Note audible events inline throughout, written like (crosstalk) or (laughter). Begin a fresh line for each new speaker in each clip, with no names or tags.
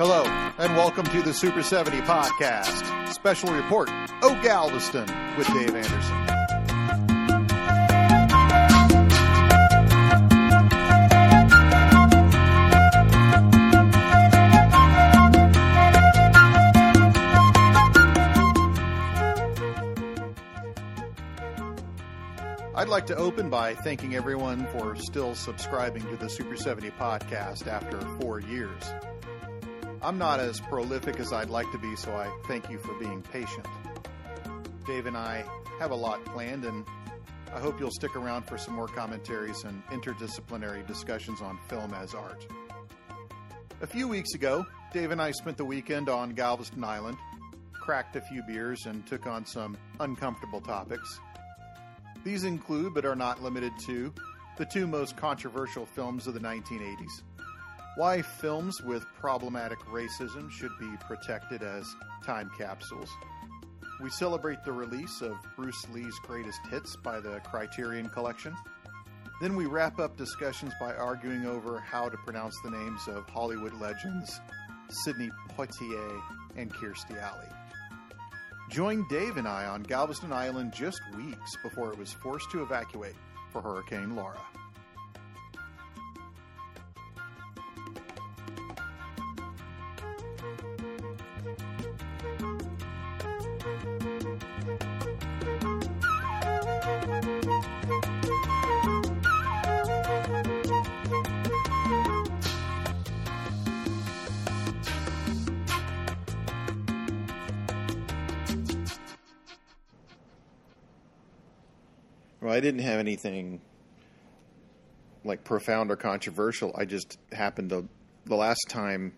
and welcome to the Super 70 podcast. Special report, O Galveston with Dave Anderson. I'd like to open by thanking everyone for still subscribing to the Super 70 podcast after four years. I'm not as prolific as I'd like to be, so I thank you for being patient. Dave and I have a lot planned, and I hope you'll stick around for some more commentaries and interdisciplinary discussions on film as art. A few weeks ago, Dave and I spent the weekend on Galveston Island, cracked a few beers, and took on some uncomfortable topics. These include, but are not limited to, the two most controversial films of the 1980s why films with problematic racism should be protected as time capsules. We celebrate the release of Bruce Lee's greatest hits by the Criterion Collection. Then we wrap up discussions by arguing over how to pronounce the names of Hollywood legends Sidney Poitier and Kirstie Alley. Join Dave and I on Galveston Island just weeks before it was forced to evacuate for Hurricane Laura. Well, I didn't have anything like profound or controversial. I just happened to the last time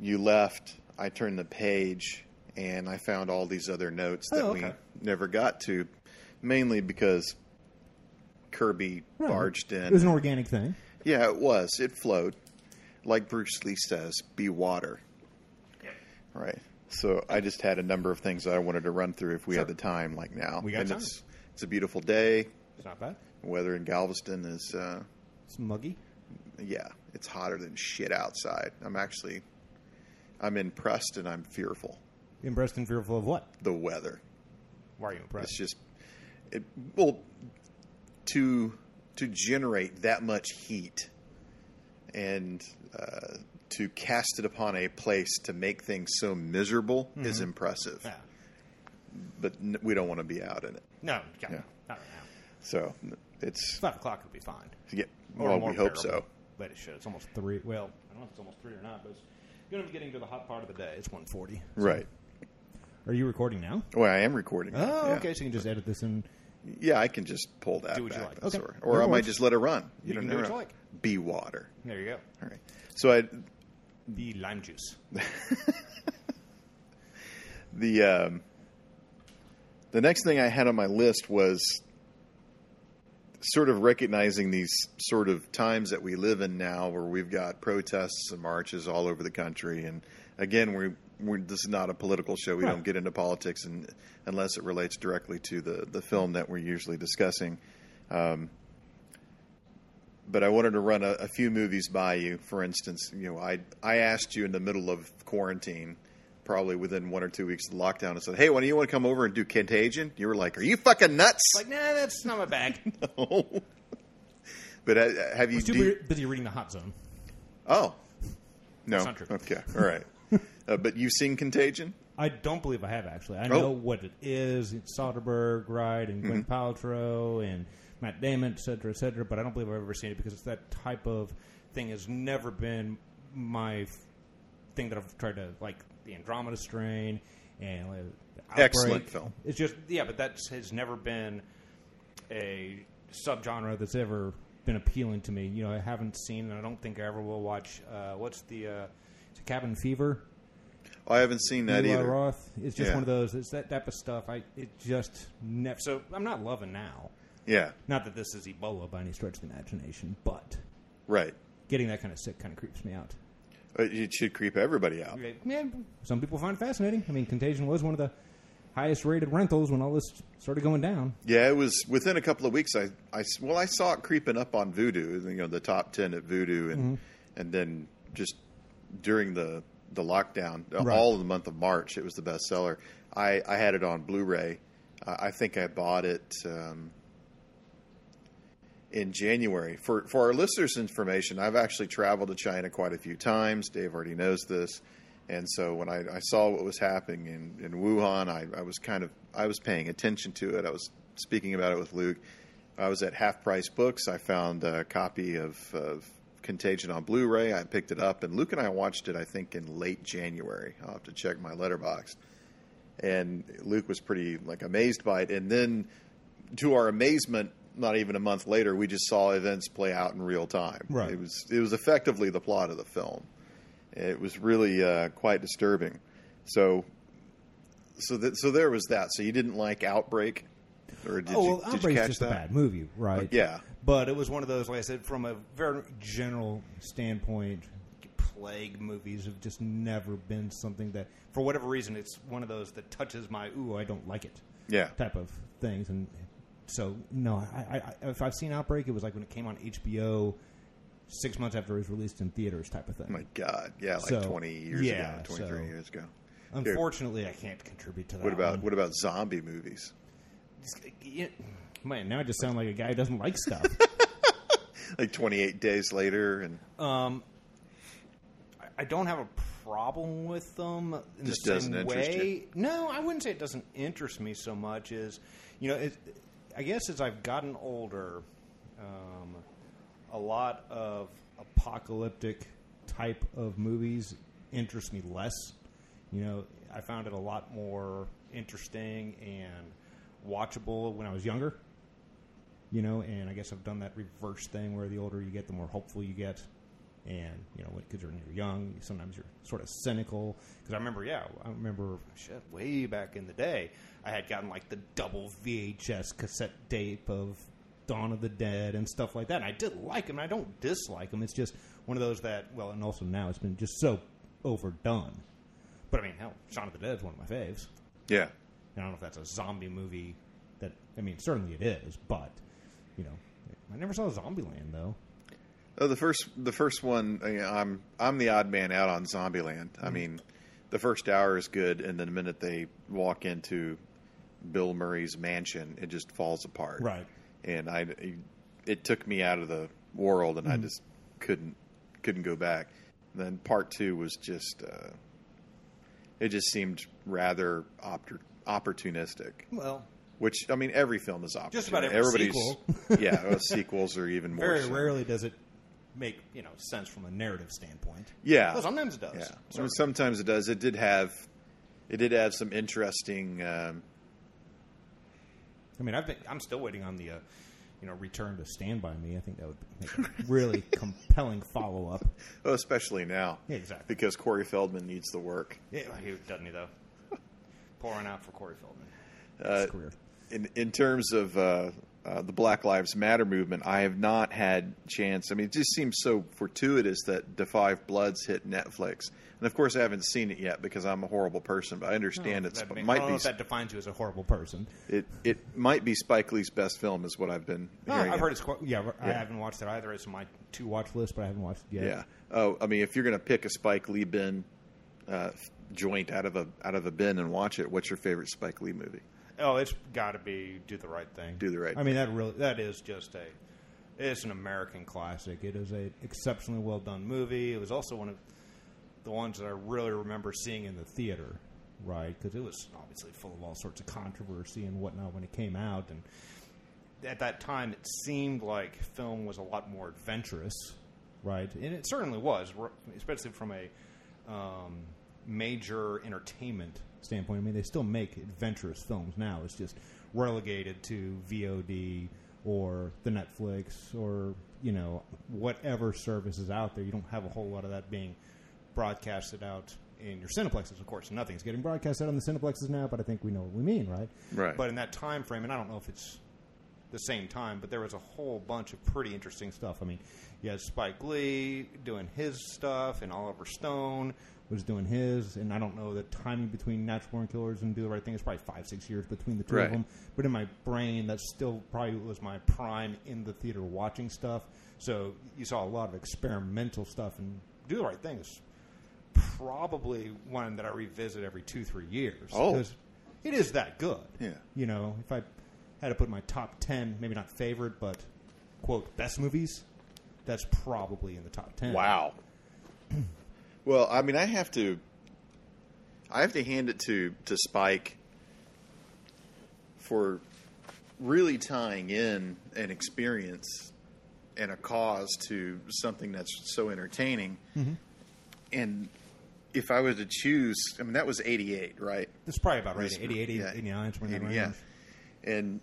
you left, I turned the page and I found all these other notes that
Oh, okay.
we never got to, mainly because Kirby barged in.
It was an organic thing.
yeah, it was. It flowed. Like Bruce Lee says, be water. Right. So I just had a number of things that I wanted to run through if we had the time, like now.
We got
and
time.
it's it's a beautiful day.
It's not bad.
Weather in Galveston is, uh,
It's muggy.
yeah, it's hotter than shit outside. I'm actually, I'm impressed and I'm fearful.
Impressed and fearful of what?
The weather,
Why are you
it's
impressed?
just, it well, to to generate that much heat, and uh, to cast it upon a place to make things so miserable is impressive.
Mm-hmm. Yeah.
But n- we don't want to be out in it,
No, yeah,
Yeah.
not right now.
so it's
Five o'clock would be fine.
yeah,
Or
well,
more
we hope
bearable.
so.
But it should. It's almost three. Well, I don't know if it's almost three or not, but it's going to be getting to the hot part of the day. It's one forty.
Right.
Are you recording now?
Well, I am recording. now,
Oh,
yeah.
okay. So you can just edit this and
Yeah, I can just pull that
Do what you
back.
like.
that's
Okay.
all right. Or
No
I might
worries.
just let it run. You,
You
don't
can do
know.
what you like.
Be water.
there you go.
All right. So I
The lime juice.
the um, the next thing I had on my list was sort of recognizing these sort of times that we live in now, where we've got protests and marches all over the country, and again we. We're, this is not a political show. We
Right.
don't get into politics, and unless it relates directly to the, the film that we're usually discussing, Um, but I wanted to run a, a few movies by you. For instance, you know, I I asked you in the middle of quarantine, probably within one or two weeks of lockdown, and said, "Hey, when do you want to come over and do Contagion?" You were like, "Are you fucking nuts?"
Like, nah, that's not
(laughs)
my bag.
no. But uh, have you?
It's too
do you-
weird busy reading the hot zone.
oh, no.
That's not true.
Okay, all right. uh, but you've seen Contagion?
I don't believe I have actually. I
Oh.
know what it is. It's Soderbergh, right, and
Mm-hmm.
Gwyneth Paltrow and Matt Damon, et cetera, et cetera. But I don't believe I've ever seen it because it's that type of thing has never been my f- thing that I've tried to like the Andromeda Strain and like, Outbreak.
Excellent film.
It's just yeah, but that has never been a subgenre that's ever been appealing to me. You know, I haven't seen, and I don't think I ever will watch. Uh, what's the uh, it's Cabin Fever?
Oh, I haven't seen that
Eli
either.
Roth. It's just
Yeah.
one of those. It's that type of stuff. I it just never. So I'm not loving now.
Yeah,
Not that this is Ebola by any stretch of the imagination, but
right.
getting that kind of sick kind of creeps me out.
Uh, It should creep everybody out.
Yeah, some people find it fascinating. I mean, Contagion was one of the highest rated rentals when all this started going down.
Yeah, it was within a couple of weeks. I, I s- well, I saw it creeping up on Voodoo. You know, the top ten at Voodoo, and and then just during the the lockdown, uh,
Right.
all of the month of March. It was the bestseller. I, I had it on Blu-ray. Uh, I think I bought it um, in January. For for our listeners' information, I've actually traveled to China quite a few times. Dave already knows this, and so when I, I saw what was happening in, in Wuhan, I, I was kind of I was paying attention to it. I was speaking about it with Luke. I was at Half Price Books. I found a copy of, of Contagion on Blu-ray. I picked it up, and Luke and I watched it. I think in late January. I'll have to check my letterbox and Luke was pretty like amazed by it. And then, to our amazement, not even a month later, we just saw events play out in real time.
Right.
It was it was effectively the plot of the film. It was really uh, quite disturbing. So, so that so there was that. So you didn't like Outbreak, or did
oh,
you,
well,
did you
Outbreak's
catch
just
that?
a bad movie, right?
Yeah.
But it was one of those, like I said, from a very general standpoint, plague movies have just never been something that, for whatever reason, it's one of those that touches my "ooh, I don't like it"
Yeah.
type of things. And so, no, I, I- I, if I've seen Outbreak, it was like when it came on HBO six months after it was released in theaters, type of thing.
Oh My God, yeah, like
So,
twenty years
yeah,
ago, twenty three
so- um,
years ago. Dude,
Unfortunately, I can't contribute to that.
what about
one.
what about zombie movies?
Yeah. Man, now I just sound like a guy who doesn't like
(laughs)
stuff.
Like twenty eight days later, and
Um, I- I don't have a problem with them. In
Just
the same
doesn't
way.
interest
No, I wouldn't say it doesn't interest me so much. Is you know, it, I guess as I've gotten older, um, a lot of apocalyptic type of movies interest me less. You know, I found it a lot more interesting and watchable when I was younger. You know, and I guess I've done that reverse thing where the older you get, the more hopeful you get. And you know, because you're, when you're young, sometimes you're sort of cynical. Because I remember, yeah, I remember, shit, way back in the day, I had gotten like the double VHS cassette tape of Dawn of the Dead and stuff like that. And I did like them. I don't dislike them. It's just one of those that, well, and also now it's been just so overdone. But I mean, hell, Shaun of the Dead is one of my faves.
yeah,
I don't know if that's a zombie movie. That I mean, certainly it is, but you know, I never saw Zombieland though.
Oh, the first the first one, I mean, I'm I'm the odd man out on Zombieland. I mean, the first hour is good, and then the minute they walk into Bill Murray's mansion, it just falls apart.
Right.
And I, it took me out of the world, and I just couldn't couldn't go back. And then part two was just, uh, it just seemed rather oppor- opportunistic.
Well,
Which I mean, every film is opportunistic.
Just about every
Everybody's,
sequel.
(laughs) yeah, well, sequels are even more.
very
so.
rarely does it make you know sense from a narrative standpoint.
Yeah,
Well, sometimes it does.
Yeah, I
Certainly.
mean, sometimes it does. It did have, it did have some interesting. Um,
I mean, I've been, I'm still waiting on the. Uh, you know, return to Stand By Me. I think that would make (laughs) a really compelling follow up.
oh, especially now,
Yeah, exactly.
because Corey Feldman needs the work.
Yeah, he doesn't he though? Pouring out for Corey Feldman.
Uh,
His career.
in in terms of uh, uh, the Black Lives Matter movement, I have not had chance. I mean, it just seems so fortuitous that The Five Bloods hit Netflix, and of course, I haven't seen it yet because I'm a horrible person. But I understand it's,
Oh, That
it
may- I
might
don't know
be
if that defines you as a horrible person.
it it might be Spike Lee's best film, is what I've been.
Oh,
hearing
I've
it.
heard it's quite, yeah, I haven't watched it either. It's on my two watch list, but I haven't watched it yet.
Yeah. Oh, I mean, if you're going to pick a Spike Lee bin uh, joint out of a out of a bin and watch it, what's your favorite Spike Lee movie?
Oh, it's got to be do the right thing.
Do the Right
I mean, that really that is just a it's an American classic. It is a exceptionally well done movie. It was also one of the ones that I really remember seeing in the theater, right? Because it was obviously full of all sorts of controversy and whatnot when it came out, and at that time it seemed like film was a lot more adventurous, right? And it certainly was, r- especially from a um, major entertainment standpoint. I mean, they still make adventurous films now. It's just relegated to VOD or the Netflix or you know whatever service is out there. You don't have a whole lot of that being broadcasted out in your cineplexes. Of course, nothing's getting broadcasted on the cineplexes now, but I think we know what we mean, right?
Right.
But in that time frame, and I don't know if it's the same time, but there was a whole bunch of pretty interesting stuff. I mean, you had Spike Lee doing his stuff, and Oliver Stone was doing his, and I don't know the timing between Natural Born Killers and Do the Right Thing. It's probably five, six years between the two
Right.
of them. But in my brain, that still probably was my prime in the theater watching stuff. So you saw a lot of experimental stuff, and Do the Right Thing is probably one that I revisit every two three years.
Oh.
'cause it is that good.
Yeah.
you know, if I had to put my top ten, maybe not favorite, but quote best movies, that's probably in the top ten.
Wow.
(clears throat) Well, I mean, I have to, I have to hand it to to Spike for really tying in an experience and a cause to something that's so entertaining. And if I was to choose, I mean, that was '88, right?
It's probably about right.
Yes,
88,
yeah.
89, somewhere in that
And,
range.
yeah, and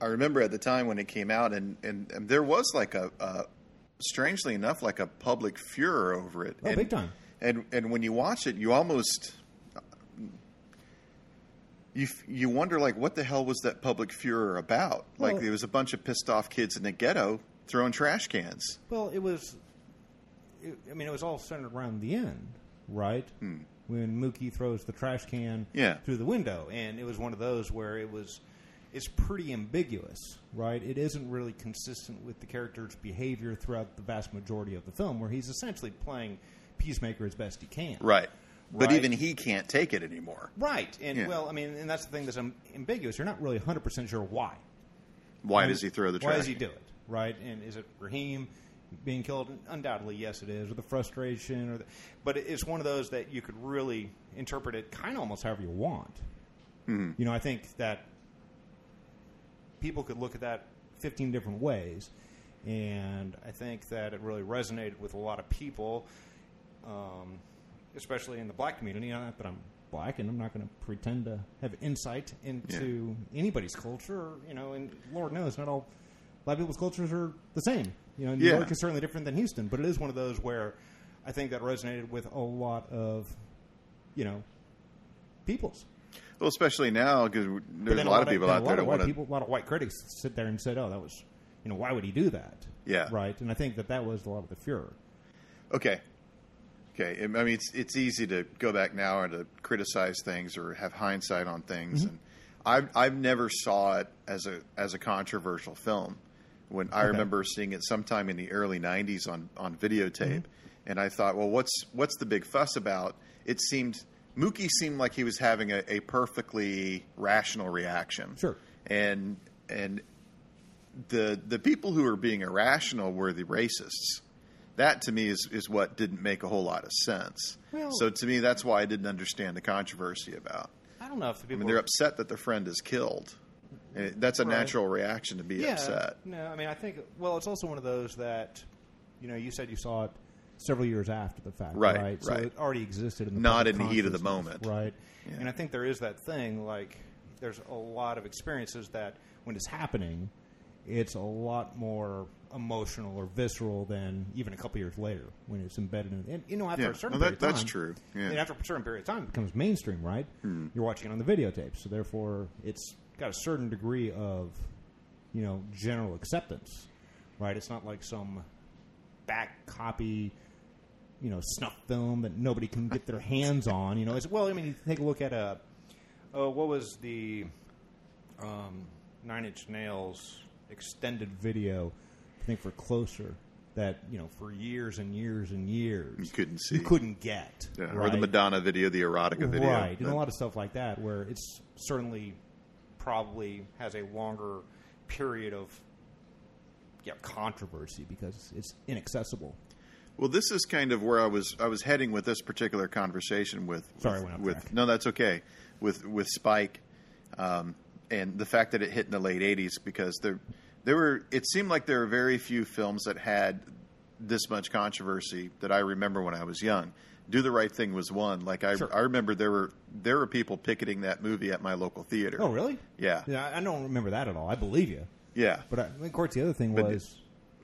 I remember at the time when it came out, and and, and there was like a, a strangely enough, like a public furor over it.
Oh,
and,
big time.
And and when you watch it, you almost you f- you wonder like what the hell was that public furor about? Like
Well-
there was a bunch of pissed off kids in the ghetto throwing trash cans.
Well, it was. It, I mean, it was all centered around the end, right? When Mookie throws the trash can
Hmm. Yeah.
through the window, and it was one of those where it was. It's pretty ambiguous, right? It isn't really consistent with the character's behavior throughout the vast majority of the film, where he's essentially playing peacemaker as best he can.
Right. But
Right.
even he can't take it anymore.
Right, and
Yeah.
well, I mean, and that's the thing that's um, ambiguous. You're not really 100% sure why.
Why does he throw the trash?
Why does he do it? Right? And is it Raheem being killed? Undoubtedly, yes, it is. Or the frustration, or the, but it's one of those that you could really interpret it kind of almost however you want.
Hmm.
You know, I think that people could look at that 15 different ways, and I think that it really resonated with a lot of people, um, especially in the black community. Not that I'm black, and I'm not going to pretend to have insight into anybody's culture. Or, you know, and Lord knows, not all black people's cultures are the same. You know, New
Yeah.
York is certainly different than Houston, but it is one of those where I think that resonated with a lot of, you know, peoples.
Well, especially now because
But
there's a
then
lot of people
then
out
a lot
there that
of white
want to
people, a lot of white critics sit there and said, "Oh, that was, you know, why would he do that?"
Yeah.
right. And I think that that was a lot of the furor.
Okay. Okay. I mean, it's it's easy to go back now and to criticize things or have hindsight on things, and I've I've never saw it as a as a controversial film. When I remember seeing it sometime in the early '90s on on videotape, and I thought, well, what's what's the big fuss about? It seemed Mookie seemed like he was having a, a perfectly rational reaction.
Sure.
And and the the people who were being irrational were the racists. That to me is is what didn't make a whole lot of sense.
Well-
so to me, that's why I didn't understand the controversy about.
I don't know if the
I
people
mean, they're upset that their friend is killed. And it- that's a
Right.
natural reaction to be
yeah,
upset.
No, I mean, I think well, it's also one of those that, you know, you said you saw it several years after the fact,
Right,
right? So
right.
it already existed in the
Not
public
in the heat of the
consciousness,
moment.
right?
Yeah.
And I think there is that thing like there's a lot of experiences that when it's happening, it's a lot more emotional or visceral than even a couple years later when it's embedded in. And you know, after
Yeah.
a certain
No, that-
period of time,
that's true. Yeah. Hmm.
And after a certain period of time, it becomes mainstream, right? You're watching it on the videotape, so therefore, it's got a certain degree of you know general acceptance, right? It's not like some back copy you know snuff film that nobody can get their hands on. You know, it's well. I mean, you take a look at a uh, what was the um, Nine Inch Nails extended video? I think for closer that you know for years and years and years
You couldn't see.
you couldn't get
Yeah.
right?
Or the Madonna video, the erotica video.
right, and
But-
a lot of stuff like that where it's certainly probably has a longer period of yeah controversy because it's inaccessible.
Well, this is kind of where I was I was heading with this particular conversation with
Sorry, I
with,
went off
with-
track.
no, that's okay with with Spike, um, and the fact that it hit in the late '80s because there there were it seemed like there were very few films that had this much controversy that I remember when I was young. Do the Right Thing was one. Like I
Sure.
I remember there were there were people picketing that movie at my local theater.
Oh, really?
Yeah.
Yeah, I- I don't remember that at all. I believe you.
Yeah,
But uh, I, of course, the other thing
But
was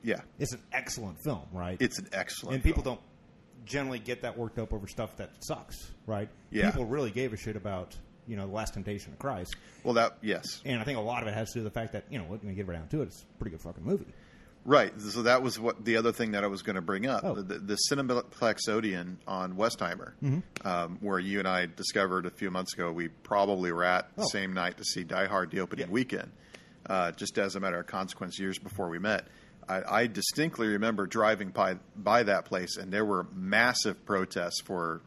yeah.
it's an excellent film, right?
It's an excellent
and people
film.
don't generally get that worked up over stuff that sucks, right?
Yeah.
People really gave a shit about you know the Last Temptation of Christ,
Well, that yes.
and I think a lot of it has to do with the fact that you know we're going to get right down to it. It's a pretty good fucking movie.
Right. So that was what the other thing that I was going to bring up
Oh.
the, the Cineplex Odeon on Westheimer,
Mm-hmm.
um, where you and I discovered a few months ago we probably were at the
Oh.
same night to see Die Hard the opening
Yeah.
weekend, uh, just as a matter of consequence, years before we met. I, I distinctly remember driving by by that place, and there were massive protests for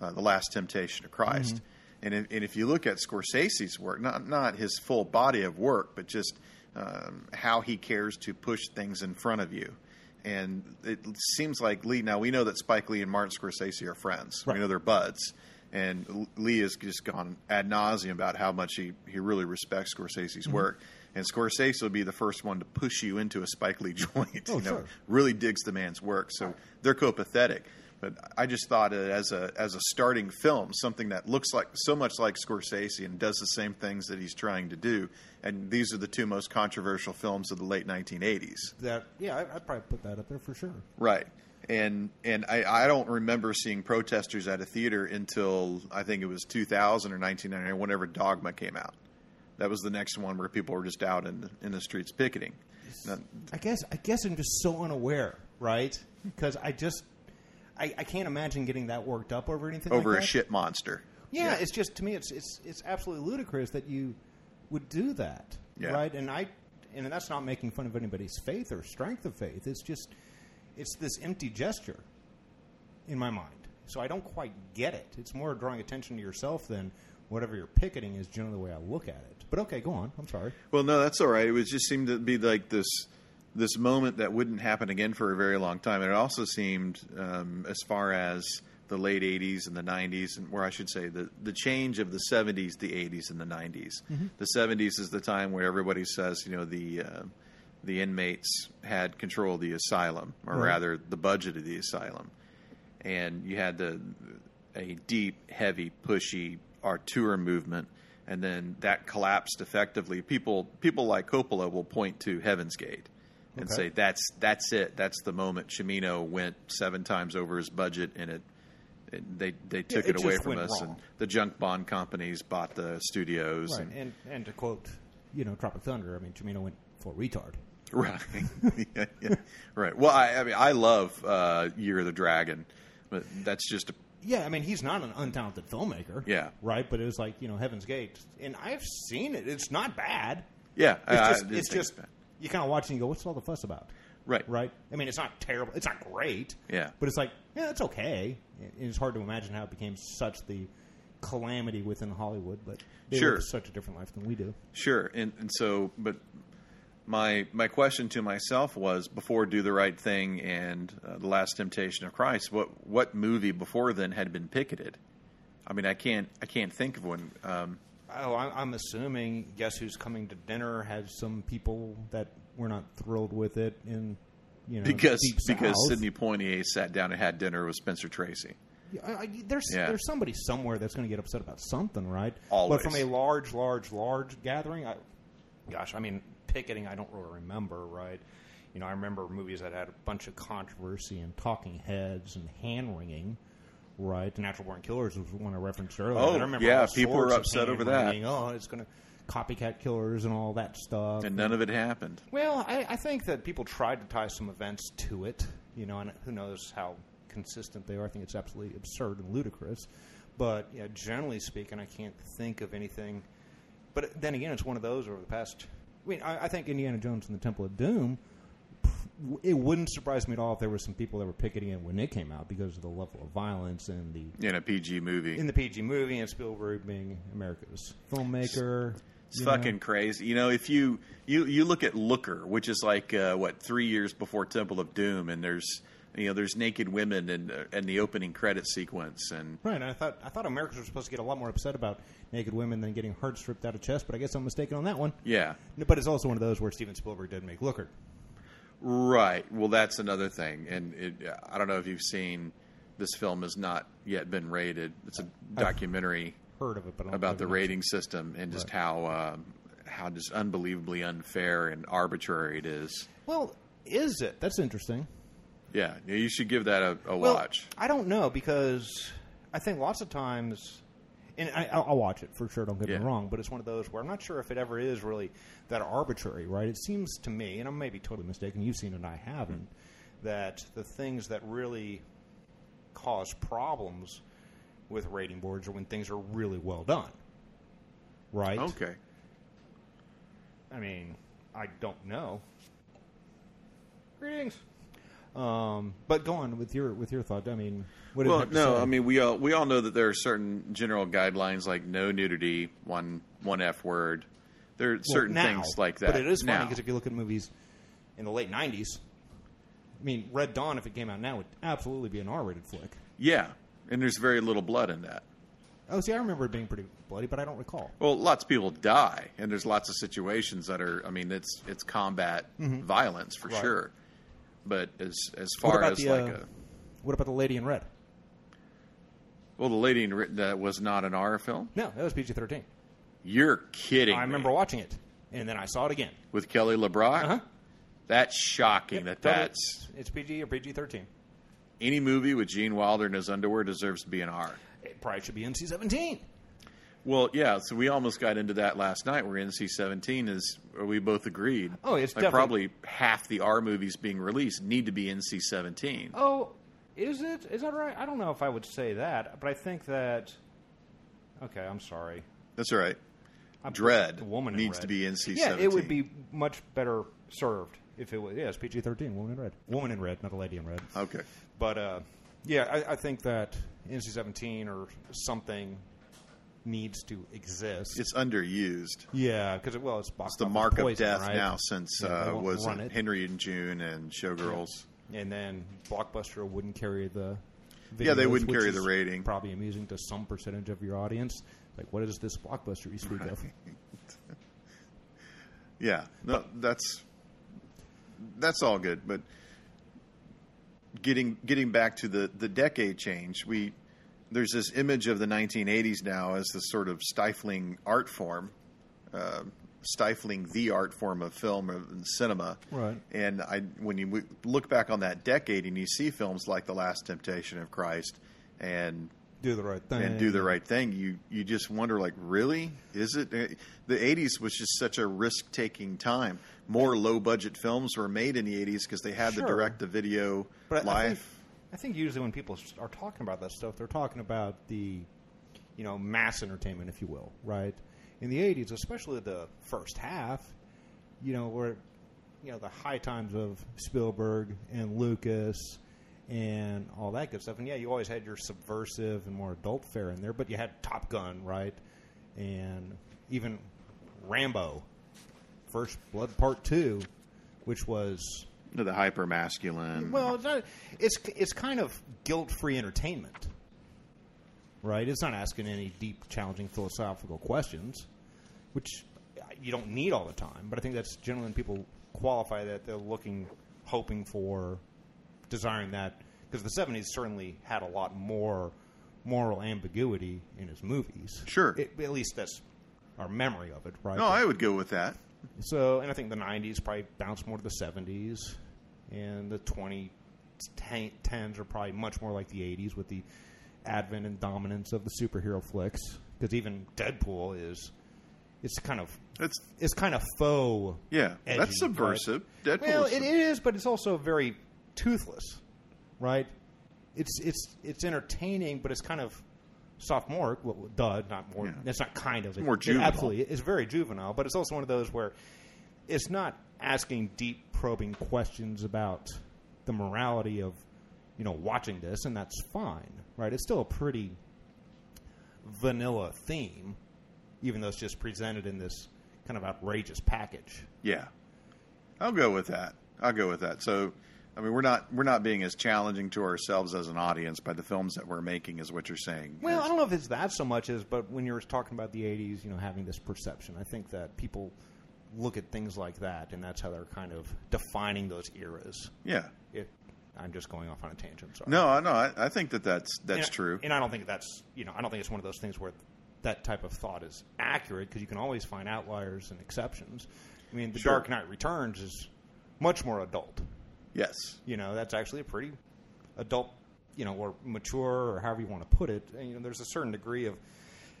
uh, the Last Temptation of
Mm-hmm.
Christ. And, if, and if you look at Scorsese's work, not not his full body of work, but just um, how he cares to push things in front of you. And it seems like Lee. Now we know that Spike Lee and Martin Scorsese are friends.
Right.
We know they're buds. And L- Lee has just gone ad nauseum about how much he, he really respects Scorsese's
Mm-hmm.
work. And Scorsese will be the first one to push you into a Spike Lee (laughs) joint.
Oh,
you know,
sure.
really digs the man's work. So they're copathetic. But I just thought it as a as a starting film, something that looks like so much like Scorsese and does the same things that he's trying to do. And these are the two most controversial films of the late 1980s.
That yeah, I, I'd probably put that up there for sure.
Right. And and I, I don't remember seeing protesters at a theater until I think it was 2000 or 1999, whenever Dogma came out. That was the next one where people were just out in the, in the streets picketing. Now,
I guess I guess I'm just so unaware, right? Because I just I, I can't imagine getting that worked up over anything like
over a
that.
shit monster.
Yeah, it's just to me, it's it's it's absolutely ludicrous that you would do that,
Yeah.
right? And I, and that's not making fun of anybody's faith or strength of faith. It's just, it's this empty gesture in my mind. So I don't quite get it. It's more drawing attention to yourself than whatever you're picketing is generally the way I look at it. But okay, go on. I'm sorry.
Well, no, that's all right. It was just seemed to be like this this moment that wouldn't happen again for a very long time. And it also seemed, um, as far as the late '80s and the '90s, and where I should say the the change of the '70s, the '80s, and the '90s. The '70s is the time where everybody says, you know, the uh, the inmates had control of the asylum, or rather, the budget of the asylum and you had the a deep, heavy, pushy Artur movement, and then that collapsed effectively. People people like Coppola will point to Heaven's Gate and
Okay.
say that's that's it. That's the moment Chimino went seven times over his budget, and it, it they they took
it
it, away
just
from
went
us,
wrong.
and the junk bond companies bought the studios,
Right,
and (laughs)
and and to quote, you know, Tropic Thunder. I mean, Chimino went for retard.
Right. yeah, yeah. Right. Well, I, I mean, I love uh, Year of the Dragon, but that's just a,
Yeah, I mean he's not an untalented filmmaker.
Yeah.
right. But it was like you know Heaven's Gate, and I've seen it. It's not bad.
yeah. I- Uh, I
It's just,
didn't
it's
think
just
about it.
you kind of watch and you go, "What's all the fuss about?"
right.
Right? I mean, it's not terrible. It's not great.
Yeah.
But it's like, yeah, it's okay. And It's hard to imagine how it became such the calamity within Hollywood, but they
Sure.
live such a different life than we do.
Sure, and, and so, but my my question to myself was before "Do the Right Thing" and uh, "The Last Temptation of Christ," what what movie before then had been picketed? I mean, I can't I can't think of one. Um,
Oh, I'm, I'm assuming Guess Who's Coming to Dinner has some people that were not thrilled with it, in you know,
because
deep
because
South.
Sidney Poitier sat down and had dinner with Spencer Tracy.
Yeah, I, I, there's
Yeah.
there's somebody somewhere that's going to get upset about something, right?
Always.
But from a large, large, large gathering, I, gosh, I mean picketing, I don't really remember, right? You know, I remember movies that had a bunch of controversy and talking heads and hand wringing, right? Natural Born Killers was one I referenced earlier.
Oh,
I remember
yeah,
all
people were
sorts of
upset over that.
hand-wringing. Oh, it's going to copycat killers and all that stuff.
And none of it happened.
Well, I, I think that people tried to tie some events to it, you know, and who knows how consistent they are. I think it's absolutely absurd and ludicrous. But yeah, generally speaking, I can't think of anything. But then again, it's one of those over the past. I mean, I, I think Indiana Jones and the Temple of Doom. It wouldn't surprise me at all if there were some people that were picketing it when it came out because of the level of violence and the
In a PG movie,
in the PG movie and Spielberg being America's filmmaker.
It's
you know.
fucking crazy. You know, if you you you look at Looker, which is like uh, what three years before Temple of Doom, and there's you know there's naked women and uh, and the opening credit sequence, and
Right, and I thought I thought Americans were supposed to get a lot more upset about naked women than getting heart stripped out of chest, but I guess I'm mistaken on that one.
yeah,
But it's also one of those where Steven Spielberg did make Looker.
right. Well, that's another thing, and it, I don't know if you've seen this film has not yet been rated. It's a documentary
Heard of it, but I don't
about the
rating.
rating system and just how um, how just unbelievably unfair and arbitrary it is.
Well, is it? That's interesting.
Yeah, you should give that a, a
Well,
watch.
I don't know because I think lots of times, and I, I'll I'll watch it for sure. Don't get
Yeah.
me wrong, but it's one of those where I'm not sure if it ever is really that arbitrary, right? It seems to me, and I may be totally mistaken. You've seen it, and I haven't. That the things that really cause problems with rating boards are when things are really well done, right?
Oh, Okay.
I mean, I don't know. Greetings. Um, but go on with your with your thought. I mean, what did it
Well,
have to
no,
say?
I mean we all we all know that there are certain general guidelines like no nudity, one one f word. There are
Well,
certain
now,
things like that.
But it is funny
now.
because if you look at movies in the late '90s, I mean, Red Dawn, if it came out now, would absolutely be an R-rated flick.
yeah, and there's very little blood in that.
Oh, see, I remember it being pretty bloody, but I don't recall.
Well, lots of people die, and there's lots of situations that are. I mean, it's it's combat violence for
Mm-hmm. Right.
sure. But as as
What
far
about
as
the
like
uh,
a
What about the Lady in Red?
well, the lady in Red- that was not an R film.
No, that was PG-13.
You're kidding!
I
me.
remember watching it, and then I saw it again.
with Kelly LeBrock.
Uh-huh.
That's shocking. that
Totally.
that's
it's PG or PG-13.
any movie with Gene Wilder in his underwear deserves to be an R.
It probably should be NC-17.
Well, yeah. So we almost got into that last night, where NC-17 is. Or we both agreed.
Oh, it's
like
definitely-
probably half the R movies being released need to be NC-17.
Oh, is it? Is that right? I don't know if I would say that, but I think that. Okay, I'm sorry.
That's all right. Dread
The woman in
needs
red.
to be NC-17.
Yeah, it would be much better served if it was yes PG thirteen. Woman in red. Woman in red, not a lady in red.
okay.
But uh, yeah, I, I think that NC seventeen or something needs to exist.
It's underused.
yeah, because it, well, it's box
It's the
office
mark of
poison,
death
right?
now since
Yeah, they
uh,
won't
was
run
it
it.
Henry and June and Showgirls.
and then Blockbuster wouldn't carry the.
Yeah, they
videos,
wouldn't
which
carry
is
the rating.
Probably amusing to some percentage of your audience. Like, what is this blockbuster you
(laughs)
speak of?
Yeah, no, that's that's all good. But getting getting back to the the decade change, we there's this image of the 1980s now as this sort of stifling art form, uh, stifling the art form of film and cinema.
Right.
And I, when you w- look back on that decade and you see films like The Last Temptation of Christ and
Do the right thing
and do the right thing, you you just wonder like, really, is it? eh, The '80s was just such a risk taking time. More low budget films were made in the '80s because they had
Sure.
the direct to video
But I- I think,
life.
I think usually when people s- are talking about that stuff, they're talking about the, you know, mass entertainment, if you will, right? In the '80s, especially the first half, you know, where, you know, the high times of Spielberg and Lucas and all that good stuff. And yeah, you always had your subversive and more adult fare in there, but you had Top Gun, right? And even Rambo, First Blood Part Two, which was
to the hyper masculine.
well, it's not. It's it's kind of guilt-free entertainment, right? It's not asking any deep, challenging philosophical questions, which you don't need all the time. But I think that's generally when people qualify that they're looking, hoping for, desiring that because the '70s certainly had a lot more moral ambiguity in its movies.
Sure.
It- at least that's our memory of it, right?
no, I would go with that.
So, and I think the '90s probably bounced more to the '70s, and the 2010s are probably much more like the '80s with the advent and dominance of the superhero flicks. Because even Deadpool is, it's kind of,
That's
it's kind of faux.
yeah,
edgy,
that's subversive.
right?
Deadpool
Well,
is
it is, but it's also very toothless, right? It's it's it's entertaining, but it's kind of sophomoric. Well, duh, not more.
Yeah.
It's not kind of. It,
more
it
juvenile.
absolutely, it's very juvenile, but it's also one of those where it's not asking deep, probing questions about the morality of you know watching this, and that's fine, right? It's still a pretty vanilla theme, even though it's just presented in this kind of outrageous package.
Yeah, I'll go with that. I'll go with that. So, I mean, we're not we're not being as challenging to ourselves as an audience by the films that we're making, is what you're saying.
Well, I don't know if it's that so much as, but when you were talking about the '80s, you know, having this perception, I think that people look at things like that, and that's how they're kind of defining those eras.
yeah.
If I'm just going off on a tangent, sorry.
No, I no, I, I think that that's that's
And I-
true.
and I don't think that's you know, I don't think it's one of those things where that type of thought is accurate because you can always find outliers and exceptions. I mean, The
Sure.
Dark Knight Returns is much more adult.
Yes.
you know that's actually a pretty adult you know or mature or however you want to put it and, you know there's a certain degree of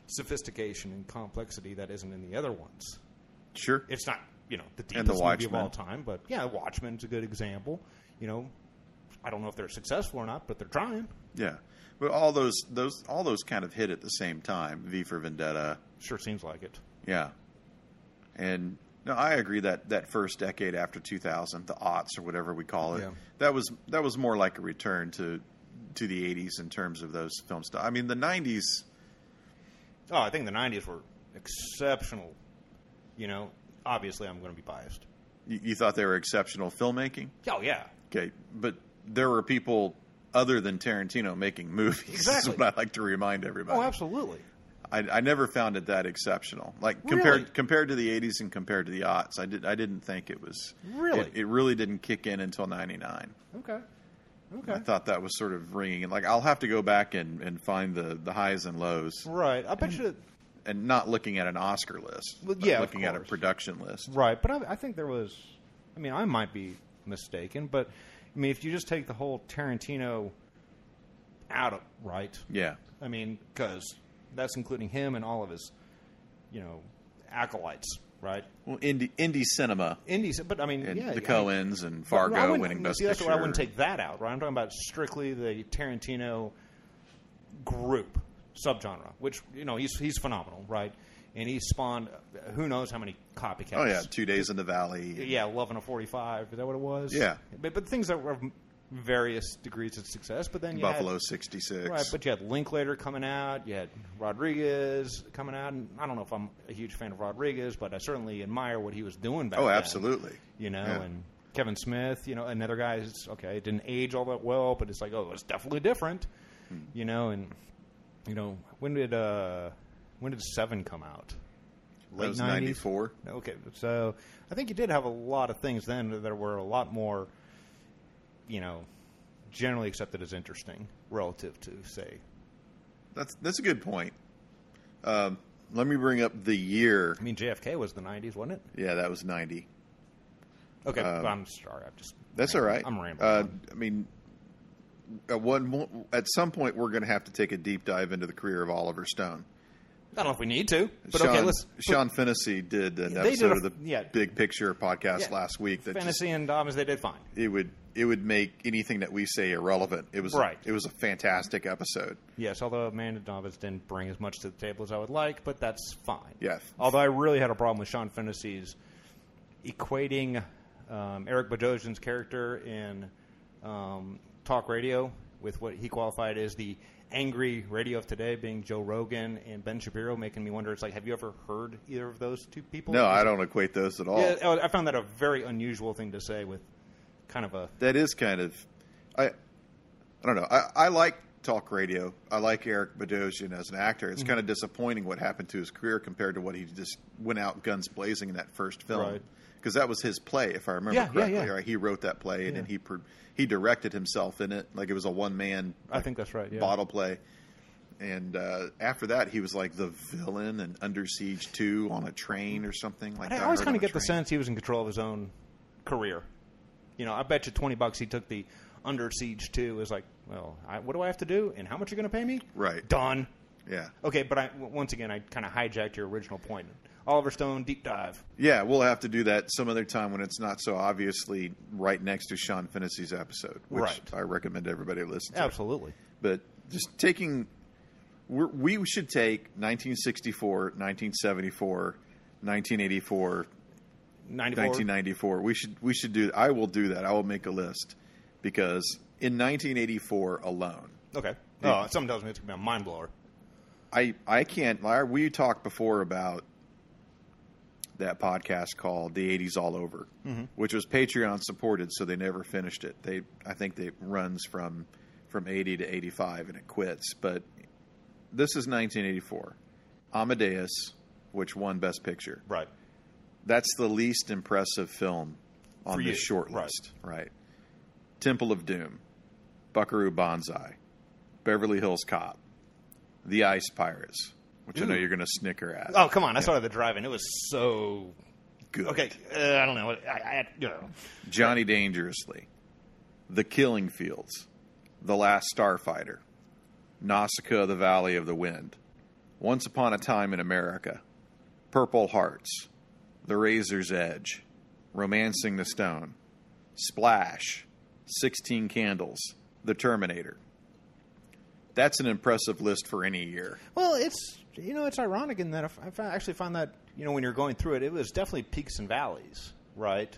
sophistication and complexity that isn't in the other ones
Sure.
it's not you know the
the
deepest movie of
Watchmen.
all time but yeah watchmen's a good example you know i don't know if they're successful or not but they're trying
yeah. But all those those all those kind of hit at the same time. V for Vendetta.
sure seems like it
Yeah. And No, I agree that that first decade after 2000, the aughts or whatever we call it,
Yeah.
that was that was more like a return to to the 80s in terms of those film stuff. I mean, the 90s,
Oh, I think the '90s were exceptional. You know, obviously, I'm going to be biased.
you, you thought they were exceptional filmmaking,
Oh yeah,
okay, but there were people other than Tarantino making movies.
Exactly.
Is what I like to remind everybody.
oh absolutely.
I, I never found it that exceptional. Like
Really?
compared compared to the '80s and compared to the aughts, I did I didn't think it was
Really?
It, it really didn't kick in until '99.
Okay,
I
okay,
thought that was sort of ringing. And like I'll have to go back and, and find the, the highs and lows,
right. I bet you. That,
and not looking at an Oscar list,
Well,
but
yeah, of
looking at a
course.
production list.
Right, but I, I think there was. I mean, I might be mistaken, but I mean, if you just take the whole Tarantino out of right,
Yeah,
I mean, because that's including him and all of his, you know, acolytes, right?
well, indie indie cinema
Indies, but I mean,
and
yeah,
the
I-
Cohens and
Well, I
Fargo
wouldn't-
winning Best
see, that's
Picture.
why I wouldn't take that out, right? I'm talking about strictly the Tarantino group subgenre, which you know he's he's phenomenal, right? And he spawned uh, who knows how many copycats.
Oh yeah, Two Days in the Valley.
yeah, eleven or forty-five. Is that what it was?
Yeah.
but, but things that were of various degrees of success. But then you
Buffalo
had,
'66.
right? But you had Linklater coming out. You had Rodriguez coming out, and I don't know if I'm a huge fan of Rodriguez, but I certainly admire what he was doing back
oh,
then
absolutely.
you know,
Yeah.
and Kevin Smith, you know, another guy who's okay, didn't age all that well, but it's like, oh, it's definitely different,
Hmm.
you know, and you know, when did uh when did Seven come out?
That was '94.
Okay, so I think you did have a lot of things then that were a lot more, you know, generally accepted as interesting relative to say,
That's that's a good point. Um, let me bring up the year.
I mean, JFK was the '90s, wasn't it?
Yeah, that was ninety.
Okay, I'm sorry, I'm just
Um, That's all right.
I'm rambling.
Uh,
on.
I mean, at one mo- at some point we're going to have to take a deep dive into the career of Oliver Stone.
I don't know if we need to, but
Sean,
okay, let's
Sean Fennessy did an
They did
episode
a-
of the
yeah.
Big Picture podcast
Yeah.
last week that just,
fantasy and Dobbins. They did fine.
it would it would make anything that we say irrelevant. It was
Right.
it was a fantastic episode.
Yes, although Amanda Dobbins didn't bring as much to the table as I would like, but that's fine.
Yeah.
Although I really had a problem with Sean Fennessy's equating um, Eric Bajosian's character in um, talk radio with what he qualified as the angry radio of today, being Joe Rogan and Ben Shapiro, making me wonder. It's like, have you ever heard either of those two people?
No, I don't equate those at all.
Yeah, I I found that a very unusual thing to say with kind of a
that is kind of I I don't know. I, I like talk radio. I like Eric Bedosian as an actor.
Mm-hmm.
It's kind of disappointing what happened to his career compared to what he just went out guns blazing in that first film.
Right.
Because that was his play, if I remember
Yeah, yeah,
correctly.
yeah.
Right? He wrote that play and then he pro- he directed himself in it. Like it was a one man
I think that's right. Yeah.
bottle play. And uh, after that, he was like the villain in Under Siege Two on a train or something like
I
that.
always
Heard
kind
on
of
a
get the
train.
sense he was in control of his own career. You know, I bet you twenty bucks he took the under siege too. Is like, well, I, what do I have to do, and how much are you going to pay me?
Right.
Done.
Yeah.
Okay, but I, w- once again, I kind of hijacked your original point. Oliver Stone deep dive.
Yeah, we'll have to do that some other time when it's not so obviously right next to Sean Finnessy's episode, which
Right.
I recommend everybody listen to.
Absolutely.
But just taking, we're, we should take 1964, 1974, 1984,
94.
1994. We should we should do. I will do that. I will make a list because in 1984 alone,
Okay.
Yeah.
Oh, something tells me it's going to be a mind blower.
I I can't. Lyra, we talked before about that podcast called "The '80s All Over," which was Patreon supported, so they never finished it. They I think it runs from from '80 to '85 and it quits. But this is 1984, Amadeus, which won Best Picture.
Right.
That's the least impressive film on
For
this
you,
short
right.
list, right? Temple of Doom, Buckaroo Banzai, Beverly Hills Cop, The Ice Pirates, which I know
Ooh.
you're going to snicker at.
Oh, come on! I saw it at the drive-in. It was so
Good.
okay. Uh, I don't know. I, I, you know.
Johnny Dangerously, The Killing Fields, The Last Starfighter, Nausicaa of the Valley of the Wind, Once Upon a Time in America, Purple Hearts, The Razor's Edge, Romancing the Stone, Splash, 16 Candles, The Terminator. That's an impressive list for any year.
Well, it's you know it's ironic in that I f- I fi- actually find that you know, when you're going through it, it was definitely peaks and valleys, right?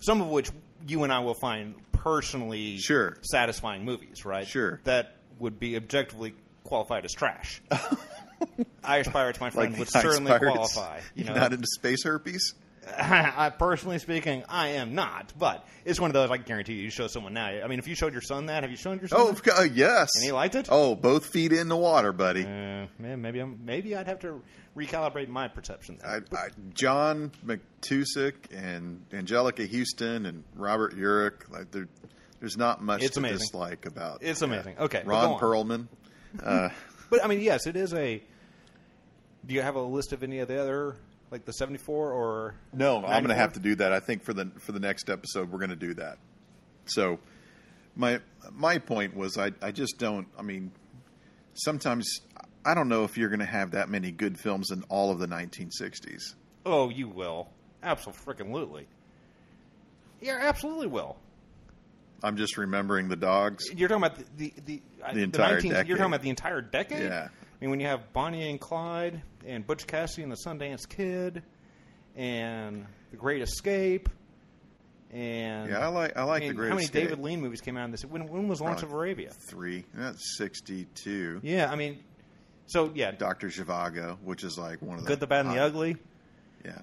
Some of which you and I will find personally
Sure.
satisfying movies, right?
Sure.
That would be objectively qualified
(laughs)
as trash. Irish Pirates, my friend, would
Ice
certainly
Pirates.
qualify.
(laughs)
You
You're
know,
not into space herpes.
(laughs) I personally speaking, I am not, but it's one of those. I can guarantee you, you show someone now. I mean, if you showed your son that, have you shown your son?
Oh,
that?
of co- yes.
And he liked it?
Oh, both feet in the water, buddy.
Uh, man, maybe I'm, maybe I'd have to recalibrate my perception. There.
I, I, John McTusick and Angelica Houston and Robert Urich. Like there, there's not much
It's
to
amazing.
dislike about.
It's amazing. Okay, but go
Ron
on.
Perlman. Uh,
But I mean, yes, it is a. Do you have a list of any of the other like the seventy four or?
no, I'm going to
94?
have to do that. I think for the for the next episode, we're going to do that. So, my my point was, I I just don't. I mean, sometimes I don't know if you're going to have that many good films in all of the 1960s.
Oh, you will. Absolutely. Yeah, absolutely will.
I'm just remembering the dogs.
You're talking about the the uh, the, I-
The entire
19th You're
decade.
talking about the entire decade.
Yeah.
I mean, when you have Bonnie and Clyde and Butch Cassidy and the Sundance Kid and The Great Escape and
Yeah, I like I like
I mean,
the Great
how many
Escape.
David Lean movies came out in this? When when was Lawrence of
Probably
Arabia?
three. That's sixty-two.
Yeah, I mean, so yeah,
Doctor Zhivago, which is like one of the
Good, the Bad, and the
hot-
Ugly.
Yeah,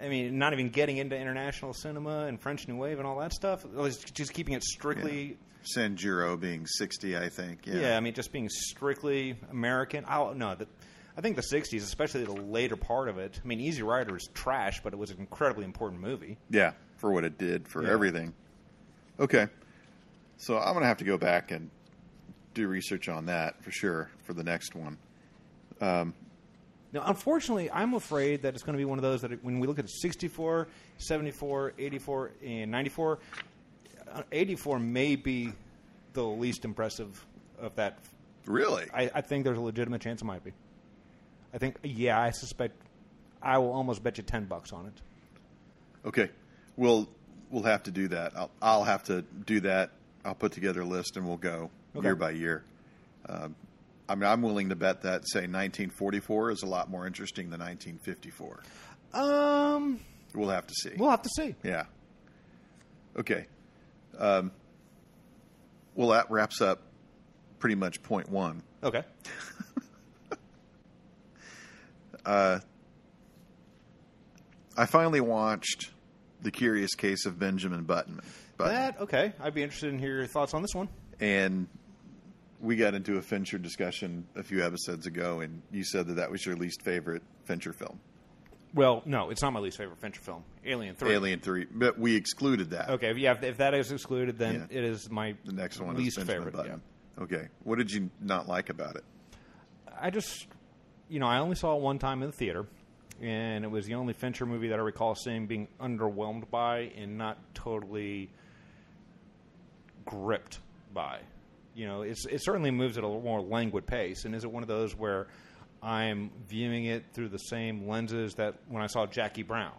I mean, not even getting into international cinema and French New Wave and all that stuff. At least Just keeping it strictly.
Sanjuro being sixty, I think. Yeah,
Yeah. I mean, just being strictly American. I don't know. The, I think the '60s, especially the later part of it. I mean, Easy Rider is trash, but it was an incredibly important movie.
Yeah, for what it did for
Yeah.
everything. Okay, so I'm gonna have to go back and do research on that for sure for the next one.
Now, unfortunately, I'm afraid that it's going to be one of those that it- when we look at 64, 74, 84, and 94, uh, 84 may be the least impressive of that.
Really?
I, I think there's a legitimate chance it might be. I think, yeah, I suspect. I will almost bet you ten bucks on it.
okay, we'll we'll have to do that. I'll I'll have to do that. I'll put together a list and we'll go
Okay.
year by year. Um, I mean, I'm willing to bet that say 1944 is a lot more interesting than 1954.
Um,
We'll have to see.
we'll have to see.
Yeah. Okay. Um, well, that wraps up pretty much point one.
Okay.
I finally watched The Curious Case of Benjamin Button. Button
That okay. I'd be interested in hearing your thoughts on this one.
and we got into a Fincher discussion a few episodes ago, and you said that that was your least favorite Fincher film,
Well, no, it's not my least favorite Fincher film, Alien Three.
Alien 3. But we excluded that.
Okay, yeah. If, if that is excluded, then
Yeah.
it is my
The next one
least
is Benjamin
favorite.
Button. Okay. What did you not like about it?
yeah. I just, you know, I only saw it one time in the theater, and it was the only Fincher movie that I recall seeing being underwhelmed by and not totally gripped by. You know, it's it certainly moves at a more languid pace, and is it one of those where I'm viewing it through the same lenses that when I saw Jackie Brown,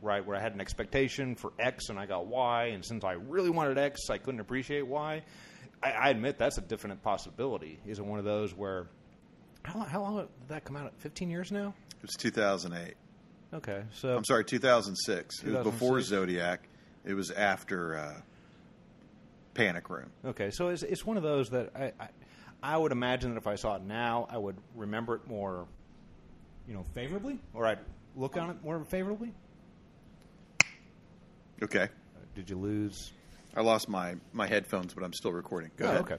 right, where I had an expectation for X and I got Y, and since I really wanted X, I couldn't appreciate Y. I, I admit that's a definite possibility. Is it one of those where how, how long did that come out? Fifteen years now.
It was 2008.
Okay, so
I'm sorry, 2006. It was before
2006.
Zodiac. It was after uh, Panic Room.
Okay, so it's it's one of those that I, I I would imagine that if I saw it now, I would remember it more, you know, favorably, or I'd look on it more favorably.
Okay.
Did you lose?
I lost my, my headphones, but I'm still recording. Go
Oh,
ahead.
okay,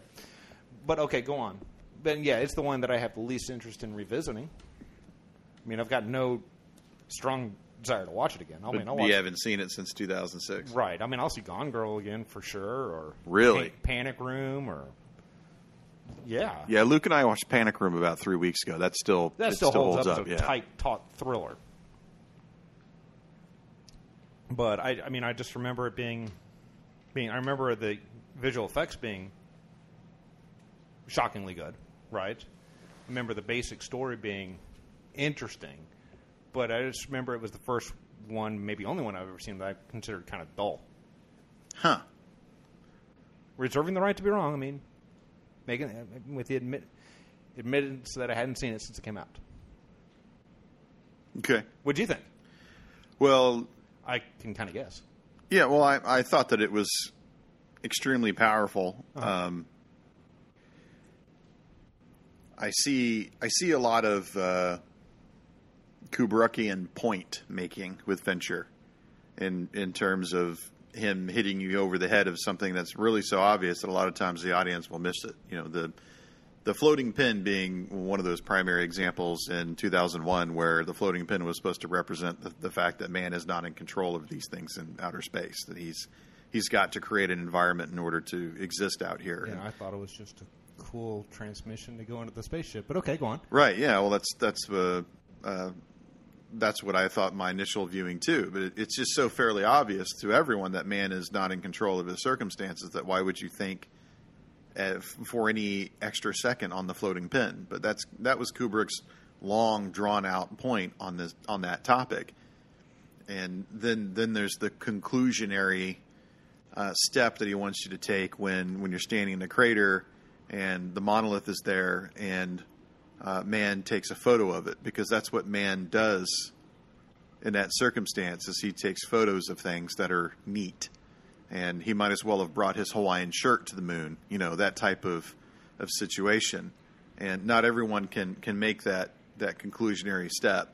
but okay, go on. But yeah, it's the one that I have the least interest in revisiting. I mean, I've got no strong desire to watch it again. I
But
mean, I'll watch
you
it
haven't seen it since 2006.
Right. I mean, I'll see Gone Girl again for sure, or
Really?
Pan- Panic Room, or yeah,
Yeah, Luke and I watched Panic Room about three weeks ago. That still
that
it
still, holds, up, as a
yeah.
tight, taut thriller. But I, I mean, I just remember it being, being. I remember the visual effects being shockingly good, right? I remember the basic story being interesting, but I just remember it was the first one, maybe only one I've ever seen that I considered kind of dull.
Huh.
reserving the right to be wrong. I mean, making with the admit, admittance that I hadn't seen it since it came out.
Okay.
What'd you think?
Well,
I can kind of guess.
Yeah, well, I, I thought that it was extremely powerful.
Uh-huh.
Um, I see I see a lot of uh, Kubrickian point making with Venture in in terms of him hitting you over the head of something that's really so obvious that a lot of times the audience will miss it. You know the the floating pin being one of those primary examples in 2001 where the floating pin was supposed to represent the, the fact that man is not in control of these things in outer space that he's he's got to create an environment in order to exist out here
Yeah, I thought it was just a cool transmission to go into the spaceship. But okay, go on.
right yeah well that's that's uh, uh, that's what I thought my initial viewing too but it, it's just so fairly obvious to everyone that man is not in control of his circumstances that why would you think uh, f- for any extra second on the floating pin. But that's that was Kubrick's long drawn out point on this on that topic. And then then there's the conclusionary uh, step that he wants you to take when when you're standing in the crater and the monolith is there and uh, man takes a photo of it because that's what man does in that circumstance is he takes photos of things that are neat and he might as well have brought his Hawaiian shirt to the moon. You know that type of of situation, and not everyone can can make that that conclusionary step,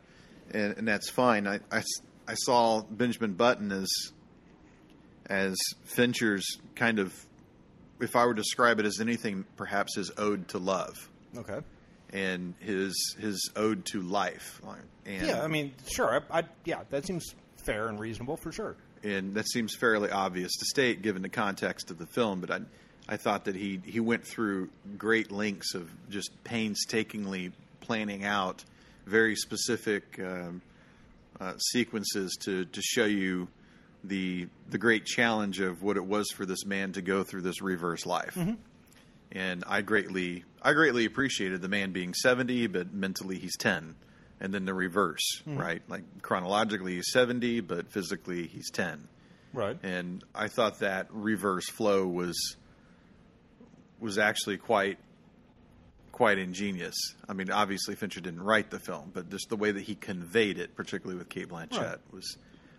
and, and that's fine. I, I s- I saw Benjamin Button as as Fincher's kind of, if I were to describe it as anything, perhaps his ode to love
Okay.
and his his ode to life. Like, And
Yeah, I mean, sure. I, I yeah, that seems fair and reasonable for sure.
and that seems fairly obvious to state given the context of the film. But I, I thought that he he went through great lengths of just painstakingly planning out very specific um, uh, sequences to to show you the the great challenge of what it was for this man to go through this reverse life. And I greatly I greatly appreciated the man being 70 but mentally he's 10 and then the reverse,
Hmm.
right? Like chronologically he's 70 but physically he's 10
Right.
and I thought that reverse flow was was actually quite quite ingenious. I mean, obviously Fincher didn't write the film, but just the way that he conveyed it, particularly with Kate Blanchett,
Right.
was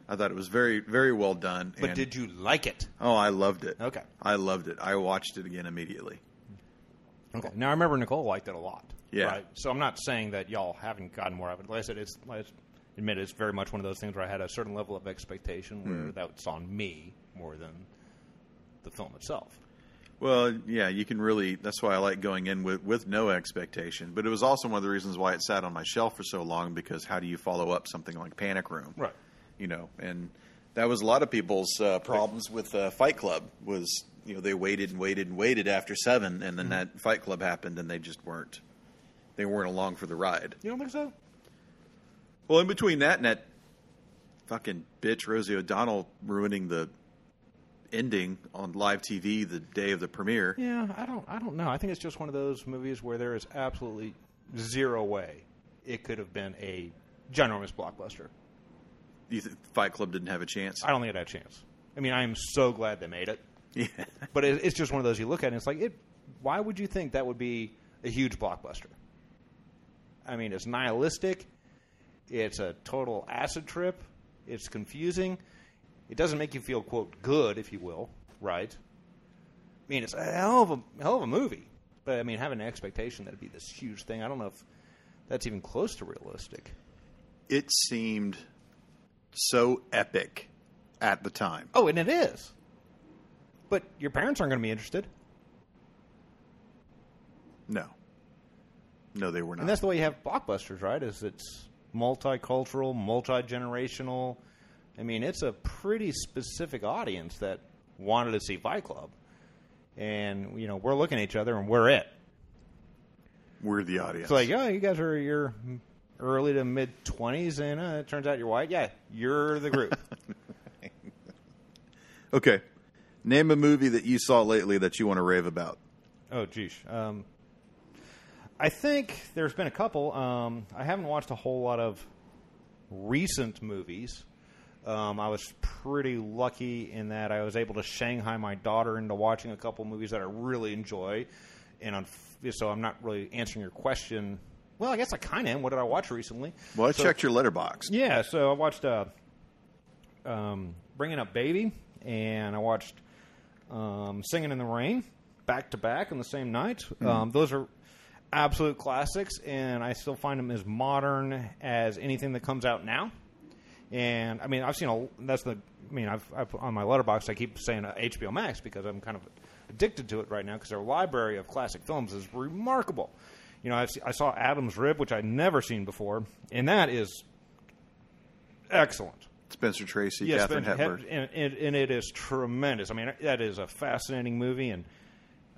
I thought it was very very well done.
But
and-
did you like it?
Oh, I loved it.
Okay.
I loved it. I watched it again immediately.
Okay. Now I remember Nicole liked it a lot.
Yeah.
Right? So I'm not saying that y'all haven't gotten more of it. Like I said, it's like I admit it's very much one of those things where I had a certain level of expectation
Hmm.
where that's on me more than the film itself.
Well, yeah, you can really. That's why I like going in with with no expectation. But it was also one of the reasons why it sat on my shelf for so long because how do you follow up something like Panic Room?
Right.
You know, and that was a lot of people's uh, problems with uh, Fight Club was you know they waited and waited and waited after seven, and then that Fight Club happened, and they just weren't they weren't along for the ride.
You don't think so?
Well, in between that and that fucking bitch Rosie O'Donnell ruining the ending on live TV the day of the premiere.
Yeah, I don't. I don't know. I think it's just one of those movies where there is absolutely zero way it could have been a ginormous blockbuster.
you th- Fight Club didn't have a chance.
I don't think it had a chance. I mean, I am so glad they made it.
Yeah.
But it, it's just one of those you look at and it's like, it, why would you think that would be a huge blockbuster? I mean, it's nihilistic. It's a total acid trip. It's confusing. It doesn't make you feel quote good, if you will, right? I mean, it's a hell of a hell of a movie. But I mean, having an expectation that it'd be this huge thing, I don't know if that's even close to realistic.
(laughs) It seemed so epic at the time.
Oh, and it is. But your parents aren't going to be interested.
No. No, they were
And
not.
that's the way you have blockbusters, right? Is it's multicultural, multi generational. I mean, it's a pretty specific audience that wanted to see Fight Club, and you know we're looking at each other and we're it.
We're the audience.
It's like, oh, you guys are your early to mid twenties, and uh, it turns out you're white. Yeah, you're the group.
okay. Name a movie that you saw lately that you want to rave about.
Oh, geez. Um, I think there's been a couple. Um, I haven't watched a whole lot of recent movies. Um, I was pretty lucky in that I was able to Shanghai my daughter into watching a couple movies that I really enjoy, and i so I'm not really answering your question Well, I guess I kind of am. What did I watch recently?
Well, I
So-
checked your letterbox.
Yeah, so I watched uh, um, Bringing Up Baby, and I watched um, Singing in the Rain back to back on the same night. Um, those are absolute classics, and I still find them as modern as anything that comes out now. And I mean, I've seen a. That's the. I mean, I've, I've on my letterbox. I keep saying uh, HBO Max because I'm kind of addicted to it right now because their library of classic films is remarkable. You know, I've, se- I saw Adam's Rib, which I'd never seen before, and that is excellent.
Spencer Tracy,
Yes,
Catherine
Ben-
Hepburn.
Hep- and, and, and it is tremendous. I mean, that is a fascinating movie, and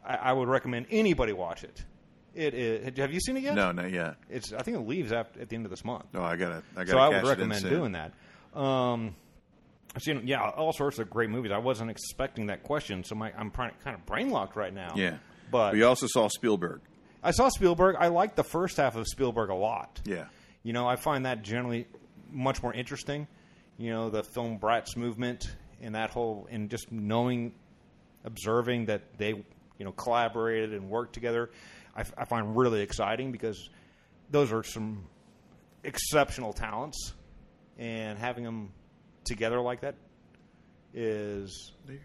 I, I would recommend anybody watch it. It is. Have you seen it yet?
no, not yet.
It's. I think it leaves after, at the end of this month.
No, I gotta. I gotta.
so I
cash
would
it in
recommend
soon.
doing that. Um, I've seen, yeah, all sorts of great movies. I wasn't expecting that question, so my, I'm kind of brain locked right now.
Yeah,
but
we also saw Spielberg.
I saw Spielberg. I liked the first half of Spielberg a lot.
Yeah,
You know, I find that generally much more interesting. You know, the film brats movement and that whole, and just knowing, observing that they, you know, collaborated and worked together, I, f- I find really exciting because those are some exceptional talents, and having them together like that is it,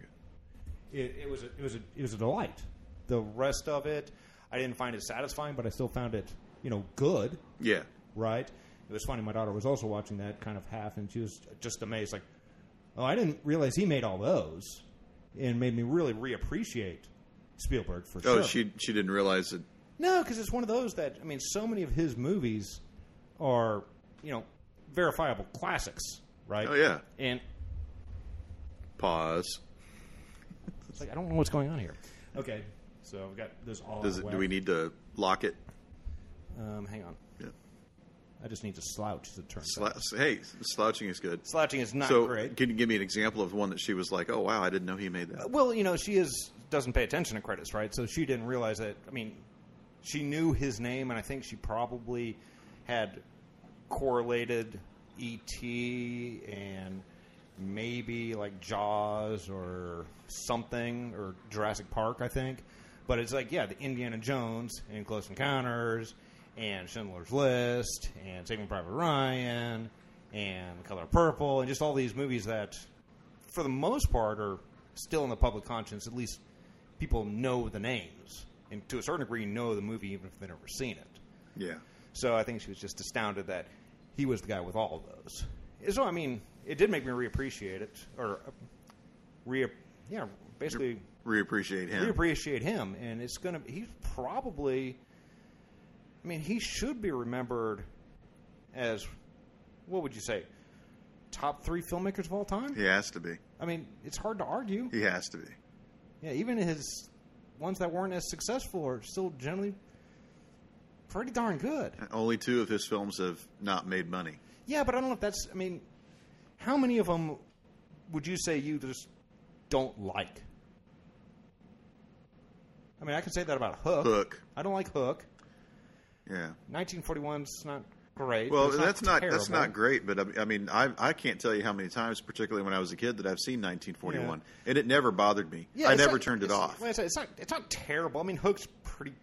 it was a, it was a, it was a delight. The rest of it, I didn't find it satisfying, but I still found it, you know, good
yeah.
right? It was funny. My daughter was also watching that kind of half, and she was just amazed. Like, oh, I didn't realize he made all those, and made me really reappreciate Spielberg for
Oh,
sure.
she she didn't realize that.
no, because it's one of those that I mean, so many of his movies are you know verifiable classics, right?
Oh yeah.
and
Pause.
it's like I don't know what's going on here. Okay, so we've got those all.
Does it, do we need to lock it?
Um, hang on,
Yeah.
I just need to slouch as it turns out.
Sla- hey, slouching is good.
Slouching is not
so,
great.
can you give me an example of one that she was like, "Oh wow, I didn't know he made that."
Well, you know, she is doesn't pay attention to credits, right? So she didn't realize that. I mean, she knew his name, and I think she probably had correlated E.T. and maybe like Jaws or something or Jurassic Park, I think. But it's like, yeah, the Indiana Jones and Close Encounters and Schindler's List and Saving Private Ryan and Color Purple and just all these movies that for the most part, are still in the public conscience. At least people know the names, and to a certain degree, know the movie even if they've never seen it.
Yeah.
So I think she was just astounded that he was the guy with all of those. And So I mean, it did make me reappreciate it, or uh, re, yeah, basically
Reappreciate him.
we appreciate him, and it's gonna. He's probably. I mean, he should be remembered as, what would you say, top three filmmakers of all time?
he has to be.
I mean, it's hard to argue.
He has to be.
Yeah, even his ones that weren't as successful are still generally pretty darn good.
Only two of his films have not made money.
Yeah, but I don't know if that's. I mean, how many of them would you say you just don't like? I mean, I can say that about Hook.
Hook.
I don't like Hook.
Yeah.
1941's not great. but
Well,
it's
that's not that's
terrible.
not great, but I, I mean, I I can't tell you how many times, particularly when I was a kid, that I've seen 1941, and it never bothered me.
Yeah,
I
it's
never
not-
turned it
it's-
off.
well, It's, it's not. It's not terrible. I mean, Hook's pretty.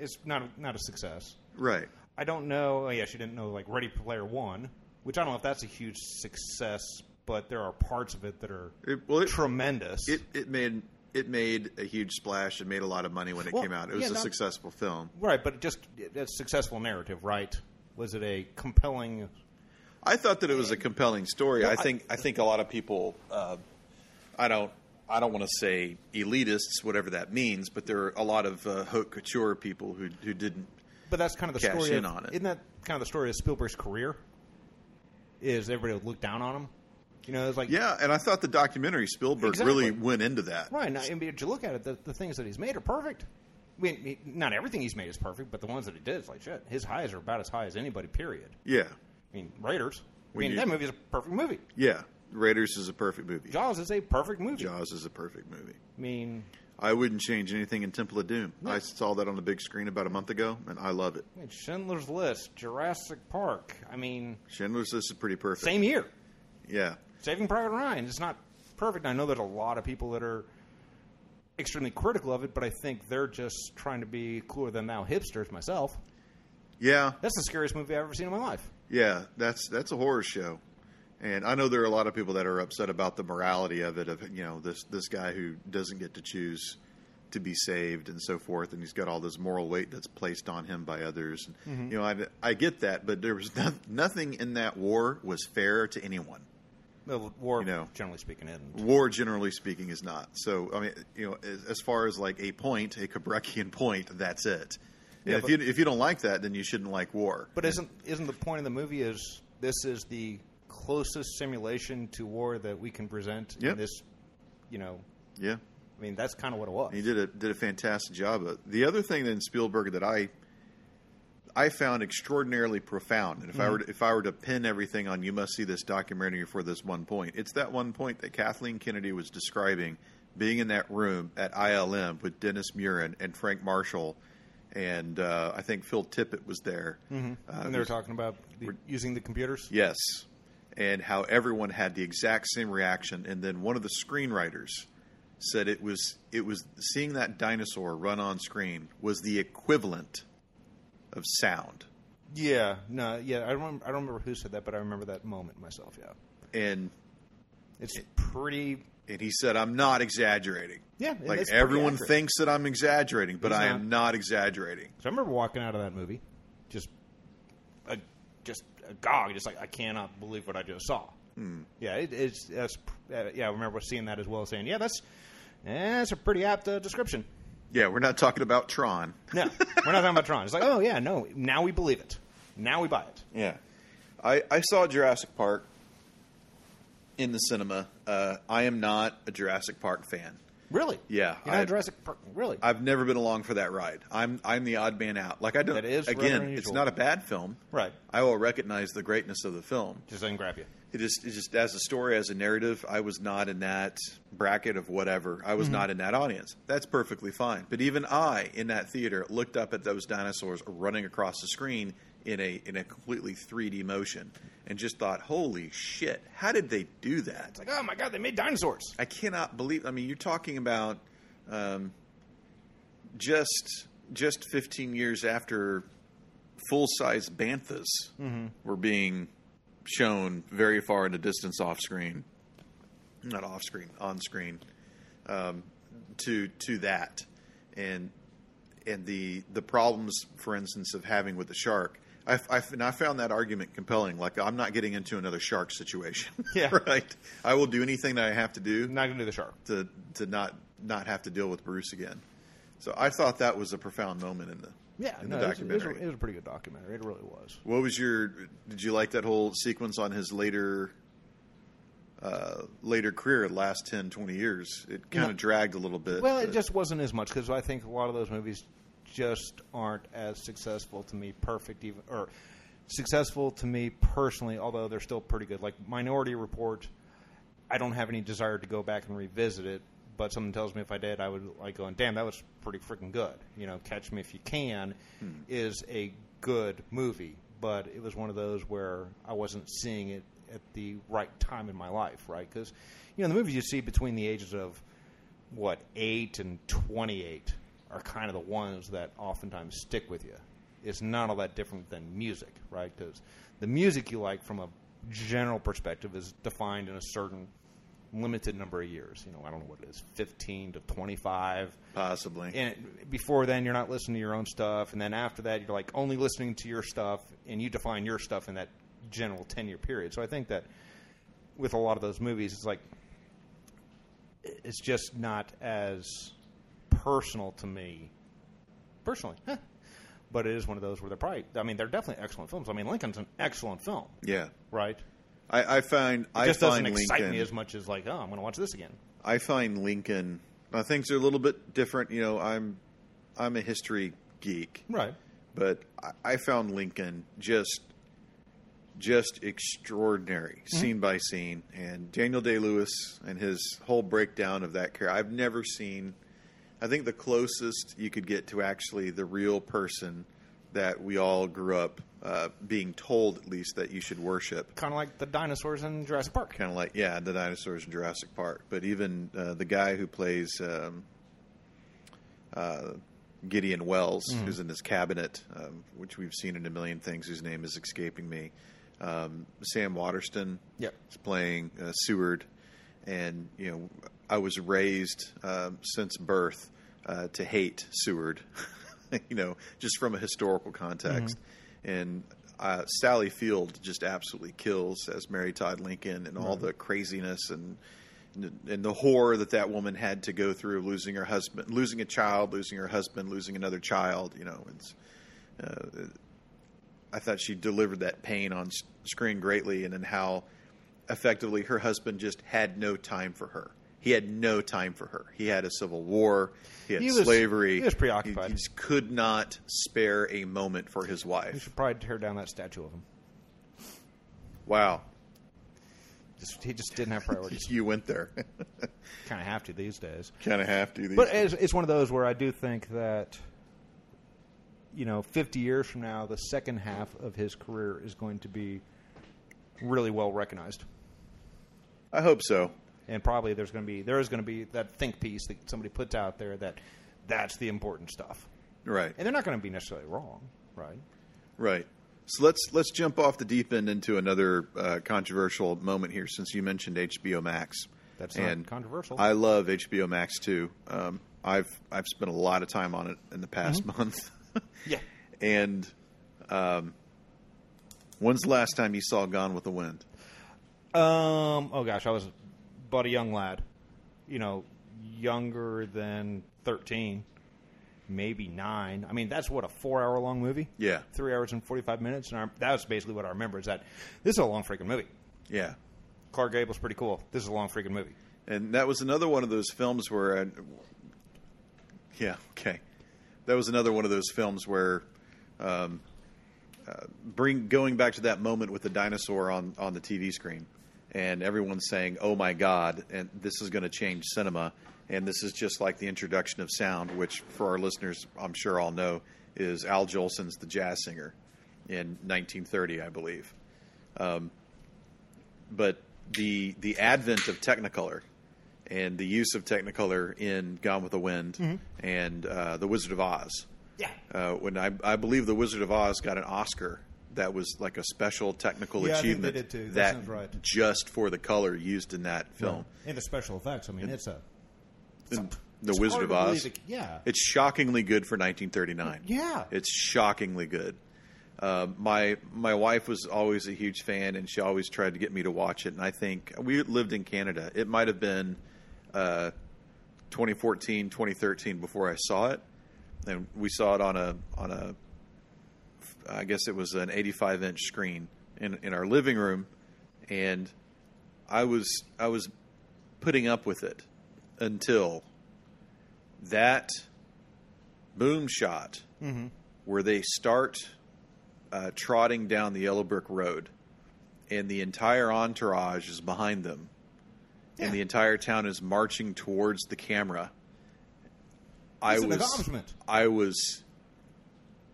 It's not a- not a success.
Right.
I don't know. Oh, yeah, she didn't know like Ready Player One, which I don't know if that's a huge success, but there are parts of it that are
It, well, it,
tremendous.
it it made it made a huge splash. It made a lot of money when it
Well,
came out. It was
yeah,
a
not-
successful film.
right, but just a successful narrative, right? Was it a compelling?
I thought that it was a compelling story. I think I, think a lot of people. Uh, I don't. I don't want to say elitists, whatever that means, but there are a lot of uh, haute couture people who who didn't.
But that's kind of the
Cash
story.
in
of,
on it.
Isn't that kind of the story of Spielberg's career? Is everybody would look down on him? You know, it's like
Yeah, and I thought the documentary Spielberg really
Exactly.
went into that.
Right. Now, and if you look at it, the, the things that he's made are perfect. I mean, he- not everything he's made is perfect, but the ones that he did, it's like shit. His highs are about as high as anybody. Period.
Yeah,
I mean, Raiders. I
When
mean,
you-
that movie is a perfect movie.
yeah. Raiders is a perfect movie.
Jaws is a perfect movie.
Jaws is a perfect movie.
I mean,
I wouldn't change anything in Temple of Doom. I saw that on the big screen about a month ago, and I love it.
I mean, Schindler's List, Jurassic Park. I mean,
Schindler's List is pretty perfect.
same year.
Yeah,
Saving Private Ryan. It's not perfect. I know there's a lot of people that are extremely critical of it, but I think they're just trying to be cooler than thou hipsters. Myself.
Yeah,
That's the scariest movie I've ever seen in my life.
yeah, that's that's a horror show, and I know there are a lot of people that are upset about the morality of it. Of you know this this guy who doesn't get to choose to be saved and so forth, and he's got all this moral weight that's placed on him by others.
Mm-hmm.
You know, I, I get that, but there was no, nothing in that war was fair to anyone.
The war,
You know.
generally speaking, isn't.
War, generally speaking, is not. So, I mean, you know, as, as far as like a point, a Kubrickian point, that's it. And
Yeah,
if
but-
you if you don't like that, then you shouldn't like war.
But isn't isn't the point of the movie is this is the closest simulation to war that we can present
Yep.
in this? You know,
yeah,
I mean that's kind of what it was.
And he did a did a fantastic job. of it. The other thing that in Spielberg that I I found extraordinarily profound, and if I were to, if I were to pin everything on, you must see this documentary for this one point. It's that one point that Kathleen Kennedy was describing being in that room at ILM with Dennis Murin and Frank Marshall, and uh, I think Phil Tippett was there. Uh,
and Mm-hmm. they were talking about the, using the computers.
Yes. And how everyone had the exact same reaction. And then one of the screenwriters said it was it was seeing that dinosaur run on screen was the equivalent of sound.
Yeah, no, yeah. I don't. I don't remember who said that, but I remember that moment myself. Yeah,
And
it's pretty.
and he said, I'm not exaggerating.
Yeah, and
Like
that's pretty
everyone
accurate.
thinks that I'm exaggerating, but
He's
I am not exaggerating.
So I remember walking out of that movie, just, a, just agog, just like I cannot believe what I just saw.
Hmm.
Yeah, it, it's that's uh, yeah. I remember seeing that as well, saying, yeah, that's eh, that's a pretty apt uh, description.
Yeah, we're not talking about Tron.
No, we're not talking about Tron. It's like, oh yeah, no, now we believe it. Now we buy it.
Yeah. I, I saw Jurassic Park in the cinema. Uh, I am not a Jurassic Park fan.
Really?
Yeah,
You're not
I-
a Jurassic Park. Really?
I've never been along for that ride. I'm I'm the odd man out. Like I don't.
That is rather
again,
unusual.
it's not a bad film.
right.
I will recognize the greatness of the film.
Just doesn't grab you.
It just it just as a story, as a narrative, I was not in that bracket of whatever. I was
Mm-hmm.
not in that audience. That's perfectly fine. But even I in that theater looked up at those dinosaurs running across the screen in a in a completely 3D motion and just thought, "Holy shit, how did they do that?"
It's like, oh my god, they made dinosaurs.
I cannot believe. I mean, you're talking about um, just just 15 years after full size banthas were being shown very far in the distance off screen, not off screen, on screen, um, to to that, and and the the problems, for instance, of having with the shark. I, I, and I found that argument compelling. Like, I'm not getting into another shark situation.
Yeah.
(laughs) right? I will do anything that I have to do
Not gonna do the shark.
to to not not have to deal with Bruce again. So I thought that was a profound moment in the
Yeah,
in
no,
the
it was, it, was a,
documentary.
it was a pretty good documentary. It really was.
what was your? Did you like that whole sequence on his later? Uh, later career, last 10, 20 years, it kind of
No.
dragged a little bit. uh,
Well, it
but-
just wasn't as much because I think a lot of those movies just aren't as successful to me. Perfect, even or successful to me personally, although they're still pretty good. Like Minority Report, I don't have any desire to go back and revisit it. But someone tells me if I did, I would like going, "Damn, that was pretty freaking good." You know, Catch Me If You Can is a good movie, but it was one of those where I wasn't seeing it at the right time in my life, right? Because you know, the movies you see between the ages of what eight and twenty-eight are kind of the ones that oftentimes stick with you. It's not all that different than music, right? Because the music you like from a general perspective is defined in a certain limited number of years. You know, I don't know what it is, fifteen to twenty-five.
possibly.
And before then, you're not listening to your own stuff, and then after that, you're like only listening to your stuff, and you define your stuff in that general ten-year period. So I think that with a lot of those movies, it's like it's just not as personal to me personally. Huh. But it is one of those where they're probably. I mean, they're definitely excellent films. I mean, Lincoln's an excellent film,
yeah.
right?
I, I find,
It
I
just
find
doesn't excite
Lincoln,
me as much as like, oh, I'm going to watch this again.
I find Lincoln, now things are a little bit different. You know, I'm, I'm a history geek.
Right.
but I, I found Lincoln just just extraordinary, scene by scene, and Daniel Day Lewis and his whole breakdown of that character. I've never seen. I think the closest you could get to actually the real person that we all grew up uh, being told, at least, that you should worship.
Kind of like the dinosaurs in Jurassic Park.
Kind of like, yeah, the dinosaurs in Jurassic Park. But even uh, the guy who plays um, uh, Gideon Wells, who's in this cabinet, um, which we've seen in a million things, whose name is escaping me. Um, Sam Waterston
Yep.
is playing uh, Seward, and you know I was raised um, since birth uh, to hate Seward, (laughs) you know, just from a historical context. And uh, Sally Field just absolutely kills as Mary Todd Lincoln, and all the craziness and and the horror that that woman had to go through losing her husband, losing a child, losing her husband, losing another child. You know, it's. Uh, I thought she delivered that pain on s- screen greatly, and then how effectively her husband just had no time for her. He had no time for her. He had a civil war. He had
He was-
slavery.
he was preoccupied.
He, he just could not spare a moment for his
We
wife.
should probably tear down that statue of him.
Wow,
Just, he just didn't have priorities.
you went there.
kind of have to these days.
kind of have to. These
But eh, it's, it's one of those where I do think that, you know, 50 years from now, the second half of his career is going to be really well recognized.
I hope so.
And probably there's going to be, there is going to be that think piece that somebody puts out there that that's the important stuff.
Right.
And they're not going to be necessarily wrong, right?
Right. So let's let's jump off the deep end into another uh, controversial moment here, since you mentioned HBO Max.
That's not controversial.
I love HBO Max too. Um, I've I've spent a lot of time on it in the past
Mm-hmm.
month. (laughs)
Yeah.
and um, when's the last time you saw Gone with the Wind?
Um, oh gosh, I was but a young lad, you know, younger than 13, maybe nine. I mean, that's what a four hour long movie?
Yeah.
Three hours and 45 minutes. And I, that's basically what I remember is that this is a long freaking movie.
Yeah.
Clark Gable's pretty cool. This is a long freaking movie.
And that was another one of those films where, I, yeah, okay, that was another one of those films where, um, uh, bring going back to that moment with the dinosaur on on the TV screen, and everyone's saying, "Oh my God!" and this is going to change cinema, and this is just like the introduction of sound, which for our listeners, I'm sure all know, is Al Jolson's the jazz singer in 1930, I believe but the the advent of Technicolor and the use of Technicolor in Gone with the Wind
Mm-hmm.
and uh, The Wizard of Oz.
Yeah.
Uh, when I, I believe The Wizard of Oz got an Oscar that was like a special technical
Yeah, I think they
achievement
did too. That
that
sounds right.
just for the color used in that film.
And the special effects. I mean, it's a
And the
it's
Wizard
hard
of
to
Oz.
believe it- yeah.
It's shockingly good for 1939.
Yeah.
It's shockingly good. Uh, my my wife was always a huge fan, and she always tried to get me to watch it. And I think we lived in Canada. It might have been uh, 2014, 2013 before I saw it, and we saw it on a on a I guess it was an 85 inch screen in in our living room, and I was I was putting up with it until that boom shot
Mm-hmm.
where they start uh, trotting down the yellow brick road, and the entire entourage is behind them, and the entire town is marching towards the camera. I
It's an
was,
accomplishment.
I was,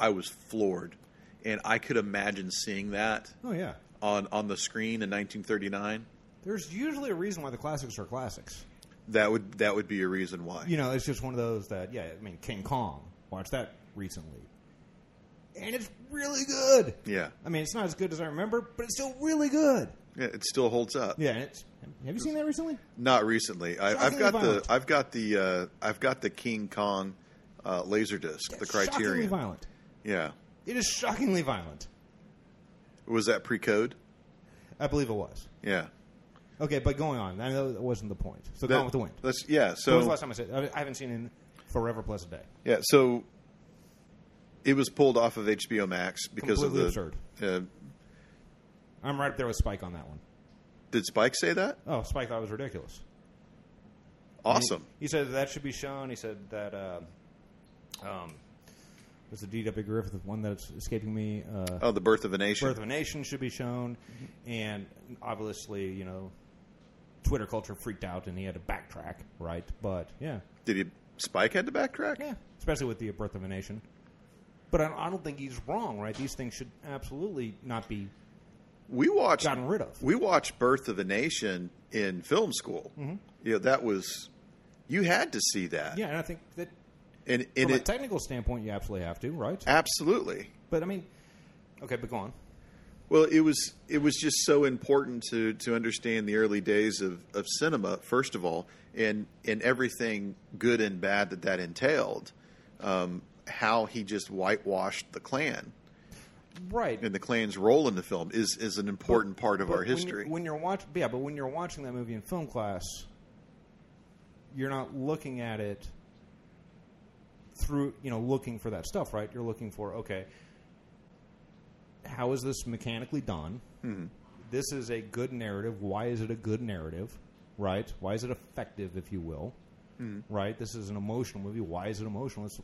I was floored, and I could imagine seeing that
Oh yeah.
on on the screen in 1939.
There's usually a reason why the classics are classics.
That would that would be a reason why.
You know, it's just one of those that yeah. I mean, King Kong. Watched that recently, and it's really good.
Yeah.
I mean, it's not as good as I remember, but it's still really good.
Yeah, it still holds up.
Yeah. And it's have you seen that recently?
Not recently. I, I've
Shockingly
got
violent.
the I've got the uh, I've got the King Kong uh, laser disc, the
Shockingly
Criterion.
violent.
Yeah,
It is shockingly violent.
was that pre-code?
I believe it was.
Yeah,
Okay, but going on. I know that wasn't the point. So
That-
Gone with the Wind.
That's yeah.
when was the
So
last time I said? I- I haven't seen it in forever plus a day.
yeah, so it was pulled off of HBO Max because
Completely
of the. Uh,
I'm right up there with Spike on that one.
did Spike say that?
Oh, Spike thought it was ridiculous.
Awesome. He,
He, he said that should be shown. He said that uh, um, was the D.W. Griffith the one that's escaping me. Uh,
oh, the Birth of a Nation.
Birth of a Nation should be shown, and obviously, you know, Twitter culture freaked out and he had to backtrack, right? But yeah,
Did he? Spike had to backtrack.
yeah, especially with the Birth of a Nation. But I, I don't think he's wrong, right? These things should absolutely not be
We watched
gotten rid of.
We watched Birth of a Nation
Mm-hmm.
in film school. Yeah, that was you had to see that.
Yeah, and I think that
and, and
From a
it
technical standpoint, you absolutely have to, right?
absolutely.
But I mean, okay, but go on.
Well, it was it was just so important to to understand the early days of, of cinema first of all, and and everything good and bad that that entailed. Um, how he just whitewashed the Klan
Right.
and the Klan's role in the film is is an important part of
But
our
when you're-
history.
When you're, watching, yeah, but when you're watching that movie in film class, you're not looking at it through, you know, looking for that stuff, right? You're looking for okay, how is this mechanically done?
Hmm.
This is a good narrative. Why is it a good narrative? Right? Why is it effective, if you will?
Hmm.
Right? This is an emotional movie. Why is it emotional? It's,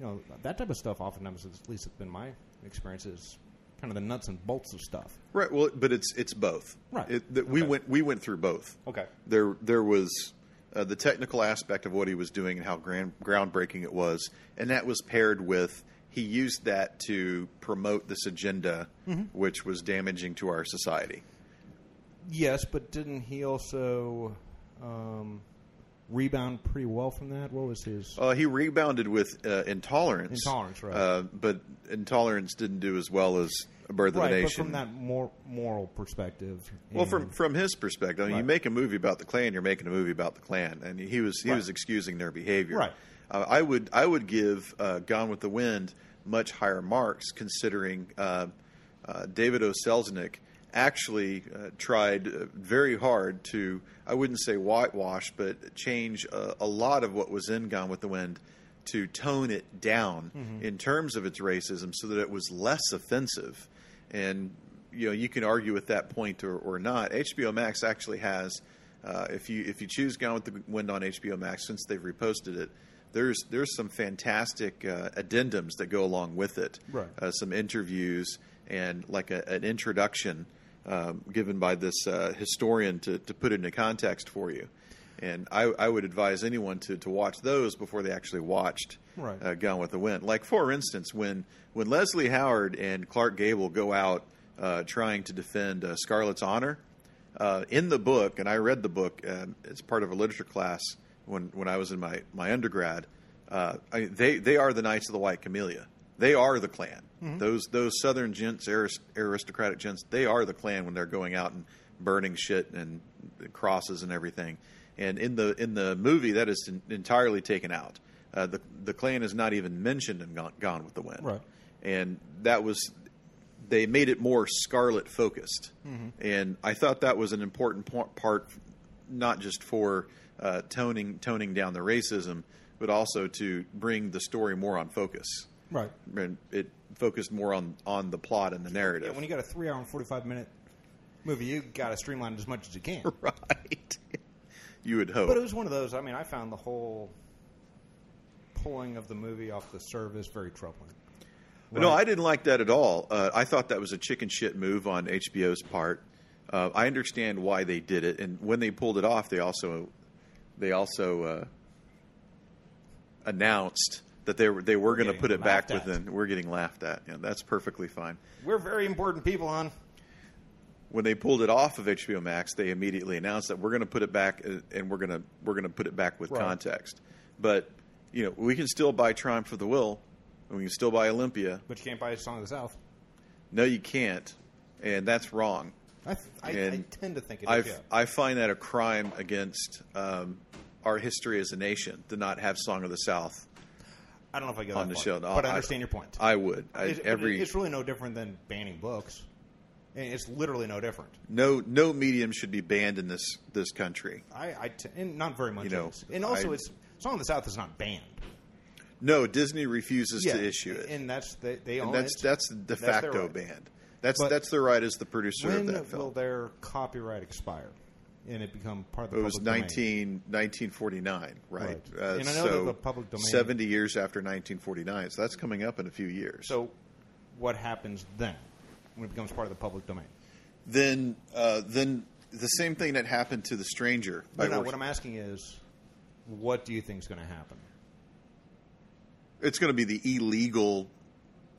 you know, that type of stuff. Oftentimes, at least it's been my experience, is kind of the nuts and bolts of stuff.
Right. Well, but it's it's both.
Right.
It, that We
Okay.
went we went through both.
Okay.
There there was uh, the technical aspect of what he was doing and how grand, groundbreaking it was, and that was paired with he used that to promote this agenda,
Mm-hmm.
which was damaging to our society.
Yes, but didn't he also um, rebound pretty well from that? What was his?
Uh, he rebounded with uh, intolerance.
Intolerance, right.
Uh, but intolerance didn't do as well as a birth of a
right,
nation.
but from that mor- moral perspective.
Well,
and-
from from his perspective, I mean, you
Right.
make a movie about the Klan, you're making a movie about the Klan, and he was he was excusing their behavior.
Right.
Uh, I would I would give uh, Gone with the Wind much higher marks, considering uh, uh, David O. Selznick actually uh, tried uh, very hard to I wouldn't say whitewash, but change uh, a lot of what was in Gone with the Wind to tone it down
Mm-hmm.
in terms of its racism, so that it was less offensive and you know you can argue with that point or, or not. HBO Max actually has, uh, if you if you choose Gone with the Wind on HBO Max, since they've reposted it, there's there's some fantastic uh, addendums that go along with it,
Right.
uh, some interviews and like a, an introduction um, given by this uh, historian to to put it into context for you. And I, I would advise anyone to, to watch those before they actually watched
Right.
uh, Gone with the Wind. Like for instance, when when Leslie Howard and Clark Gable go out uh, trying to defend uh, Scarlett's honor uh, in the book, and I read the book um, as part of a literature class when when I was in my my undergrad. Uh, I, they they are the Knights of the White Camellia. They are the Klan. Those those Southern gents, aris- aristocratic gents, they are the Klan when they're going out and burning shit and crosses and everything. And in the in the movie, that is en- entirely taken out. Uh, the the Klan is not even mentioned in Gone, Gone with the Wind.
Right.
And that was they made it more Scarlet focused, and I thought that was an important po- part, not just for uh, toning toning down the racism, but also to bring the story more on focus.
right.
And it focused more on on the plot and the narrative.
Yeah, when you got a three-hour and forty-five minute movie, you got to streamline it as much as you can.
(laughs) right, you would hope.
But it was one of those. I mean, I found the whole pulling of the movie off the service very troubling.
No, I didn't like that at all. Uh, I thought that was a chicken shit move on HBO's part. Uh, I understand why they did it, and when they pulled it off, they also they also uh, announced that they were they were going to
getting
put it back
laughed at.
within. We're getting laughed at. Yeah, that's perfectly fine.
We're very important people, on.
When they pulled it off of HBO Max, they immediately announced that we're going to put it back, uh, and we're going to we're going to put it back with
Right.
context. But you know, we can still buy Triumph of the Will, and we can still buy Olympia.
But you can't buy a song of the South.
No, you can't, and that's wrong.
I, th- I, I
And
tend to think it is.
I
yeah.
I find that a crime against um, our history as a nation to not have "Song of the South."
I don't know if I go
on the
that far,
show. No,
but I
I-
understand your point.
I would I,
It's, but
every
it's really no different than banning books. And It's literally no different.
no no medium should be banned in this this country.
I, I t- and not very much.
You know,
is. and also
I-
it's Song of the South is not banned.
No, Disney refuses to issue it,
and that's they, they
and
own
that's
it.
that's de
their
facto
right.
banned. That's
But-
that's their right as the producer
when
of that
will
film.
their copyright expire and it become part of the
It was
public
19,
domain?
1949, right? Uh,
Right. And I
so
know that the public domain-
70 years after 1949, so that's coming up in a few years.
So what happens then when it becomes part of the public domain?
then uh, then the same thing that happened to the stranger.
No,
by
no,
Orson-
what I'm asking is, what do you think is going to happen?
it's going to be the illegal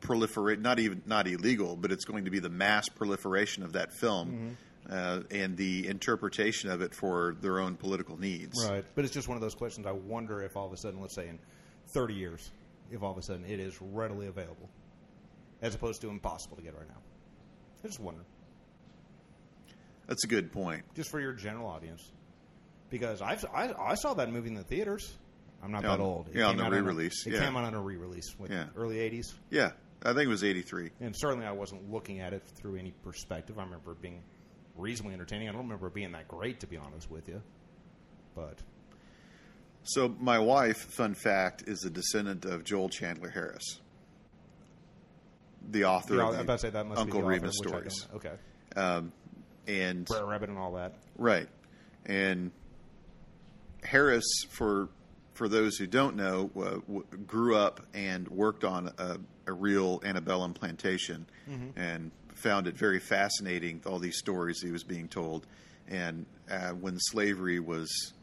proliferate, not even not illegal, but it's going to be the mass proliferation of that film
Mm-hmm.
uh, and the interpretation of it for their own political needs.
Right. But it's just one of those questions. I wonder if all of a sudden, let's say in thirty years if all of a sudden it is readily available, as opposed to impossible to get right now. I just wonder,
That's a good point.
just for your general audience, because I've, I I saw that movie in the theaters. I'm not
Yeah,
that
on-
old.
yeah, on
came
the
out a-
re-release,
It
yeah.
came out on a re-release, with
Yeah.
early '80s.
Yeah, I think it was 83.
and certainly I wasn't looking at it through any perspective. I remember it being reasonably entertaining. I don't remember it being that great, to be honest with you. But
So my wife, fun fact, is a descendant of Joel Chandler Harris, the author
you know, I
of
was
the
about to say that must
Uncle
be the
Remus
author, which I
stories,
don't- Okay,
and
Brer Rabbit and all that.
right, and Harris for for those who don't know, uh, w- grew up and worked on a, a real antebellum plantation,
Mm-hmm.
and found it very fascinating all these stories he was being told, and uh, when slavery was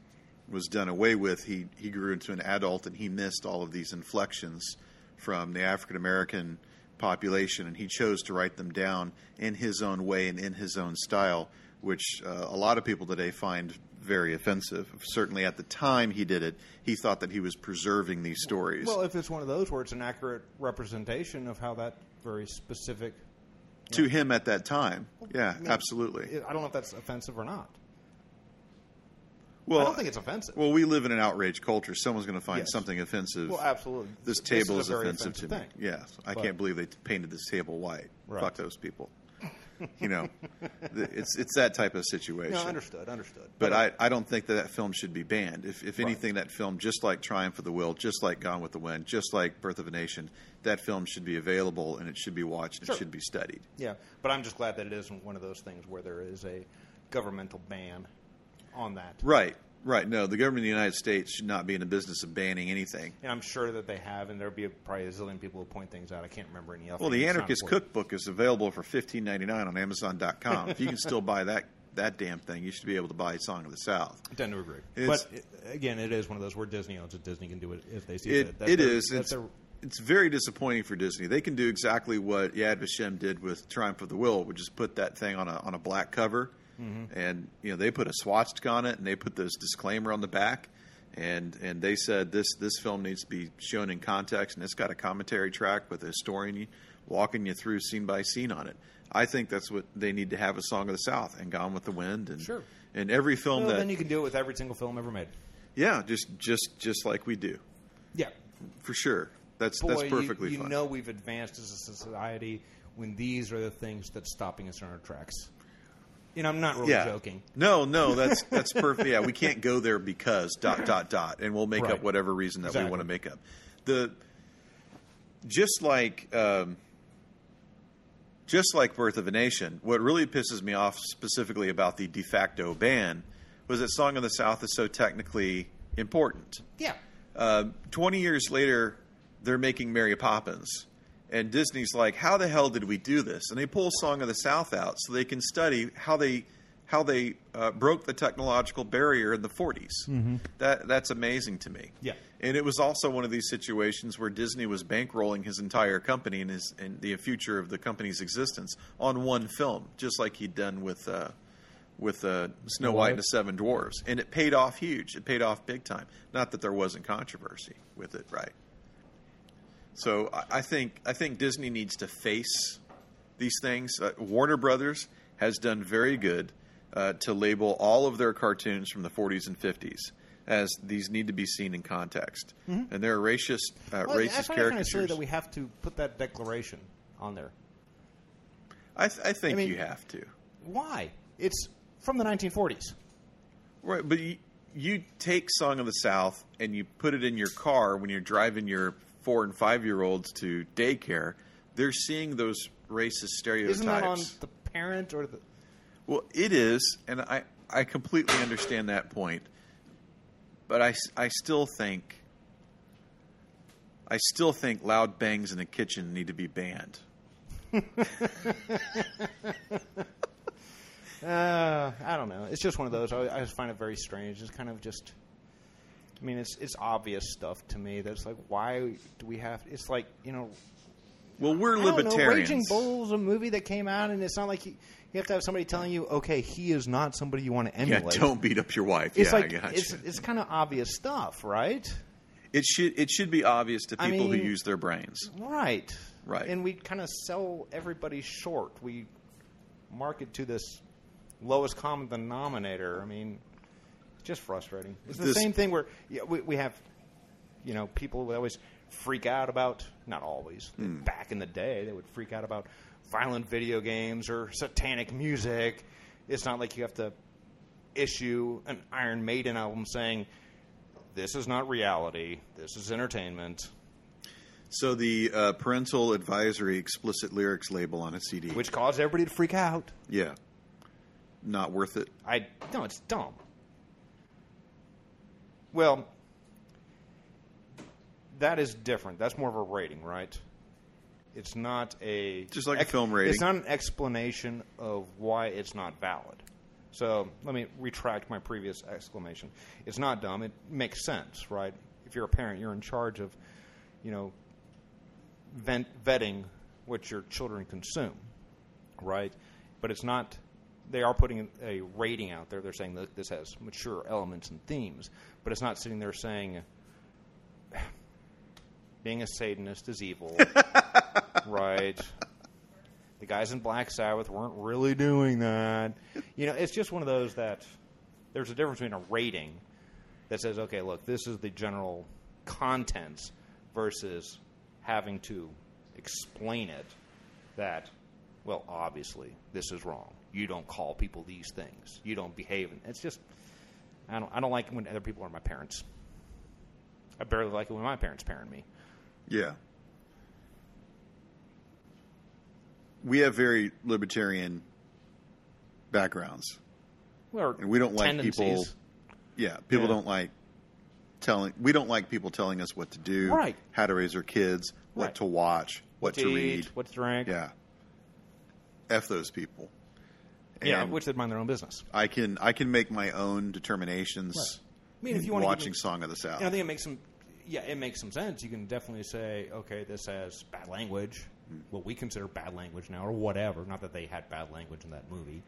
was done away with, he, he grew into an adult and he missed all of these inflections from the African American population, and he chose to write them down in his own way and in his own style, which uh, a lot of people today find very offensive. Certainly at the time he did it, he thought that he was preserving these stories.
Well, if it's one of those where it's an accurate representation of how that very specific,
to him at that time. Yeah,
mean,
absolutely.
I don't know if that's offensive or not.
well,
I don't think it's offensive.
well, we live in an outrage culture. Someone's going to find
Yes.
something offensive.
Well, absolutely.
This table
a
is,
very
offensive, to me.
thing.
Yes, I
But-
can't believe they t- painted this table white.
Right.
Fuck those people. (laughs) You know, Th- it's it's that type of situation.
No, understood, understood.
but I, I don't think that that film should be banned. If if anything, that film, just like Triumph of the Will, just like Gone with the Wind, just like Birth of a Nation, that film should be available and it should be watched.
Sure.
It should be studied.
Yeah, but I'm just glad that it isn't one of those things where there is a governmental ban on that.
Right, right. No, the government of the United States should not be in the business of banning anything.
And I'm sure that they have, and there'll be probably a zillion people who point things out. I can't remember any of
Well, the
It's not
Anarchist
important.
Cookbook is available for fifteen ninety nine on Amazon.com. if you can still buy that that damn thing, you should be able to buy Song of the South.
Tend to agree,
It's-
but it, again, it is one of those where Disney owns it. Disney can do it if they see
It
fit. That's
it
their-
is.
that's
It's,
their-
it's very disappointing for Disney. They can do exactly what Yad Vashem did with Triumph of the Will, which is put that thing on a on a black cover,
Mm-hmm.
and you know they put a swastika on it and they put this disclaimer on the back. And and they said this this film needs to be shown in context, and it's got a commentary track with a historian walking you through scene by scene on it. I think that's what they need to have a Song of the South and Gone with the Wind and
Sure.
and every film
well,
that
then you can do it with every single film ever made.
yeah just just just like we do
Yeah,
for sure. That's
Boy,
that's perfectly
You, you
fine.
know we've advanced as a society when these are the things that's stopping us in our tracks. And I'm not really
yeah.
joking.
No, no, that's that's perfect. Yeah, we can't go there because dot dot dot, and we'll make
Right.
up whatever reason that we
Exactly.
want to make up. The just like um, just like Birth of a Nation, what really pisses me off specifically about the de facto ban was that Song of the South is so technically important.
Yeah,
Um, 20 years later, they're making Mary Poppins. And Disney's like, how the hell did we do this? And they pull Song of the South out so they can study how they how they uh, broke the technological barrier in the 40s. That that's amazing to me.
Yeah.
And it was also one of these situations where Disney was bankrolling his entire company and his and the future of the company's existence on one film, just like he'd done with uh, with uh, Snow White and the Seven Dwarfs, and it paid off huge. It paid off big time. Not that there wasn't controversy with it, right? So I, I think I think Disney needs to face these things. Uh, Warner Brothers has done very good uh, to label all of their cartoons from the 40s and 50s as these need to be seen in context, and they're racist uh,
Mm-hmm. well,
racist
that's why I kind of silly
caricatures.
that we have to put that declaration on there.
I, th- I think
I mean-
you have to.
Why? It's from the 1940s.
Right, but you, you take Song of the South and you put it in your car when you're driving your four and five year olds to daycare. They're seeing those racist stereotypes.
Isn't that on the parent or the?
Well, it is, and I, I completely understand that point. But I, s- I still think I still think loud bangs in the kitchen need to be banned.
Uh, I don't know. It's just one of those. I, I just find it very strange. It's kind of just. I mean, it's it's obvious stuff to me. That's like, why do we have? It's like you know,
Well, we're
I don't know. Raging
libertarians.
Bull is a movie that came out, and it's not like you, you have to have somebody telling you, okay, he is not somebody you want to
yeah,
emulate.
don't beat up your wife.
It's
yeah,
like
I got
it's
you.
it's kind of obvious stuff, right?
It should it should be obvious to people
I
who
mean-
use their brains.
Right.
Right.
And we kind of sell everybody short. We market to this lowest common denominator. I mean, it's just frustrating. It's the
This-
same thing where yeah, we, we have, you know, people that always freak out about, not always,
Hmm.
back in the day, they would freak out about violent video games or satanic music. It's not like you have to issue an Iron Maiden album saying, this is not reality, this is entertainment.
So the uh, parental advisory explicit lyrics label on a CD.
which caused everybody to freak out.
yeah, not worth it.
I no, it's dumb. Well, that is different. That's more of a rating, right? It's not a
Just like a film rating.
It's not an explanation of why it's not valid. So let me retract my previous exclamation. It's not dumb. It makes sense, right? If you're a parent, you're in charge of, you know, vet- vetting what your children consume, right? But it's not. They are putting a rating out there. They're saying that this has mature elements and themes, but it's not sitting there saying being a Satanist is evil, right? The guys in Black Sabbath weren't really doing that. You know, it's just one of those that there's a difference between a rating that says, okay, look, this is the general contents versus having to explain it that, well, obviously, this is wrong. You don't call people these things. You don't behave. in-" It's just, I don't, I don't like when other people are my parents. I barely like it when my parents parent me.
Yeah. We have very libertarian backgrounds.
Well,
And we don't like people-
tendencies.
Yeah, people
Yeah.
don't like telling. We don't like people telling us what to do,
Right.
How to raise our kids, what
Right.
to watch, what,
to
to
eat,
read.
what to drink.
Yeah, f those people.
yeah,
And
which they mind their own business.
I can I can make my own determinations.
I mean, if you want
watching
to
Song of the South,
And I think it makes some, yeah, it makes some sense. You can definitely say, okay, this has bad language, what we consider bad language now, or whatever. Not that they had bad language in that movie.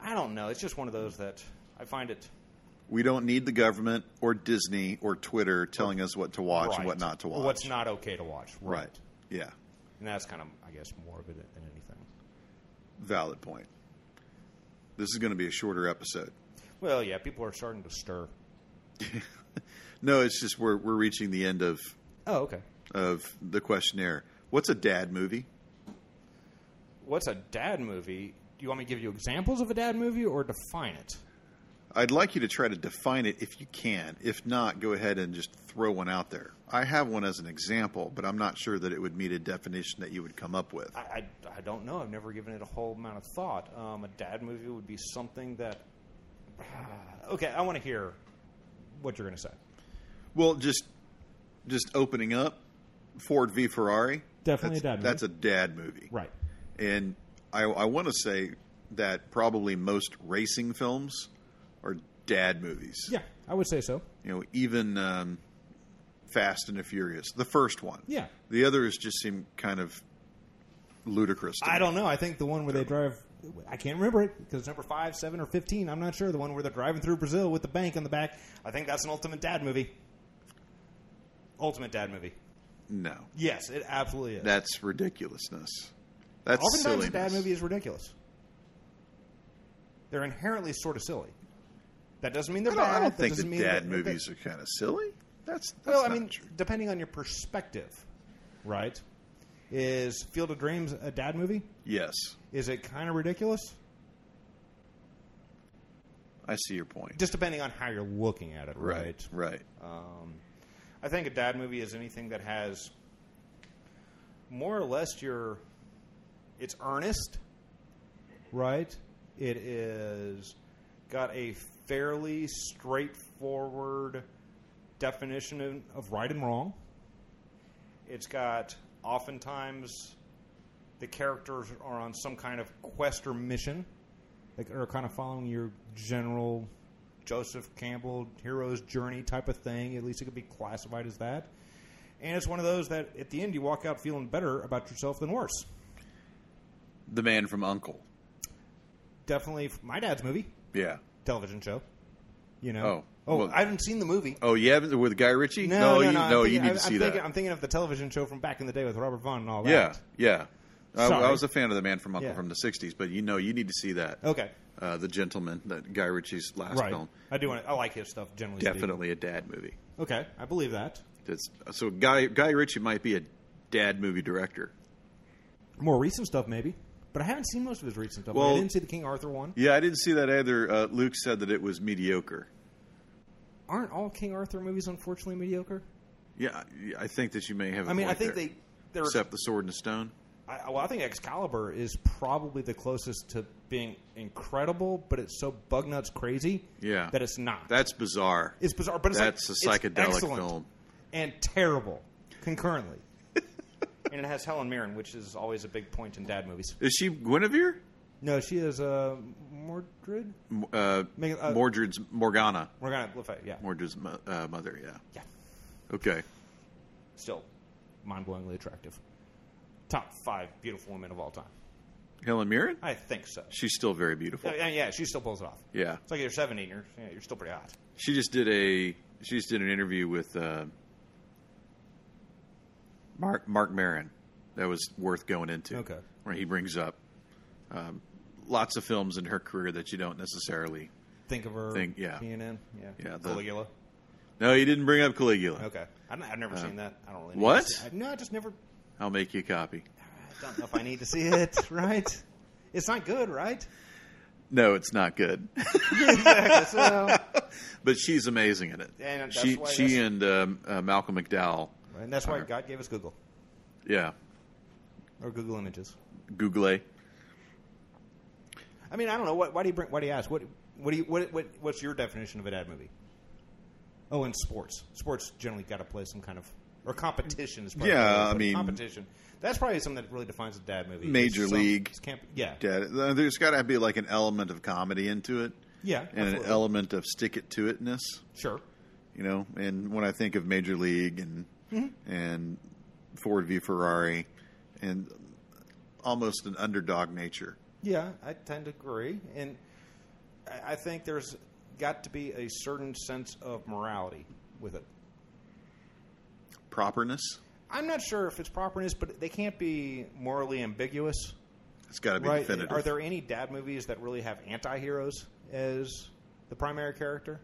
I don't know. It's just one of those that I find it.
we don't need the government or Disney or Twitter telling us what to watch
right.
and what not to watch.
What's not okay to watch. Right.
right? Yeah,
And that's kind of, I guess, more of it than anything.
valid point. This is going to be a shorter episode.
Well, yeah, people are starting to stir.
No, it's just we're we're reaching the end of
Oh, okay.
of the questionnaire. What's a dad movie?
What's a dad movie? Do you want me to give you examples of a dad movie or define it?
I'd like you to try to define it if you can. If not, go ahead and just throw one out there. I have one as an example, but I'm not sure that it would meet a definition that you would come up with.
I, I, I don't know. I've never given it a whole amount of thought. Um, a dad movie would be something that. (sighs) okay, I want to hear what you're going to say.
Well, just just opening up Ford v Ferrari.
Definitely
that's,
a dad
That's a dad movie,
Right.
And I, I want to say that probably most racing films are dad movies.
Yeah, I would say so.
you know, even um, Fast and the Furious, the first one.
Yeah.
The others just seem kind of ludicrous. To
I
me.
don't know. I think the one where they drive. I can't remember it because number five, seven, or fifteen. I'm not sure. The one where they're driving through Brazil with the bank on the back.
I think that's an ultimate dad movie. Ultimate dad movie.
No,
Yes, it absolutely is.
that's ridiculousness. That's
Oftentimes,
silly.
a dad movie is ridiculous. They're inherently sort of silly. That doesn't mean they're
I don't,
bad.
I don't
That
think
doesn't
that
mean
dad
that- that-
movies are kind of silly. That's, that's
Well, I
not
mean,
true.
depending on your perspective, right? Is Field of Dreams a dad movie?
yes,
Is it kind of ridiculous?
I see your point.
Just depending on how you're looking at it, right?
right, right.
Um, I think a dad movie is anything that has more or less your. It's earnest, right? It is got a fairly straightforward definition of, of right and wrong. It's got oftentimes the characters are on some kind of quest or mission, like are kind of following your general Joseph Campbell hero's journey type of thing. At least it could be classified as that. And it's one of those that at the end you walk out feeling better about yourself than worse.
The Man from Uncle.
Definitely my dad's movie,
Yeah,
television show. You know,
Oh, well-
I haven't seen the movie.
Oh, you haven't with Guy Ritchie?
No, no, no.
you, you need
I'm thinking- I'm-
to see
I'm
that.
Thinking, I'm thinking of the television show from back in the day with Robert Vaughn and all
yeah,
that.
yeah. I,
Sorry.
I was a fan of the Man from Uncle
Yeah.
from the '60s, but you know, you need to see that.
Okay.
Uh, the Gentleman, that Guy Ritchie's last
Right.
film,
I do. Want I like his stuff generally. speaking.
definitely a dad movie.
Okay, I believe that.
That's, so Guy Guy Ritchie might be a dad movie director.
More recent stuff, maybe. But I haven't seen most of his recent stuff. I mean, I
Well-
didn't see the King Arthur one.
Yeah, I didn't see that either. Uh, Luke said that it was mediocre.
Aren't all King Arthur movies unfortunately mediocre?
Yeah, I- I think that you may have. a
I mean, I
point
think
there.
they they're
except the Sword and the Stone.
I, well, I think Excalibur is probably the closest to being incredible, but it's so bug nuts crazy
Yeah.
that it's not.
That's bizarre.
it's bizarre, but it's
That's
like,
a
it's
psychedelic
excellent
film.
and terrible
(laughs)
concurrently.
and it has Helen Mirren, which is always a big point in dad movies.
Is she Guinevere?
No, she is uh, Mordred.
M- Uh,
Meg- uh,
Mordred's Morgana.
We're gonna yeah,
Mordred's mo- uh, mother. Yeah.
yeah,
Okay.
Still,
mind-blowingly attractive. Top five beautiful women of all time.
Helen Mirren.
I think so. Uh,
She's still very beautiful.
Yeah, yeah, she still pulls it off.
Yeah.
It's like you're 17, you're, yeah, you're still pretty hot.
She just did a. She just did an interview with uh, Mark Mark Maron. That was worth going into.
Okay.
Where he brings up um, lots of films in her career that you don't necessarily.
Think of her
Think- yeah.
being in. Yeah.
Yeah, the- uh,
Caligula.
No, he didn't bring up Caligula.
Okay. I don't- I've never seen that. I don't really need
uh, what?
to see- I, no, I just never.
I'll make you a copy.
I don't know if I need to see it, (laughs) right? It's not good, (laughs) right?
No, it's not good, (laughs)
So,
but she's amazing in it.
And that's
she
why
she
that's-
and um, uh, Malcolm McDowell.
and that's why
Alright.
God gave us Google
Yeah,
or Google Images.
Google.
I mean, I don't know. What, why do you bring? Why do you ask? What? What do you? What, what? What's your definition of a dad movie? Oh, and sports. Sports generally got to play some kind of or competition is probably
Yeah,
the word,
I
but
mean-
competition. That's probably something that really defines a dad movie.
Major
It's some-
League.
it's camp- yeah,
Yeah, there's got to be like an element of comedy into it,
yeah,
and uh,
absolutely.
an element of stick it to itness.
sure.
you know. And when I think of Major League and
Mm-hmm.
and Ford v Ferrari, and almost an underdog nature.
Yeah, I tend to agree, and I- I think there's got to be a certain sense of morality with it.
Properness.
I'm not sure if it's properness, but they can't be morally ambiguous,
It's got to be
right?
definitive.
Are there any dad movies that really have anti-heroes as the primary character?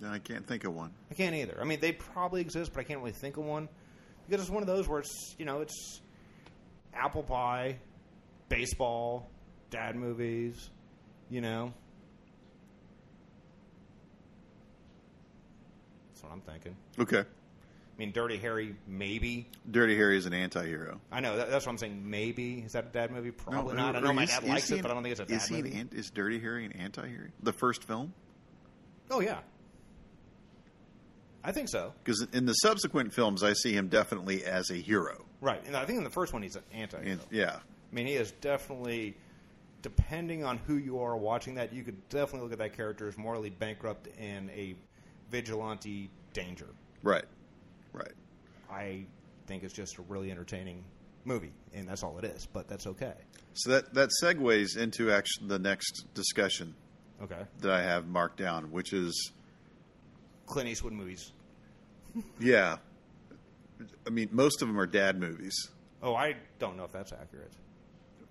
No, I can't think of one.
I can't either. I mean, they probably exist, but I can't really think of one because it's one of those where it's you know it's apple pie, baseball, dad movies, you know. That's what I'm thinking.
Okay.
I mean, Dirty Harry, maybe.
Dirty Harry is an anti-hero.
I know that, that's what I'm saying. Maybe is that a dad movie? Probably
No,
not. Oh, I
or
know my
is-
dad
is
likes
he
it,
an-
but I don't think it's a
is
dad
he an
movie.
ant- is Dirty Harry an anti-hero? The first film,
oh yeah, I think so.
because in the subsequent films, I see him definitely as a hero.
Right, and I think in the first one he's an anti.
And yeah,
I mean, he is definitely, depending on who you are watching that, you could definitely look at that character as morally bankrupt and a vigilante danger.
right, right.
I think it's just a really entertaining movie, and that's all it is, but that's okay.
So that that segues into actually the next discussion
Okay.
that I have marked down, which is
Clint Eastwood movies.
Yeah. I mean, most of them are dad movies.
Oh, I don't know if that's accurate.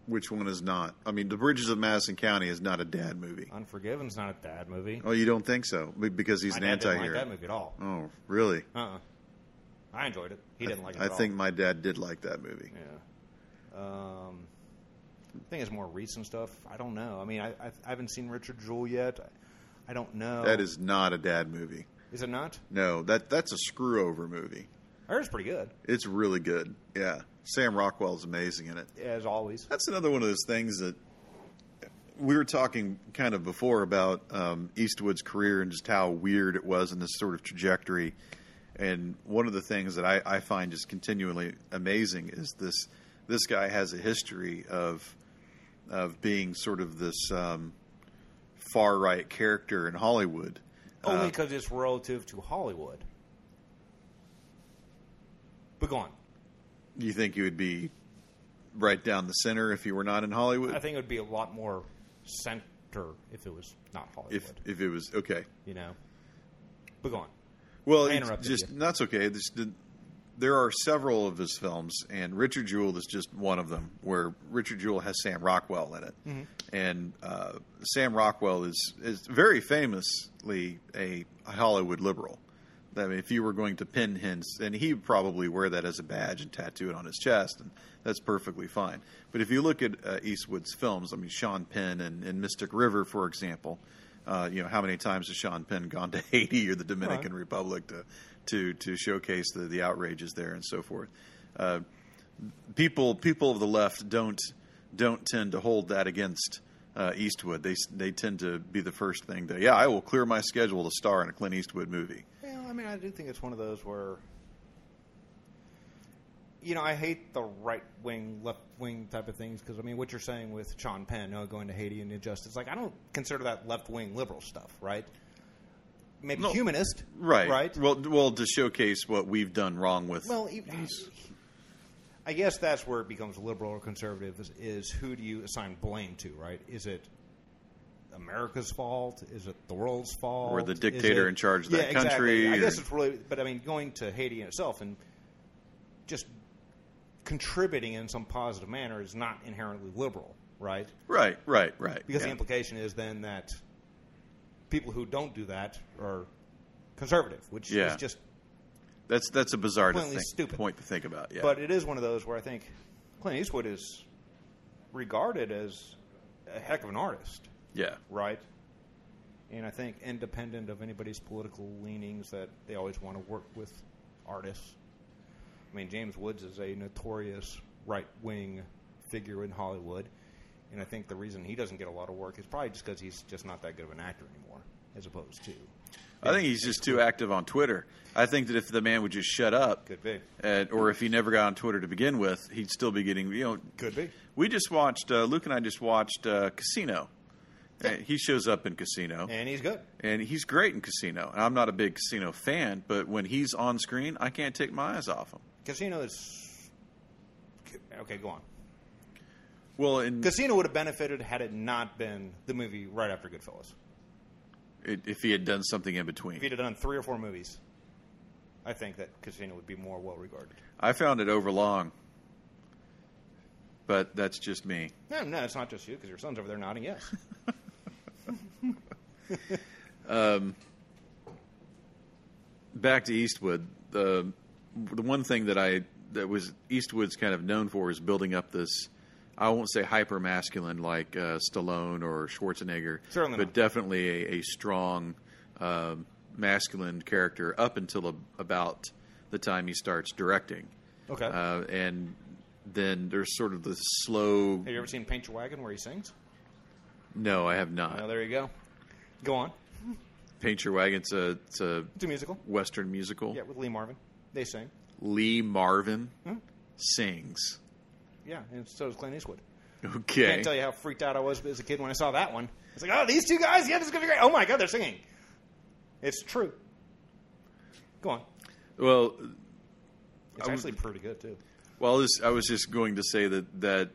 Which one is not? I mean, The Bridges of Madison County is not a dad movie.
Unforgiven's not a dad movie.
Oh, you don't think so? Be- Because he's
My
an
dad
anti
didn't like that
hero.
movie at all.
Oh, really?
Uh uh I enjoyed it. He didn't like it
I
at all.
think my dad did like that movie.
Yeah. Um, I think it's more recent stuff. I don't know. I mean, I, I, I haven't seen Richard Jewell yet. I don't know.
That is not a dad movie.
Is it not?
No, that that's a screw over movie.
I heard it's pretty good,
It's really good. Yeah. Sam Rockwell's amazing in it.
as always.
That's another one of those things that we were talking kind of before about um, Eastwood's career and just how weird it was in this sort of trajectory. And one of the things that I, I find just continually amazing is this: this guy has a history of of being sort of this um, far right character in Hollywood.
Only because it's relative to Hollywood. But go on.
Do you think he would be right down the center if he were not in Hollywood?
I think it would be a lot more cent- if it was not Hollywood.
If if it was okay,
you know, but go on.
well,
I
it's
interrupted
just
you.
that's okay. This, the, there are several of his films, and Richard Jewell is just one of them, where Richard Jewell has Sam Rockwell in it,
Mm-hmm.
and uh, Sam Rockwell is is very famously a Hollywood liberal. I mean, if you were going to pin hints, and he would probably wear that as a badge and tattoo it on his chest, and that's perfectly fine. But if you look at uh, Eastwood's films, I mean, Sean Penn and, and Mystic River, for example, uh, you know, how many times has Sean Penn gone to (laughs) Haiti or the Dominican Republic to, to, to showcase the, the outrages there and so forth? Uh, people people of the left don't don't tend to hold that against uh, Eastwood. They s- they tend to be the first thing that yeah, I will clear my schedule to star in a Clint Eastwood movie.
Well, I mean, I do think it's one of those where, you know, I hate the right wing, left wing type of things because I mean, what you're saying with Sean Penn oh, going to Haiti and injustice, like I don't consider that left wing liberal stuff, right? Maybe
No.
humanist,
Right.
Right.
Well, d- well, to showcase what we've done wrong with.
Well, e, he, he- I guess that's where it becomes liberal or conservative is, is who do you assign blame to, right? Is it America's fault? Is it the world's fault?
Or the
Is
dictator
it-
in charge of
yeah,
that
exactly.
country,
I
or-
guess it's really, but I mean, going to Haiti in itself and just contributing in some positive manner is not inherently liberal, right?
right. Right. Right.
Because the
yeah.
implication is then that people who don't do that are conservative, which
Yeah.
is just
that's that's a bizarre to
plainly
think-
stupid.
point to think about. Yeah.
But it is one of those where I think Clint Eastwood is regarded as a heck of an artist,
yeah.
right? And I think independent of anybody's political leanings, that they always want to work with artists. I mean, James Woods is a notorious right wing figure in Hollywood, and I think the reason he doesn't get a lot of work is probably just because he's just not that good of an actor anymore, as opposed to
I think he's just too active on Twitter. I think that if the man would just shut up,
could be,
and, or if he never got on Twitter to begin with, he'd still be getting you know
could be.
We just watched uh, Luke and I just watched uh, Casino. Uh, He shows up in Casino,
And he's good.
and he's great in Casino. And I'm not a big Casino fan, but when he's on screen, I can't take my eyes off him.
Casino is okay. Go on.
Well, in,
Casino would have benefited had it not been the movie right after Goodfellas.
i- if he had done something in
If he'd
between,
have done three or four movies, I think that Casino would be more well regarded.
I found it overlong. But that's just me.
No, no, it's not just you because your son's over there
(laughs)
nodding yes.
back to Eastwood, the the one thing that I that was Eastwood's kind of known for is building up this. I won't say hyper masculine like uh, Stallone or Schwarzenegger,
Certainly
but
not.
definitely a, a strong um masculine character up until a, about the time he starts directing,
Okay.
uh, and then there's sort of the slow.
have you ever seen Paint Your Wagon where he sings?
No, I have not.
Well, there you go. Go on.
Paint Your Wagon. It's a, it's a
It's a musical.
western musical.
Yeah, with Lee Marvin. They sing.
Lee Marvin
Hmm?
sings.
Yeah, and so does Clint Eastwood.
Okay.
Can't tell you how freaked out I was as a kid when I saw that one. It's like, oh, these two guys? Yeah, this is going to be great. Oh, my God, they're singing. It's true. Go on.
Well,
It's
I would-
actually pretty good, too.
well, this, I was just going to say that that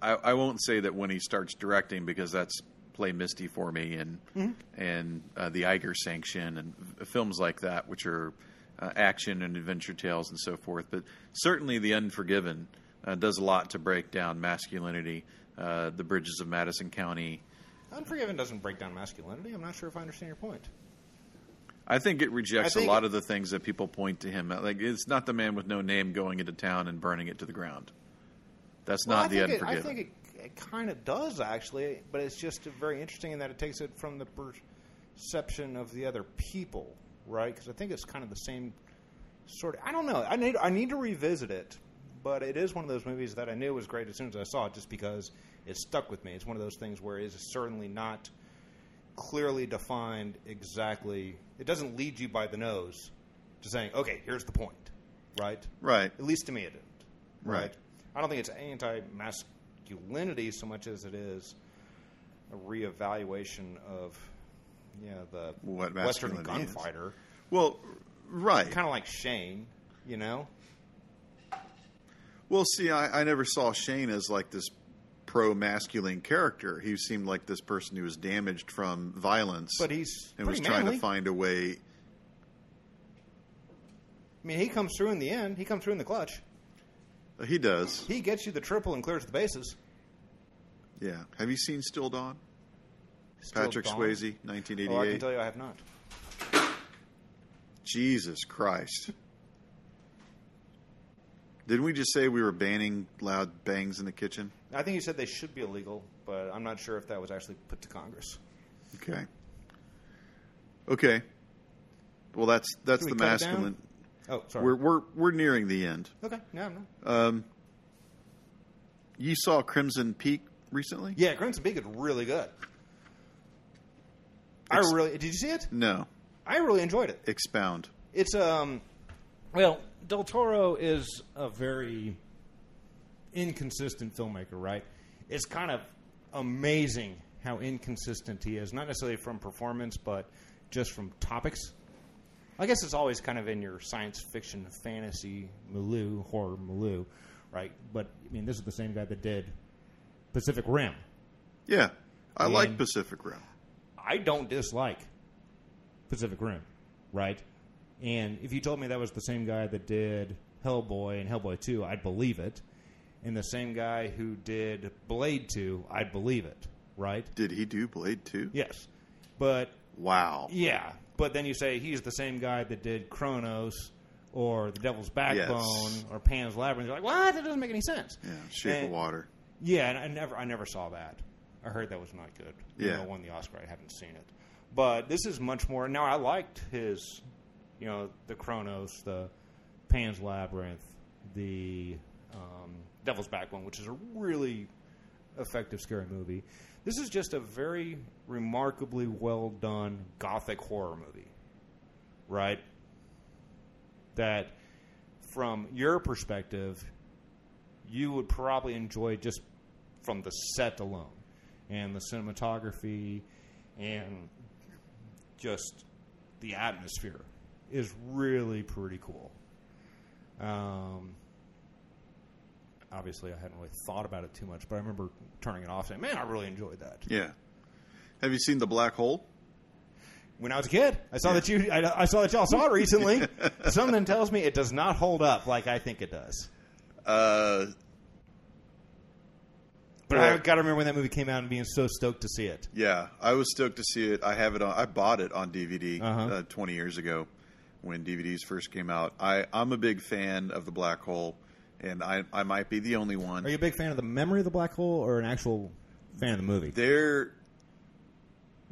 I, I won't say that when he starts directing because that's play Misty for me and
Mm-hmm.
and uh, the Iger Sanction and f- films like that, which are uh, action and adventure tales and so forth. But certainly, The Unforgiven uh, does a lot to break down masculinity, uh, the bridges of Madison County.
Unforgiven doesn't break down masculinity. I'm not sure if I understand your point.
I think it rejects
I think-
a lot of the things that people point to him. at. Like it's not the man with no name going into town and burning it to the ground. That's
Well,
not
I
the
think it-
unforgiven.
I think it, it kind of does actually, but it's just very interesting in that it takes it from the perception of the other people, right? Because I think it's kind of the same sort. Of, I don't know. I need I need to revisit it, but it is one of those movies that I knew was great as soon as I saw it, just because it stuck with me. It's one of those things where it is certainly not clearly defined exactly. It doesn't lead you by the nose to saying, "Okay, here's the point," right?
Right.
At least to me, it didn't.
Right.
I don't think it's anti masculinity so much as it is a reevaluation of you know, the
What
Western
masculinity is.
gunfighter.
Well, right.
Kind of like Shane, you know?
Well, see, I, I never saw Shane as like this pro masculine character. He seemed like this person who was damaged from violence
But he's
and was
pretty
trying
manly.
to find a way.
I mean, he comes through in the end. He comes through in the clutch.
He does.
He gets you the triple and clears the bases.
Yeah. Have you seen Still Dawn?
Still
Patrick
gone.
Swayze,
Oh, I can
1988.
tell you, I have not.
Jesus Christ. Didn't we just say we were banning loud bangs in the kitchen?
I think you said they should be illegal, but I'm not sure if that was actually put to Congress.
Okay. Okay. Well, that's that's
Can
the
we cut it down?
masculine.
Oh, sorry.
We're we're we're nearing the end.
okay, no, no.
Um, you saw Crimson Peak recently?
Yeah, Crimson Peak is really good. I
It's-
really did you see it?
No.
I really enjoyed it.
Expound.
It's um,
Well, Del Toro is a very inconsistent filmmaker, right? It's kind of amazing how inconsistent he is, not necessarily from performance, but just from topics. I guess it's always kind of in your science fiction, fantasy, milieu, horror milieu, right? But, I mean, this is the same guy that did Pacific Rim.
Yeah. I
And-
like Pacific Rim.
I don't dislike Pacific Rim, right? And if you told me that was the same guy that did Hellboy and Hellboy 2, I'd believe it. And the same guy who did Blade 2, I'd believe it, right?
Did he do Blade 2?
Yes. But,
Wow.
yeah. But then you say he's the same guy that did Kronos or The Devil's Backbone or Pan's Labyrinth. You're like, what? That doesn't make any sense.
Yeah. Shape of
And-
Water.
yeah, and I never, I never saw that. I heard that was not good.
Yeah.
You know, won the Oscar. I haven't seen it, but this is much more. Now, I liked his, you know, the Chronos, the Pan's Labyrinth, the um, Devil's Backbone, which is a really effective scary movie. This is just a very remarkably well done gothic horror movie, right? That, from your perspective, you would probably enjoy just from the set alone and the cinematography and just the atmosphere is really pretty cool. Um, obviously, I hadn't really thought about it too much, but I remember turning it off saying, man, I really enjoyed that.
Yeah. Have you seen The Black Hole?
When I was a kid, I saw that you, I, I saw that y'all saw it recently. Something tells me it does not hold up like I think it does.
Uh,
But I
Well-
got to remember when that movie came out and being so stoked to see it.
yeah. I was stoked to see it. I have it on. I bought it on DVD uh
Uh-huh.
20 years ago when DVDs first came out. I, I'm a big fan of The Black Hole, and I, I might be the only one.
Are you a big fan of the memory of the black hole or an actual fan of the movie?
There,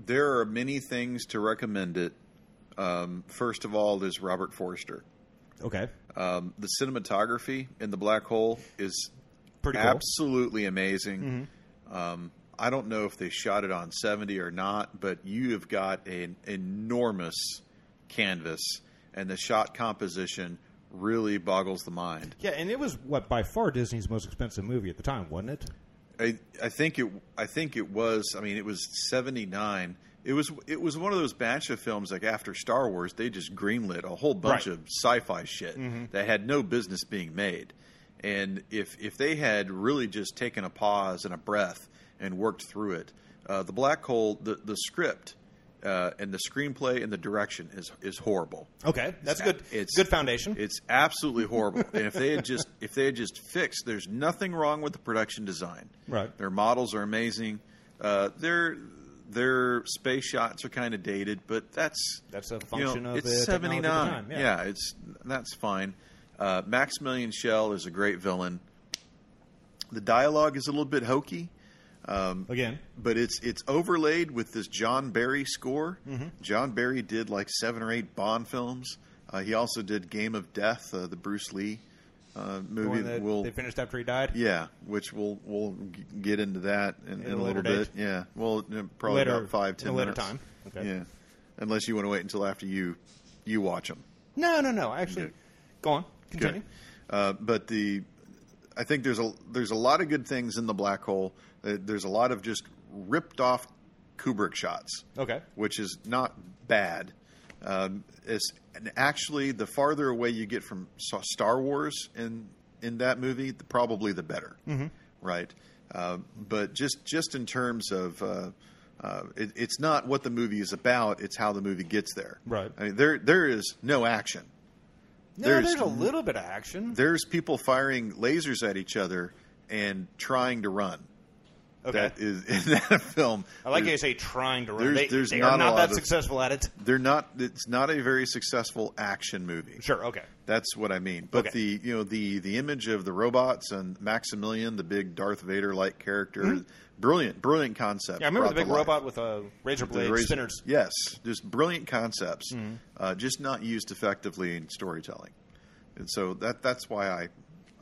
there are many things to recommend it. Um, first of all, there's Robert Forster.
Okay.
Um, the cinematography in the Black Hole is
Pretty cool. Mm-hmm.
absolutely amazing. Um, I don't know if they shot it on 70 or not, but you have got an enormous canvas, and the shot composition really boggles the mind.
Yeah, and it was what by far Disney's most expensive movie at the time, wasn't it?
I, I think it I think it was I mean it was 79 it was it was one of those batch of films like after Star Wars they just greenlit a whole bunch
Right.
of sci-fi shit that had no business being made and if if they had really just taken a pause and a breath and worked through it uh, the black hole the the script uh, and the screenplay and the direction is is horrible
Okay, that's good.
it's-
good foundation.
it's absolutely horrible. and if they had just (laughs) if they had just fixed, there's nothing wrong with the production design.
Right.
Their models are amazing. Uh, their their space shots are kind of dated, but that's
That's a
you know,
function of
it's
the
seventy
technology of the
nine.
time,
Yeah.
yeah.
it's that's fine. Uh, Maximilian Schell is a great villain. The dialogue is a little bit hokey
Again,
but it's it's overlaid with this John Barry score.
Mm-hmm.
John Barry did like seven or eight Bond films. Uh, he also did Game of Death, uh, the Bruce Lee uh,
the
movie.
one
That
that
we'll,
they finished after he died.
yeah, which we'll we'll g- get into that in, in a
a
little
later
bit.
date.
Yeah, well, you know, probably
Later-
about five
in
ten
a later
minutes.
time. Okay.
Yeah, unless you want to wait until after you you watch them.
No, no, no. Actually,
Good.
go on. Continue.
Good. Uh, but the, I think there's a there's a lot of good things in the black hole. Uh, There's a lot of just ripped off Kubrick shots,
Okay.
which is not bad. Um, it's, and actually the farther away you get
Mm-hmm.
from Sa- Star Wars in in that movie, the, probably the better, right? Uh, but just just in terms of uh, uh, it, it's not what the movie is about; it's how the movie gets there.
Right.
I mean, there there is no action.
No,
There's-
there's, a little bit of action.
There's people firing lasers at each other and trying to run.
Okay.
That is (laughs) in that film.
I like how
there's-
you say trying to run.
there's-
they
there's
they
not a
are not
lot
that
of-
successful at
(laughs)
it.
They're not. It's not a very successful action movie.
Sure. Okay.
That's what I mean. But
Okay.
the you know the the image of the robots and Maximilian, the big Darth Vader like character, brilliant, brilliant concept.
Hmm. Yeah, I remember the
brought
big
to life.
robot with a razor
The
blade
razor-
spinners. Hmm.
Yes, just brilliant concepts, uh, just not used effectively in storytelling. And so that that's why I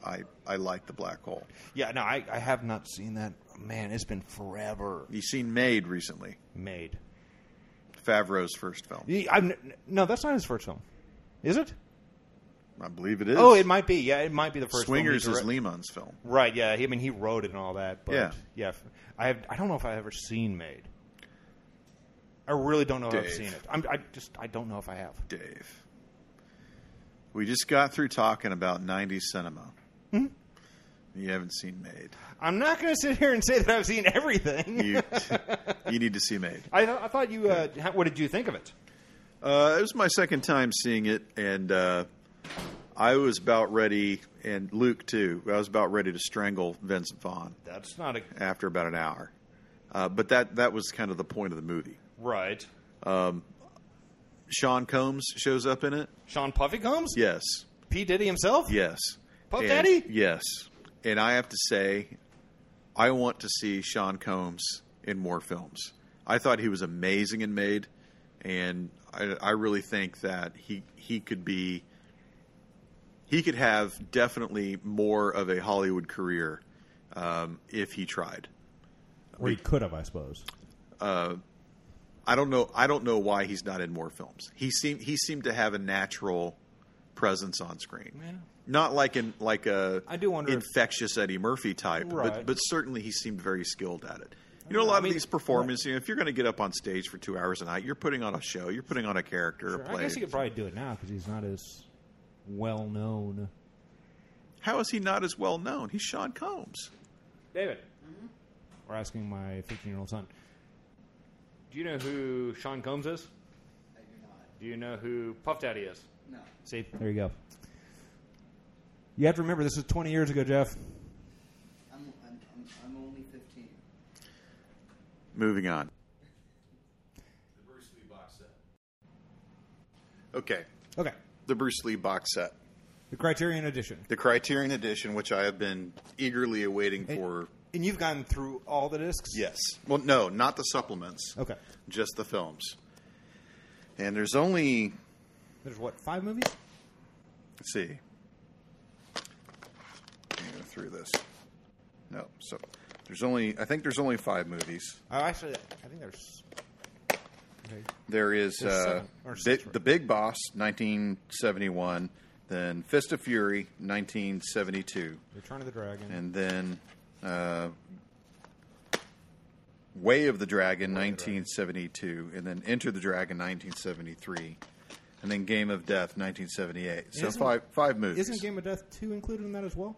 I I like the black hole.
Yeah, no, I, I have not seen that. Man, it's been forever
You seen Made recently,
made.
Favreau's first film.
Ye- I'm, no, that's not his first film, is it?
I believe it is.
Oh, it might be. Yeah, it might be the first. film he
Swingers is
direct-
Lehman's film.
Right. Yeah. He, I mean, he wrote it and all that. But
Yeah.
yeah. f- I have. I don't know if I've ever seen Made. I really don't know if
Dave.
I've seen it. I'm, I just. I don't know if I have.
Dave. We just got through talking about 90s cinema. You haven't seen Made.
I'm not going to sit here and say that I've seen everything.
You, (laughs) you need to see Made.
(laughs) I, th- I thought you. Uh, how, what did you think of it?
Uh, it was my second time seeing it, and uh, I was about ready, and Luke too, I was about ready to strangle Vince Vaughn
That's not a
after about an hour. Uh, but that, that was kind of the point of the movie.
right.
Sean Combs shows up in it.
Sean Puffy Combs.
Yes.
P Diddy himself.
Yes.
Puff
And-
Daddy?
Yes. And I have to say, I want to see Sean Combs in more films. I thought he was amazing in Made, and I, I really think that he he could be he could have definitely more of a Hollywood career um, if he tried.
Or he could have, I suppose.
I don't know. I don't know why he's not in more films. He seemed he seemed to have a natural presence on screen.
Yeah.
Not like an like a
I do wonder if-
infectious Eddie Murphy type, but
Right.
but certainly he seemed very skilled at it. You know, a lot
I
of
mean,
these performances. You know, if you're going to get up on stage for two hours a night, you're putting on a show. You're putting on a character, a
I
play.
guess he could probably do it now because he's not as well known.
How is he not as well known? He's Sean Combs.
David,
We're asking my 15 year old son.
do you know who Sean Combs is?
I do not.
Do you know who Puff Daddy is?
No.
See, there you go. You have to remember this is 20 years ago, Jeff.
I'm, I'm, I'm, I'm only 15.
Moving on. The Bruce Lee box set. Okay,
Okay.
the Bruce Lee box set.
The Criterion Edition.
the Criterion Edition, which I have been eagerly awaiting for.
And you've gone through all the discs?
Yes. Well, no, not the supplements.
Okay.
Just the films. And there's only
There's what, five movies?
let's see. Let me go through this. No, so there's only I think there's only five movies.
Oh, actually, I think there's. Okay.
There is
There's
uh,
seven or
Big-
six, right?
the Big Boss, 1971. Then Fist of Fury, 1972.
Return of the Dragon.
and then uh, Way of the Dragon, 1972, and then Enter the Dragon, 1973, and then Game of Death, 1978. So
Isn't-
five five movies.
Isn't Game of Death 2 included in that as well?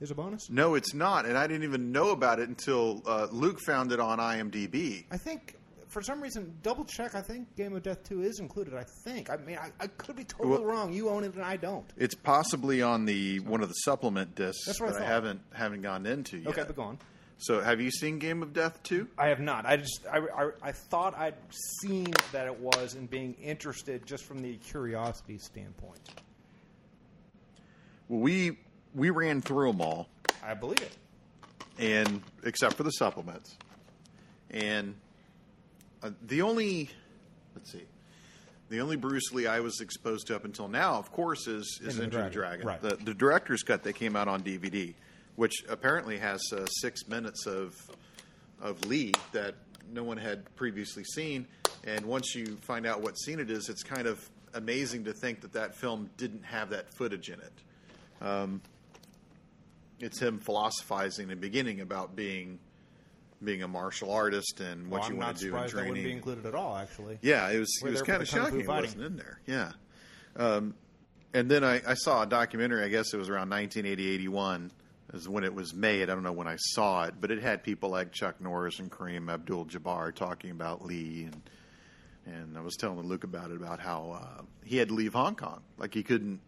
Is a bonus?
no, it's not, and I didn't even know about it until uh, Luke found it on IMDb.
I think, for some reason, double check, I think Game of Death 2 is included. I think. I mean, I, I could be totally
Well-
wrong. You own it and I don't.
It's possibly on the one of the supplement discs
That's what I
that I,
thought.
haven't haven't gone into yet.
Okay, but go on.
So, have you seen Game of Death too?
I have not. I just I, I, I thought I'd seen that it was and being interested just from the
Curiosity standpoint.
Well, we we ran through them all.
I believe it.
and except for the supplements. And uh, the only, let's see, the only Bruce Lee I was exposed to up until now, of course, is is Enter the Dragon.
right.
The, the director's cut that came out on DVD, which apparently has uh, six minutes of of Lee that no one had previously seen. And once you find out what scene it is, it's kind of amazing to think that that film didn't have that footage in it it's him philosophizing in the beginning about being being a martial artist and what
Well,
you
I'm
want
not
to do in
surprised that wouldn't be
training.
included at all, actually.
Yeah, it was it
We're
was
there for
kind
the
of
kung fu
shocking it
fighting.
wasn't in there. Yeah. Um, and then I, I saw a documentary, I guess it was around 1980, 81, is when it was made. I don't know when I saw it, but it had people like Chuck Norris and Kareem Abdul-Jabbar talking about Lee, and and I was telling Luke about it about how uh, he had to leave Hong Kong, like he couldn't.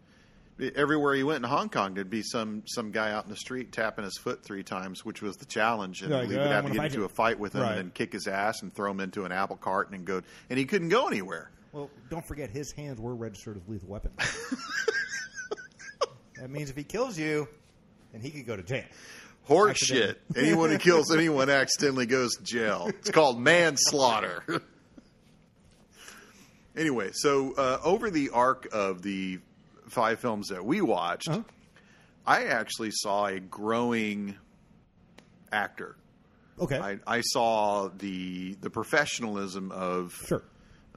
e, Everywhere he went in Hong Kong, there'd be some some guy out in the street tapping his foot three times, which was the challenge, and
Like,
Lee
"Yeah,
would
I
have to
wanna
get
fight
into
you."
a fight with him,
Right.
and then kick his ass and throw him into an apple cart, and go. And he couldn't go anywhere.
Well, don't forget his hands were registered as
(laughs)
lethal weapons. that means if he kills you, then he could go to jail.
Horse shit. Anyone who kills anyone accidentally goes to jail. It's called manslaughter. (laughs) anyway, so uh, over the arc of the five films that we watched,
Uh-huh.
I actually saw a growing actor.
Okay,
I, I saw the the professionalism of.
sure.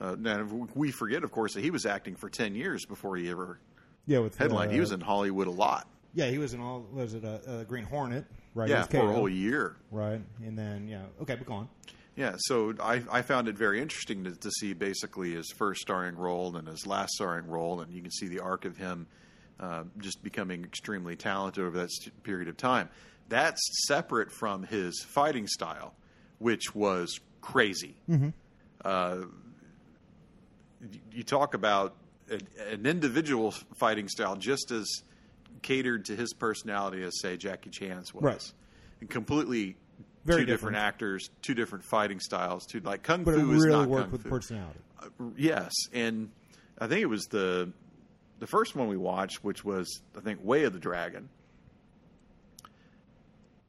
Uh, now we forget, of course, that he was acting for ten years before he ever
Yeah, with
headlined.
uh,
he was in Hollywood a lot.
Yeah, he was in all. Was it uh, uh, Green Hornet? Right.
Yeah,
He was
for a
KO,
whole year.
Right, and then yeah. Okay, but go on.
Yeah, so I, I found it very interesting to, to see basically his first starring role and his last starring role, and you can see the arc of him uh, just becoming extremely talented over that st- period of time. That's separate from his fighting style, which was crazy. Uh, you- you talk about an, an individual fighting style just as catered to his personality as, say, Jackie Chan's was,
Right.
and completely
Very
two different
different.
actors, two different fighting styles, two like kung
But it
fu is
really
not
worked
kung
with
fu.
personality.
Uh, yes, and I think it was the the first one we watched, which was I think Way of the Dragon.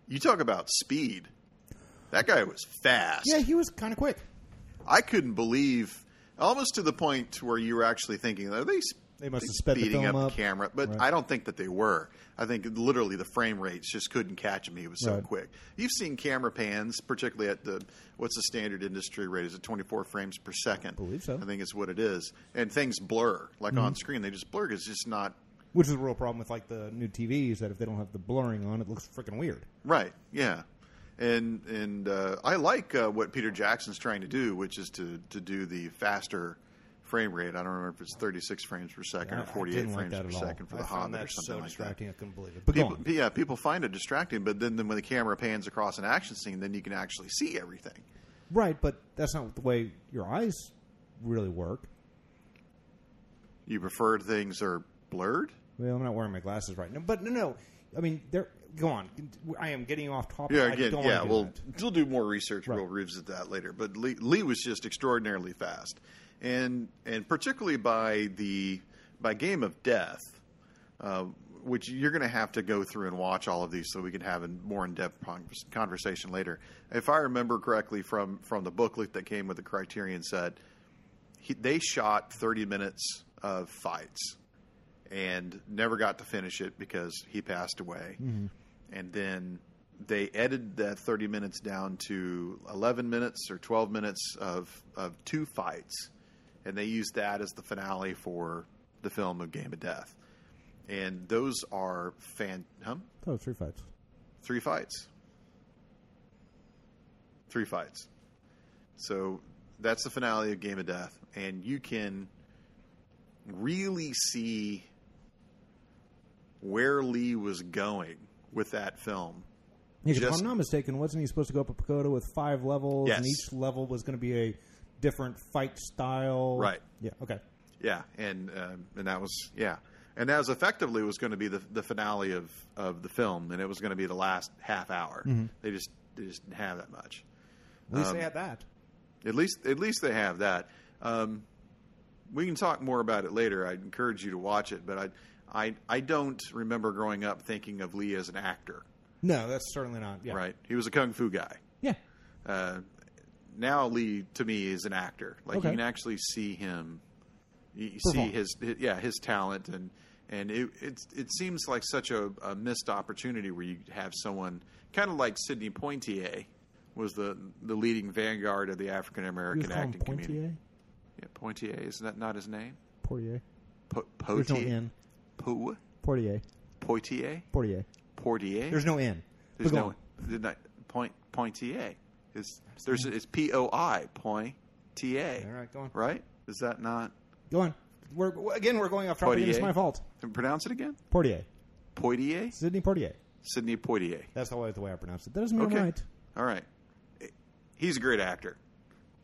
You talk about speed. That guy was fast.
Yeah, he was kind of quick.
I couldn't believe, almost to the point to where you were actually thinking, are they, s-
They must have sped the
speeding
film
up,
up.
camera? But
Right.
I don't think that they were. I think literally the frame rates just couldn't catch him. He was so
Right.
quick. You've seen camera pans, particularly at the what's the standard industry rate? Is it 24 frames per second? I
believe so. Mm-hmm.
I think it's what it is. And things blur, like on screen, they just blur. 'cause It's just not
Which is a real problem with like the new TVs that if they don't have the blurring on, it looks freaking weird.
Right. Yeah. And and uh, I like uh, what Peter Jackson's trying to do, which is to to do the faster frame rate. I don't remember if it's 36 frames per second
I-
or
I
48
didn't like
frames
that
per
at all.
second for
I
the
found
Hobbit
that
or something
so
like that.
distracting, I couldn't believe it. But go
People,
on.
yeah, people find it distracting, but then, then when the camera pans across an action scene, then you can actually see everything.
Right, but that's not the way your eyes really work.
You prefer things are blurred.
Well, I'm not wearing my glasses right now, but no, no. I mean, there. Go on. I am getting off topic.
Yeah,
I
again,
don't
yeah.
wanna do
We'll
that.
we'll do more research.
Right.
We'll revisit that later. But Lee, Lee was just extraordinarily fast, and and particularly by the by game of death, uh, which you're going to have to go through and watch all of these so we can have a more in depth conversation later. If I remember correctly from from the booklet that came with the Criterion set, he, they shot 30 minutes of fights and never got to finish it because he passed away.
Mm-hmm.
And then they edited that 30 minutes down to 11 minutes or 12 minutes of, of two fights. And they used that as the finale for the film of Game of Death. And those are fan, huh?
Oh, three fights.
three fights. Three fights. So that's the finale of Game of Death, and you can really see where Lee was going with that film.
Yeah, 'cause if
Just-
I'm not mistaken, wasn't he supposed to go up a pagoda with five levels, and
Yes.
each level was going to be a different fight style?
Right.
Yeah. Okay.
Yeah, and um, and that was yeah, and that was effectively was going to be the the finale of of the film, and it was going to be the last half hour. They just they just didn't have that much.
At least
Um,
they had that.
At least, at least they have that. Um, we can talk more about it later. I encourage you to watch it, but I, I, I don't remember growing up thinking of Lee as an actor.
No, that's certainly not. Yeah.
Right? He was a kung fu guy.
Yeah.
Uh, now Lee to me is an actor. Like
Okay.
you can actually see him, you, you see
Perform.
his, hi- yeah his talent and and it it, it seems like such a, a missed opportunity where you have someone kind of like Sidney Poitier was the the leading vanguard of the African
You
American
call him
acting community.
Poitier.
Yeah, Poitier. Isn't that not his name?
Poitier.
Po-
There's no
Poitier.
N.
Po-
Poitier.
Poitier.
Poitier.
Portier.
There's no N.
There's
But go
no.
on.
There's not, point. Poitier. It's there's it's P O I point T A.
All right, go on.
Right? Is that not?
Go on. We're again. We're going off topic. and It's
Poitier.
my fault.
Pronounce it again.
Portier.
Poitier.
Sydney Portier.
Sidney Poitier.
That's the way, the way I pronounce it. That doesn't mean I'm
Okay.
right.
All right. He's a great actor,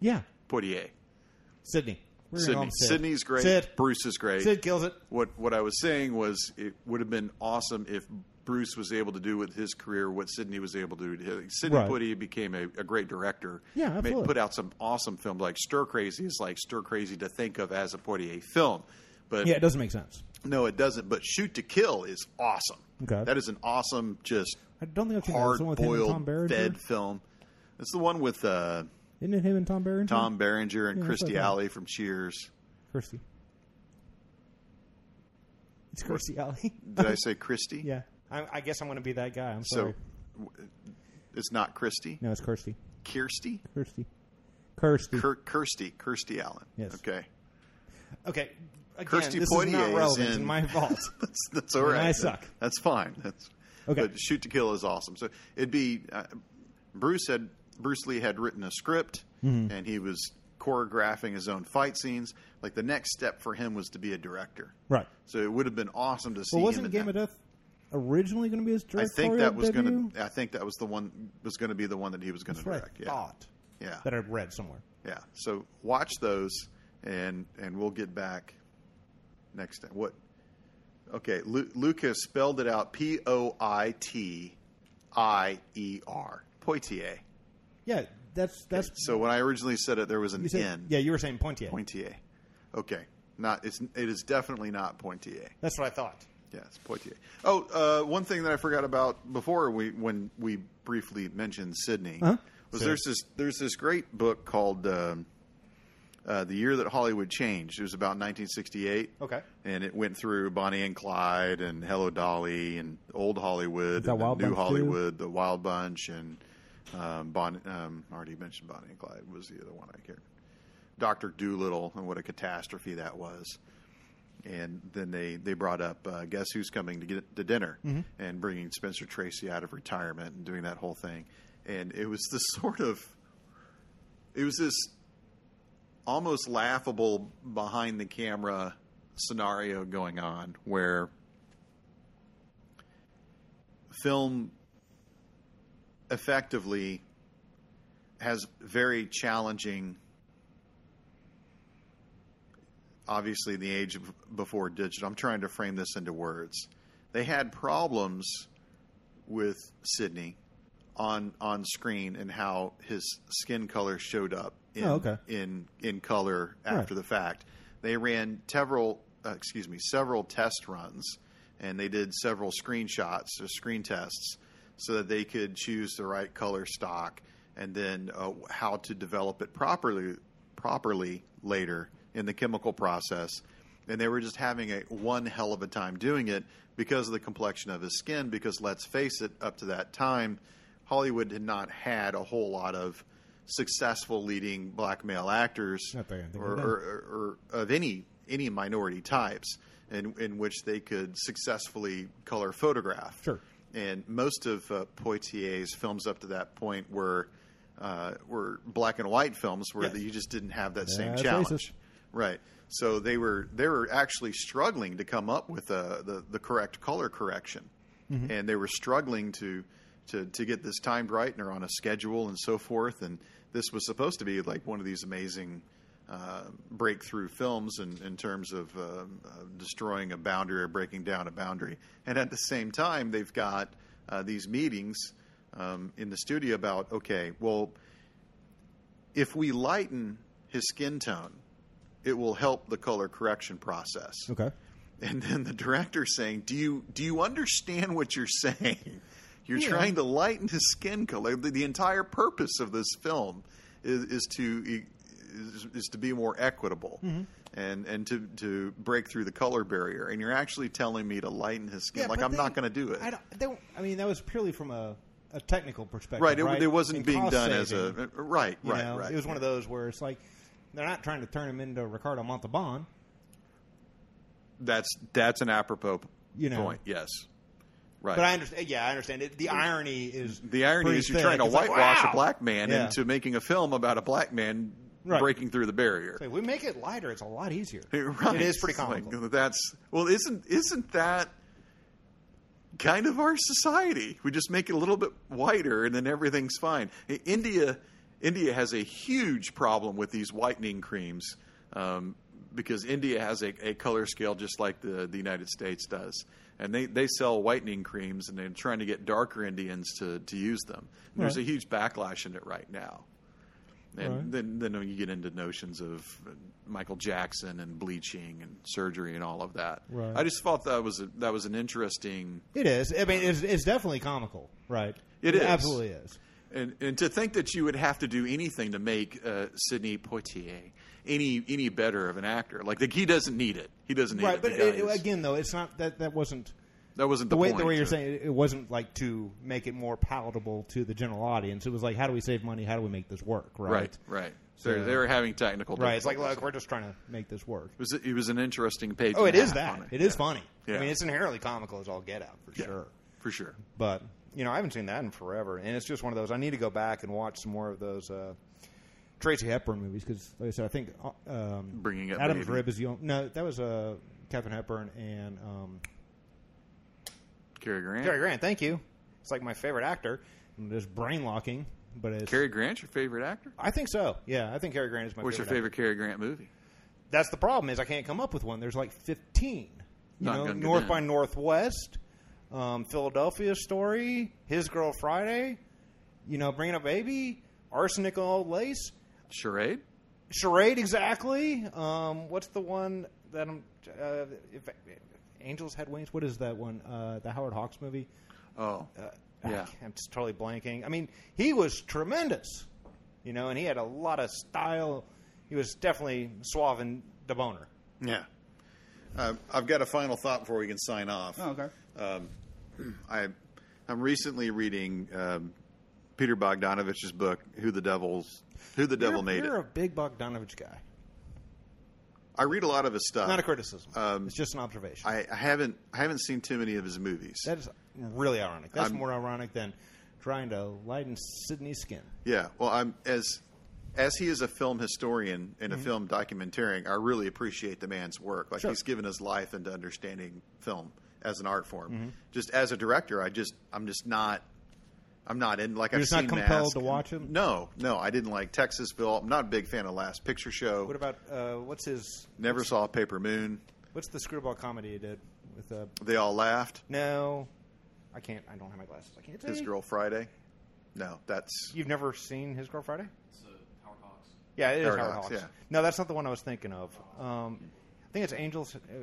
Yeah,
Poitier.
Sydney. We're gonna call
Sydney.
him Sid.
Sydney's great.
Sid.
Bruce is great.
Sid kills it.
What what I was saying was it would have been awesome if Bruce was able to do with his career what Sydney was able to do. Sydney
Right.
Poitier became a, a great director.
Yeah,
Ma-
absolutely.
Put out some awesome films like Stir Crazy is like Stir Crazy to think of as a Poitier film. But
Yeah, it doesn't make sense.
no, it doesn't. But Shoot to Kill is awesome.
Okay.
That is an awesome, just
I don't think I've seen that.
hard
It's the one with him and Tom
boiled,
Berenger.
fed film. It's the one with uh,
Isn't it him and Tom Berenger?
Tom Berenger and
Yeah, I thought
Christy
that.
Alley from
(laughs)
Cheers.
Kirsty. It's Kirsty Alley. (laughs)
Did I say Christy?
yeah, I, I guess I'm going to be that guy. I'm
So
sorry.
w- it's not Christy.
No, it's Kirsty.
Kirsty?
Kirsty. Kirsty.
Kir- Kirsty. Kirsty Allen.
Yes.
Okay. (laughs)
okay. Again,
Kirsty
this is
Poitier
not
is
relevant.
in-
It's my
(laughs)
fault.
That's, that's all
And
right.
I suck.
That's fine. That's
Okay.
But Shoot to Kill is awesome. So it'd be uh, Bruce had Bruce Lee had written a script
Mm-hmm.
and he was choreographing his own fight scenes. Like the next step for him was to be a director.
right.
So it would have been awesome to see
Well,
him.
wasn't
in
Game
that.
of Death originally going to be his
I
directorial
think that was
debut?
going to. I think that was the one was going to be the one that he was going to
That's what
direct.
I
yeah.
thought
Yeah.
that I read somewhere.
Yeah. So watch those, and and we'll get back next time. What? Okay. Lu- Lucas spelled it out: P O I T I E R. Poitier.
Yeah, that's that's
So when I originally said it, there was an
you said,
N.
Yeah, you were saying Pointier.
Poitier. Okay. Not. It's. It is definitely not Poitier.
That's what I thought.
Yeah, it's Poitier. Oh, uh, one thing that I forgot about before we when we briefly mentioned Sydney
Uh-huh.
was
Sure.
there's this there's this great book called um, uh, "The Year That Hollywood Changed." It was about 1968.
Okay.
and it went through Bonnie and Clyde and Hello Dolly and Old Hollywood,
that
and then
Wild
New
Bunch, too?
Hollywood, the Wild Bunch, and um, Bon. Um, I already mentioned Bonnie and Clyde was the other one I cared. Doctor Doolittle and what a catastrophe that was and then they they brought up uh, guess who's coming to get to dinner
Mm-hmm.
and bringing Spencer Tracy out of retirement and doing that whole thing, and it was this (laughs) sort of it was this almost laughable behind the camera scenario going on where film effectively has very challenging obviously in the age of before digital. I'm trying to frame this into words. They had problems with Sydney on on screen and how his skin color showed up in
Oh, okay.
in in color after
Right.
the fact. They ran several uh, excuse me several test runs and they did several screenshots or screen tests so that they could choose the right color stock and then uh, how to develop it properly properly later in the chemical process. And they were just having a one hell of a time doing it because of the complexion of his skin. Because let's face it, up to that time, Hollywood had not had a whole lot of successful leading black male actors
Not that I think
or,
of
or,
them.
or, or of any any minority types in in which they could successfully color photograph.
Sure.
And most of uh, Poitier's films up to that point were uh, were black and white films where
Yes.
that you just didn't have that same
That's
challenge.
racist.
Right. So they were they were actually struggling to come up with uh, the the correct color correction, and they were struggling to to to get this timed right and are on a schedule and so forth. And this was supposed to be like one of these amazing uh, breakthrough films in, in terms of um, uh, destroying a boundary or breaking down a boundary. And at the same time, they've got uh, these meetings um, in the studio about okay, well, if we lighten his skin tone, it will help the color correction process.
Okay.
And then the director saying, "Do you do you understand what you're saying? You're trying to lighten his skin color. The, the entire purpose of this film is, is to e, is, is to be more equitable."
Mm-hmm.
And, and to, to break through the color barrier, and you're actually telling me to lighten his skin. like
but
I'm
they-
not going to do it.
I don't. They, don't- I mean, that was purely from a, a technical perspective,
Right,
right?
it, it wasn't
And
being
cost
done as
saving,
a uh, right,
you
right,
know?
right.
It was one of those where it's like they're not trying to turn him into Ricardo Montalban.
that's that's an apropos
You know.
point. Yes, right.
But I understand. Yeah, I understand. It, the irony is
the irony
pretty
is you're
thick.
trying to
It's like,
whitewash
wow!
a black man
Yeah.
into making a film about a black man
Right.
breaking through the barrier.
If we make it lighter. It's a lot easier.
(laughs) Right. uh,
It is pretty
It's like,
comical.
that's well, isn't isn't that
kind of our society. We just make it a little bit whiter, and then everything's fine. I- India, India has a huge problem with these whitening creams um, because India has a, a color scale just like the the United States does, and they they sell whitening creams, and they're trying to get darker Indians to to use them. And There's a
Right.
huge backlash in it right now. And
Right.
then, then you get into notions of Michael Jackson and bleaching and surgery and all of that.
Right.
I just thought that was a, that was an interesting
It is. I mean, it's, it's definitely comical, right?
It is.
absolutely is.
And, and to think that you would have to do anything to make uh, Sidney Poitier any any better of an actor, like the, he doesn't need it. He doesn't need
Right,
it.
but
The guy
it,
is-
again, though, it's not that that wasn't
that wasn't
the,
the,
way
point
the way you're
of-
saying it, it wasn't like to make it more palatable to the general audience. It was like, how do we save money? How do we make this work? Right,
Right, right. So
So-
they were having technical.
Right. It's like,
difficulties.
look, we're just trying to make this work.
It was, it was an interesting page.
Oh, it
and a
is
half
that.
on
It is funny.
Yeah.
I mean, it's inherently comical as all get out for sure.
for sure.
But
you know, I haven't seen that in forever, and it's just one of those. I need to go back and watch some more of those uh,
Tracy Hepburn movies because, like I said, I think uh, um,
Bringing Up
Adam's
Baby.
Rib is the only. No, that was uh, Catherine Hepburn and um,
Cary Grant.
Cary
Cary,
Grant. Thank you. It's like my favorite actor. And There's brain locking, but it's.
Grant's your favorite actor.
I think so. Yeah, I think Cary Grant is my.
What's your
favorite
favorite Cary Grant movie?
actor. That's the problem is I can't come up with one. There's like 15. You
Not
know,
gonna get
North
in.
by Northwest, um, Philadelphia Story, His Girl Friday, you know, Bringing Up Baby, Arsenic and Old Lace.
Charade.
Charade, exactly. Um, what's the one that I'm? Uh, if, Angels had wings. What is that one? Uh, the Howard Hawks movie.
Oh,
Uh,
Yeah.
I'm just totally blanking. I mean, he was tremendous, you know, and he had a lot of style. He was definitely suave and the boner.
Yeah. Uh, I've got a final thought before we can sign off.
Oh, okay.
Um,
I I'm recently reading um, Peter Bogdanovich's book, Who the Devil's Who the Devil
you're,
Made It.
You're a big Bogdanovich guy.
I read a lot of his stuff.
Not a criticism.
um,
it's just an observation.
I, I haven't I haven't seen too many of his movies.
that is really ironic. That's
I'm-
more ironic than trying to lighten Sydney's skin.
yeah, well, I'm as as he is a film historian and a film documentarian, I really appreciate the man's work. Like
Mm-hmm. Sure.
he's given his life into understanding film as an art form.
Mm-hmm.
Just as a director, I just I'm just not. I'm not in like
You're
I've
just not
seen
compelled
Mask
to
and-
watch him?
No, no, I didn't like Texasville. I'm not a big fan of Last Picture Show.
What about uh, what's his?
Never saw Paper Moon.
What's the screwball comedy he did with? Uh,
They all laughed.
no, I can't. I don't have my glasses. I can't.
His
see.
Girl Friday. No, that's
You've never seen His Girl Friday?
It's uh, Howard Hawks.
Yeah, it is
Howard
Howard
Hawks,
Hawks.
yeah.
No, that's not the one I was thinking of. Um, I think it's Angels. Uh, uh,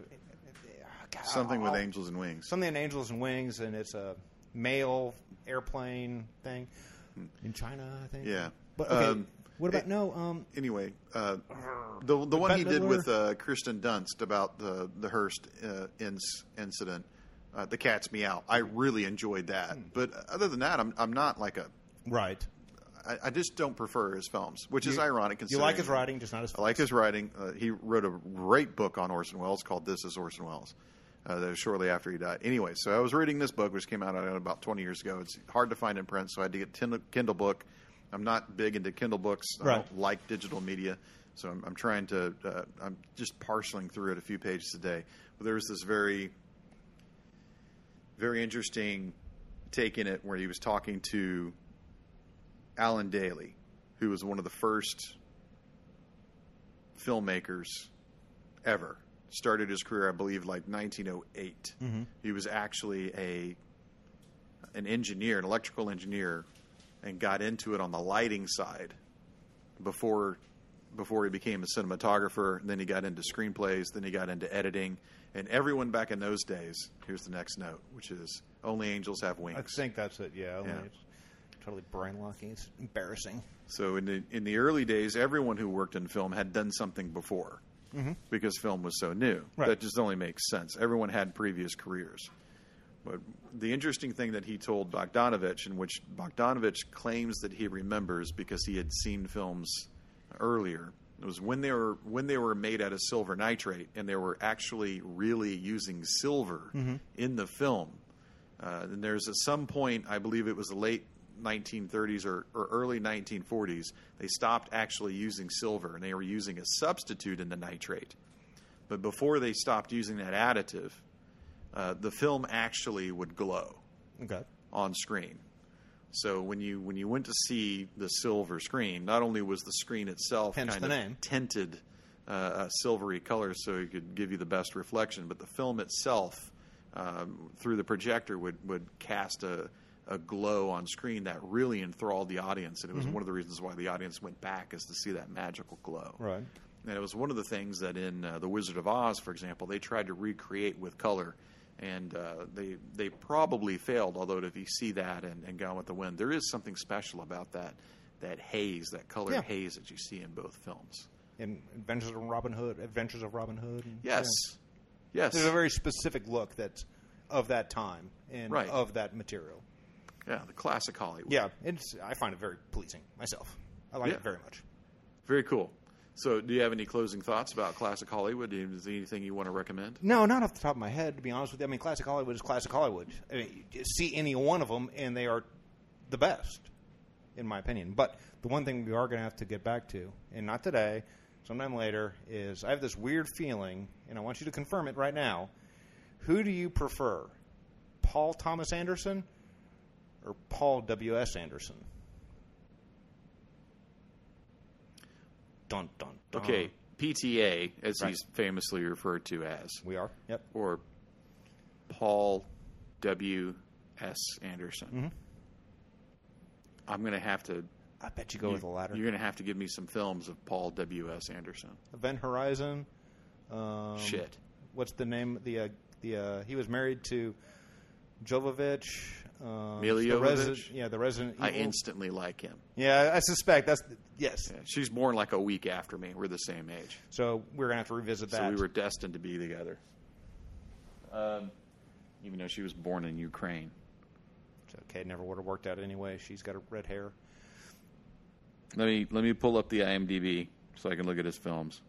God,
something with
I'll-
angels and wings.
Something in Angels and Wings, and it's a male airplane thing in China. I think.
Hmm. Yeah.
But okay.
Um,
what about
it-
no? Um,
Anyway, uh, the the one
Bette
he did
Midler?
with uh, Kristen Dunst about the the Hearst uh, inc- incident, uh, the cat's meow. I really enjoyed that.
Hmm.
But other than that, I'm I'm not like a
right.
I, I just don't prefer his films, which is
You-
ironic.
You
Considering
like his writing, just not his.
I like his writing. Uh, he wrote a great book on Orson Welles called "This Is Orson Welles." Uh, that was shortly after he died. Anyway, so I was reading this book, which came out uh, about 20 years ago. It's hard to find in print, so I had to get Tin- Kindle book. I'm not big into Kindle books. I
Right.
don't like digital media, so I'm, I'm trying to. Uh, I'm just parceling through it a few pages a day. But there was this very very interesting take in it where he was talking to Alan Daly, who was one of the first filmmakers ever. Started his career, I believe, like 1908. He was actually a an engineer, an electrical engineer, and got into it on the lighting side before before he became a cinematographer. And then he got into screenplays. Then he got into editing. And everyone back in those days, here's the next note, which is only angels have wings.
I think that's it. Yeah.
Yeah.
It's totally brain locking. It's embarrassing.
So in the in the early days, everyone who worked in film had done something before because film was so new.
Right.
That just only makes sense. Everyone had previous careers. But the interesting thing that he told Bogdanovich, in which Bogdanovich claims that he remembers because he had seen films earlier, was when they were when they were made out of silver nitrate and they were actually really using silver in the film. Uh, and there's at some point, I believe it was the late 1930s or, or early 1940s, they stopped actually using silver and they were using a substitute in the nitrate. But before they stopped using that additive, uh, the film actually would glow
Okay.
on screen. So when you when you went to see the silver screen, not only was the screen itself
Hence
kind
the
of
name.
tinted uh, uh, silvery colors, so it could give you the best reflection, but the film itself um, through the projector would would cast a a glow on screen that really enthralled the audience, and it was one of the reasons why the audience went back is to see that magical glow.
Right.
And it was one of the things that in uh, The Wizard of Oz, for example, they tried to recreate with color, and uh, they they probably failed. Although if you see that and, and Gone with the Wind, there is something special about that that haze, that color
Yeah.
haze that you see in both films.
And Adventures of Robin Hood, Adventures of Robin Hood. and-
Yes, yes,
There's a very specific look that's of that time and
Right.
of that material.
yeah, the classic Hollywood.
Yeah, it's I find it very pleasing myself. I like
Yeah.
it very much.
very cool. So, do you have any closing thoughts about classic Hollywood? Do you- Is there anything you want to recommend?
No, not off the top of my head, to be honest with you. I mean, classic Hollywood is classic Hollywood. I mean, you see any one of them, and they are the best, in my opinion. But the one thing we are going to have to get back to, and not today, sometime later, is I have this weird feeling, and I want you to confirm it right now. Who do you prefer, Paul Thomas Anderson or Paul W.S. Anderson? Dun, dun, dun.
Okay, PTA, as
Um, Right.
he's famously referred to as.
We are? Yep.
or Paul W. S. Anderson.
Mm-hmm.
I'm gonna have to
I bet you go with the latter.
You're gonna have to give me some films of Paul W. S. Anderson.
Event Horizon. Um,
Shit.
What's the name? The uh, the uh, he was married to Jovovich. Um, the
Miljovovich?
yeah, the resident.
I
Evil.
instantly like him.
yeah, I suspect that's the, yes.
Yeah, She's born like a week after me. We're the same age,
So we're gonna have to revisit that.
so we were destined to be together. Um, even though she was born in Ukraine.
It's okay, never would have worked out anyway. She's got a red hair.
Let me let me pull up the IMDb so I can look at his films.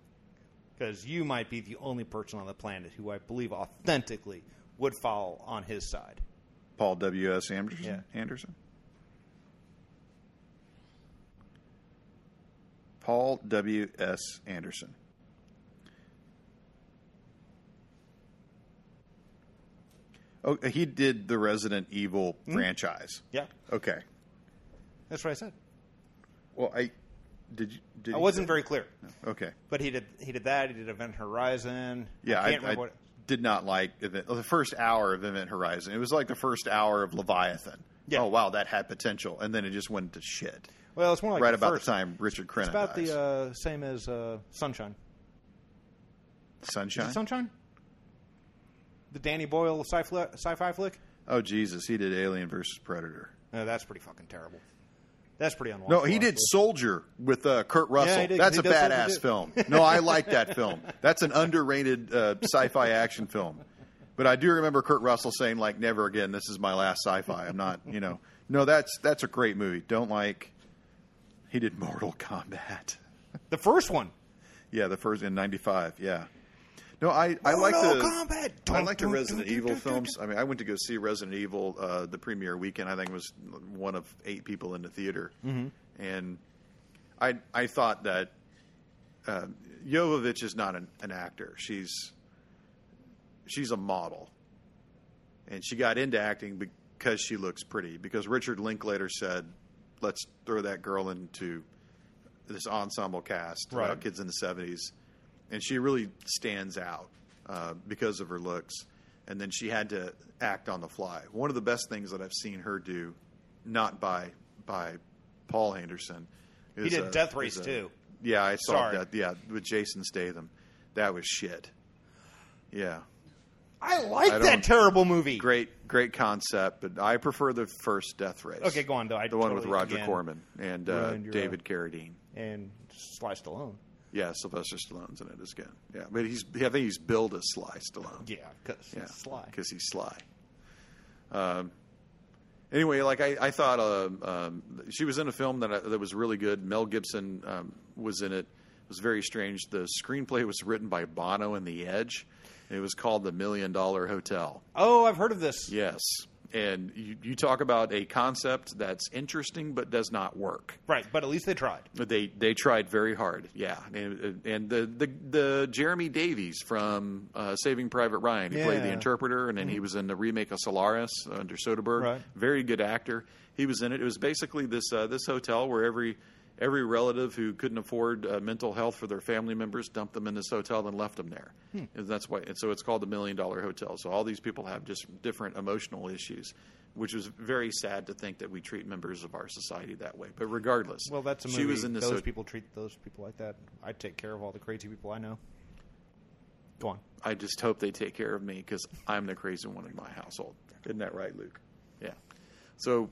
Because you might be the only person on the planet who I believe authentically would fall on his side.
Paul W. S. Anderson.
Yeah.
Anderson. Paul W. S. Anderson. Oh, he did the Resident Evil
Hmm?
franchise.
Yeah,
Okay.
that's what I said.
Well, I did. You, did
I
he-
wasn't very clear,
okay.
but he did he did that. He did Event Horizon.
Yeah,
I
I,
can't
I
remember what.
did not like event, the first hour of Event Horizon. It was like the first hour of Leviathan.
Yeah.
Oh wow, that had potential, and then it just went to shit.
Well, it's more like
right
the
about
first.
the time Richard Crenna
It's about
dies.
the uh, same as uh, Sunshine. Is
Sunshine.
it Sunshine? The Danny Boyle sci- fli- sci-fi flick?
oh Jesus, he did Alien versus Predator.
No, that's pretty fucking terrible. That's pretty unwatchable.
No, he did Soldier with uh, Kurt Russell.
he did.
That's
He
a
does Soldier
badass
too.
film.
(laughs)
No, I like that film. That's an underrated uh, sci-fi action film. But I do remember Kurt Russell saying like, "Never again. This is my last sci-fi. I'm not, you know." No, that's that's a great movie. Don't like. He did Mortal Kombat. (laughs)
The first one.
Yeah, the first in '95. Yeah. No, I, I like
Mortal
the
Kombat.
I like the
Dun, dun, dun,
Resident
dun,
Evil
dun, dun,
films. I mean, I went to go see Resident Evil uh, the premiere weekend. I think was one of eight people in the theater, and I I thought that uh, Jovovich is not an, an actor. She's she's a model, and she got into acting because she looks pretty. Because Richard Linklater said, "Let's throw that girl into this ensemble cast about
Right.
kids in the '70s," and she really stands out uh, because of her looks. And then she had to act on the fly. One of the best things that I've seen her do, not by by Paul Anderson. He
did Death Race, too.
Yeah, I saw
Sorry.
that. Yeah, with Jason Statham, that was shit. Yeah,
I like
I don't-
that terrible movie.
great, great concept, but I prefer the first Death Race.
Okay, go on, though. I
the one with
totally,
Roger
again,
Corman and uh,
ruined your, uh,
David Carradine.
And Sly Stallone.
Yeah, Sylvester Stallone's in it as good. Yeah, but he's I think he's billed as Sly Stallone.
Yeah, because Sly.
because he's sly. Um, anyway, like I, I thought, um, um, she was in a film that I, that was really good. Mel Gibson um, was in it. It was very strange. The screenplay was written by Bono and The Edge. It was called The Million Dollar Hotel.
Oh, I've heard of this.
Yes,
and you, you talk about a concept that's interesting but does not work.
Right, but at least they tried.
But They they tried very hard, yeah. And, and the, the the Jeremy Davies from uh, Saving Private Ryan, he played the
Yeah. Mm-hmm.
interpreter, and then he was in the remake of Solaris under Soderbergh.
Right.
Very good actor. He was in it. It was basically this uh, this hotel where every every relative who couldn't afford uh, mental health for their family members dumped them in this hotel and left them there.
Hmm.
And that's why. And so it's called the Million Dollar Hotel. So all these people have just different emotional issues. Which is very sad to think that we treat members of our society that way. But regardless,
Well, that's a movie.
she was in this.
those
hot-
people treat those people like that. I take care of all the crazy people I know. Go on.
I just hope they take care of me because I'm the crazy one in my household. Isn't that right, Luke? Yeah. So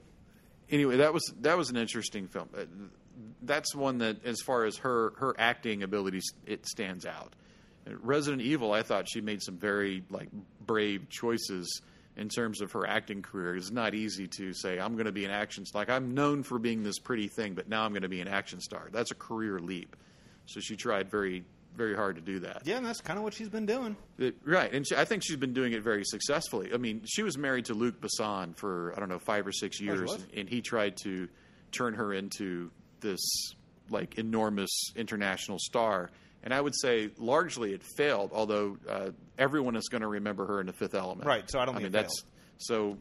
anyway, that was that was an interesting film. Uh, That's one that, as far as her her acting abilities, it stands out. Uh, Resident Evil, I thought she made some very like brave choices in terms of her acting career. It's not easy to say I'm going to be an action like I'm known for being this pretty thing, but now I'm going to be an action star. That's a career leap. So she tried very very hard to do that.
Yeah, and that's kind of what she's been doing.
It- right, and she, I think she's been doing it very successfully. I mean, she was married to Luke Besson for I don't know five or six years,
was?
and he tried to turn her into this like enormous international star. And I would say largely it failed, although uh, everyone is going to remember her in The Fifth Element.
Right, so I don't
I
think
mean
it
that's so.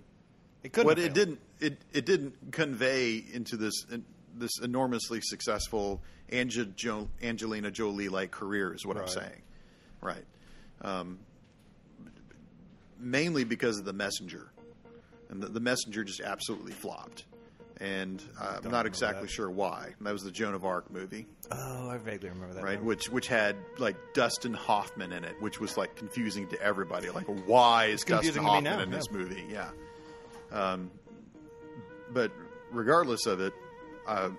It couldn't.
but
have failed.
it didn't it, it didn't convey into this in, this enormously successful Ange, jo, Angelina Jolie like career is what I'm
Right.
saying, right? Um, mainly because of the messenger, and the, the messenger just absolutely flopped, and uh, I'm not exactly sure why. That was the Joan of Arc movie,
Oh, I vaguely remember that.
right?
now.
Which which had like Dustin Hoffman in it, which was like confusing to everybody. Like, why is Dustin
confusing to me
Hoffman
now,
in this
yeah.
movie? Yeah. Um, but regardless of it, uh,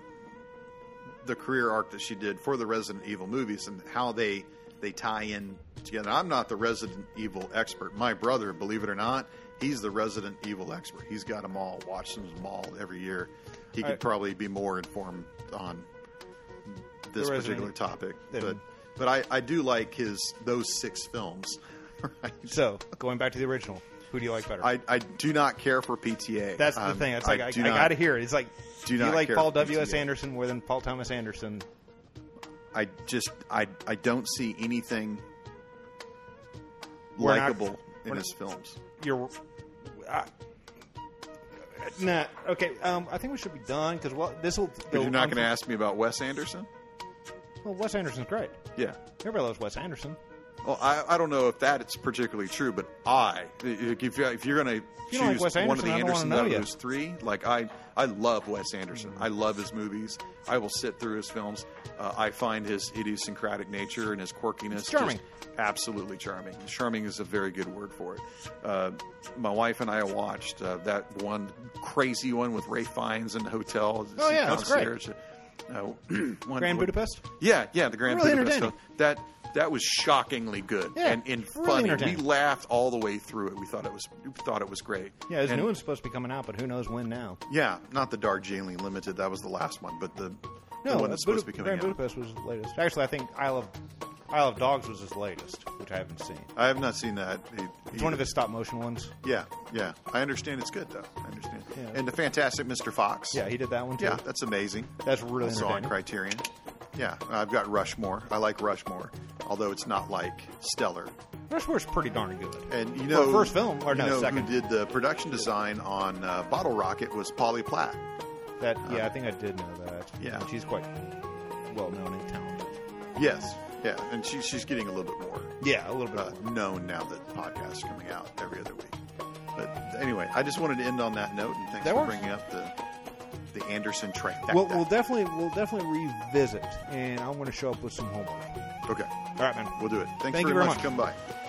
the career arc that she did for the Resident Evil movies and how they they tie in together. I'm not the Resident Evil expert. My brother, believe it or not, he's the Resident Evil expert. He's got them all, watched them all every year. He could
I-
probably be more informed on this
The Resident-
particular topic,
Then-
but but I, I do like his those six films. (laughs) Right?
So, going back to the original, who do you like better?
I, I do not care for PTA.
That's the
Um,
thing. It's like I, I,
do not-
got to hear it. It's like
do
do you
not
like
care
Paul
for
W. S.
PTA.
Anderson more than Paul Thomas Anderson?
I just I I don't see anything
We're not-
likable
we're
in
not-
his films.
You're. I nah. Okay. Um. I think we should be done because well, this will. um,
But you're not going to ask me about Wes Anderson?
Well, Wes Anderson's great.
Yeah.
Everybody loves Wes Anderson.
Well, I, I don't know if that is particularly true, but I, if, you- if you're going to
You don't like Wes
choose one of
Anderson,
the
I don't wanna
Andersons
know Mm-hmm.
out of
you.
those three, like I, I love Wes Anderson. I love his movies. I will sit through his films. Uh, I find his idiosyncratic nature and his quirkiness
It's charming.
just absolutely charming. Charming is a very good word for it. Uh, my wife and I watched uh, that one crazy one with Ray Fiennes in the hotel.
Oh, yeah, that's great.
concierge. Uh, (clears throat) one-
Grand
one-
Budapest.
yeah, yeah, the Grand
Really
Budapest
entertaining.
Hotel. That that was shockingly good
Yeah,
and, and
really
funny. We
entertaining.
laughed all the way through it. We thought it was we thought it was great.
Yeah, his
And-
new one's supposed to be coming out, but who knows when now?
Yeah, not the Darjeeling Limited. That was the last one, but the, the one that's
Buda-
supposed to be coming
Grand
out.
Budapest was the latest. Actually, I think Isle of Isle of Dogs was his latest, which I haven't seen.
I have not seen that.
It's
e-
one
either.
of his stop motion ones.
Yeah, yeah. I understand it's good though. I understand.
Yeah.
And the Fantastic Mr. Fox.
Yeah, he did that one too.
Yeah, that's amazing.
That's really
also on
entertaining.
Criterion. Yeah, I've got Rushmore. I like Rushmore, although it's not like stellar.
Rushmore's pretty darn good.
And you know,
For first film, or
you
no,
know
second.
who did the production design on uh, Bottle Rocket was Polly Platt.
That yeah, I think I did know that.
yeah.
And she's quite well known and talented.
Yes, yeah, and she, she's getting a little bit more
Yeah, a little bit.
uh, known now that the podcast's coming out every other week. But anyway, I just wanted to end on that note, and thanks
That
for
works.
bringing up the the Anderson trifecta.
we'll, we'll definitely we'll definitely revisit, and I'm going to show up with some homework.
okay,
All right, man.
we'll do it. Thanks
Thank you very
very much.
much.
Come by.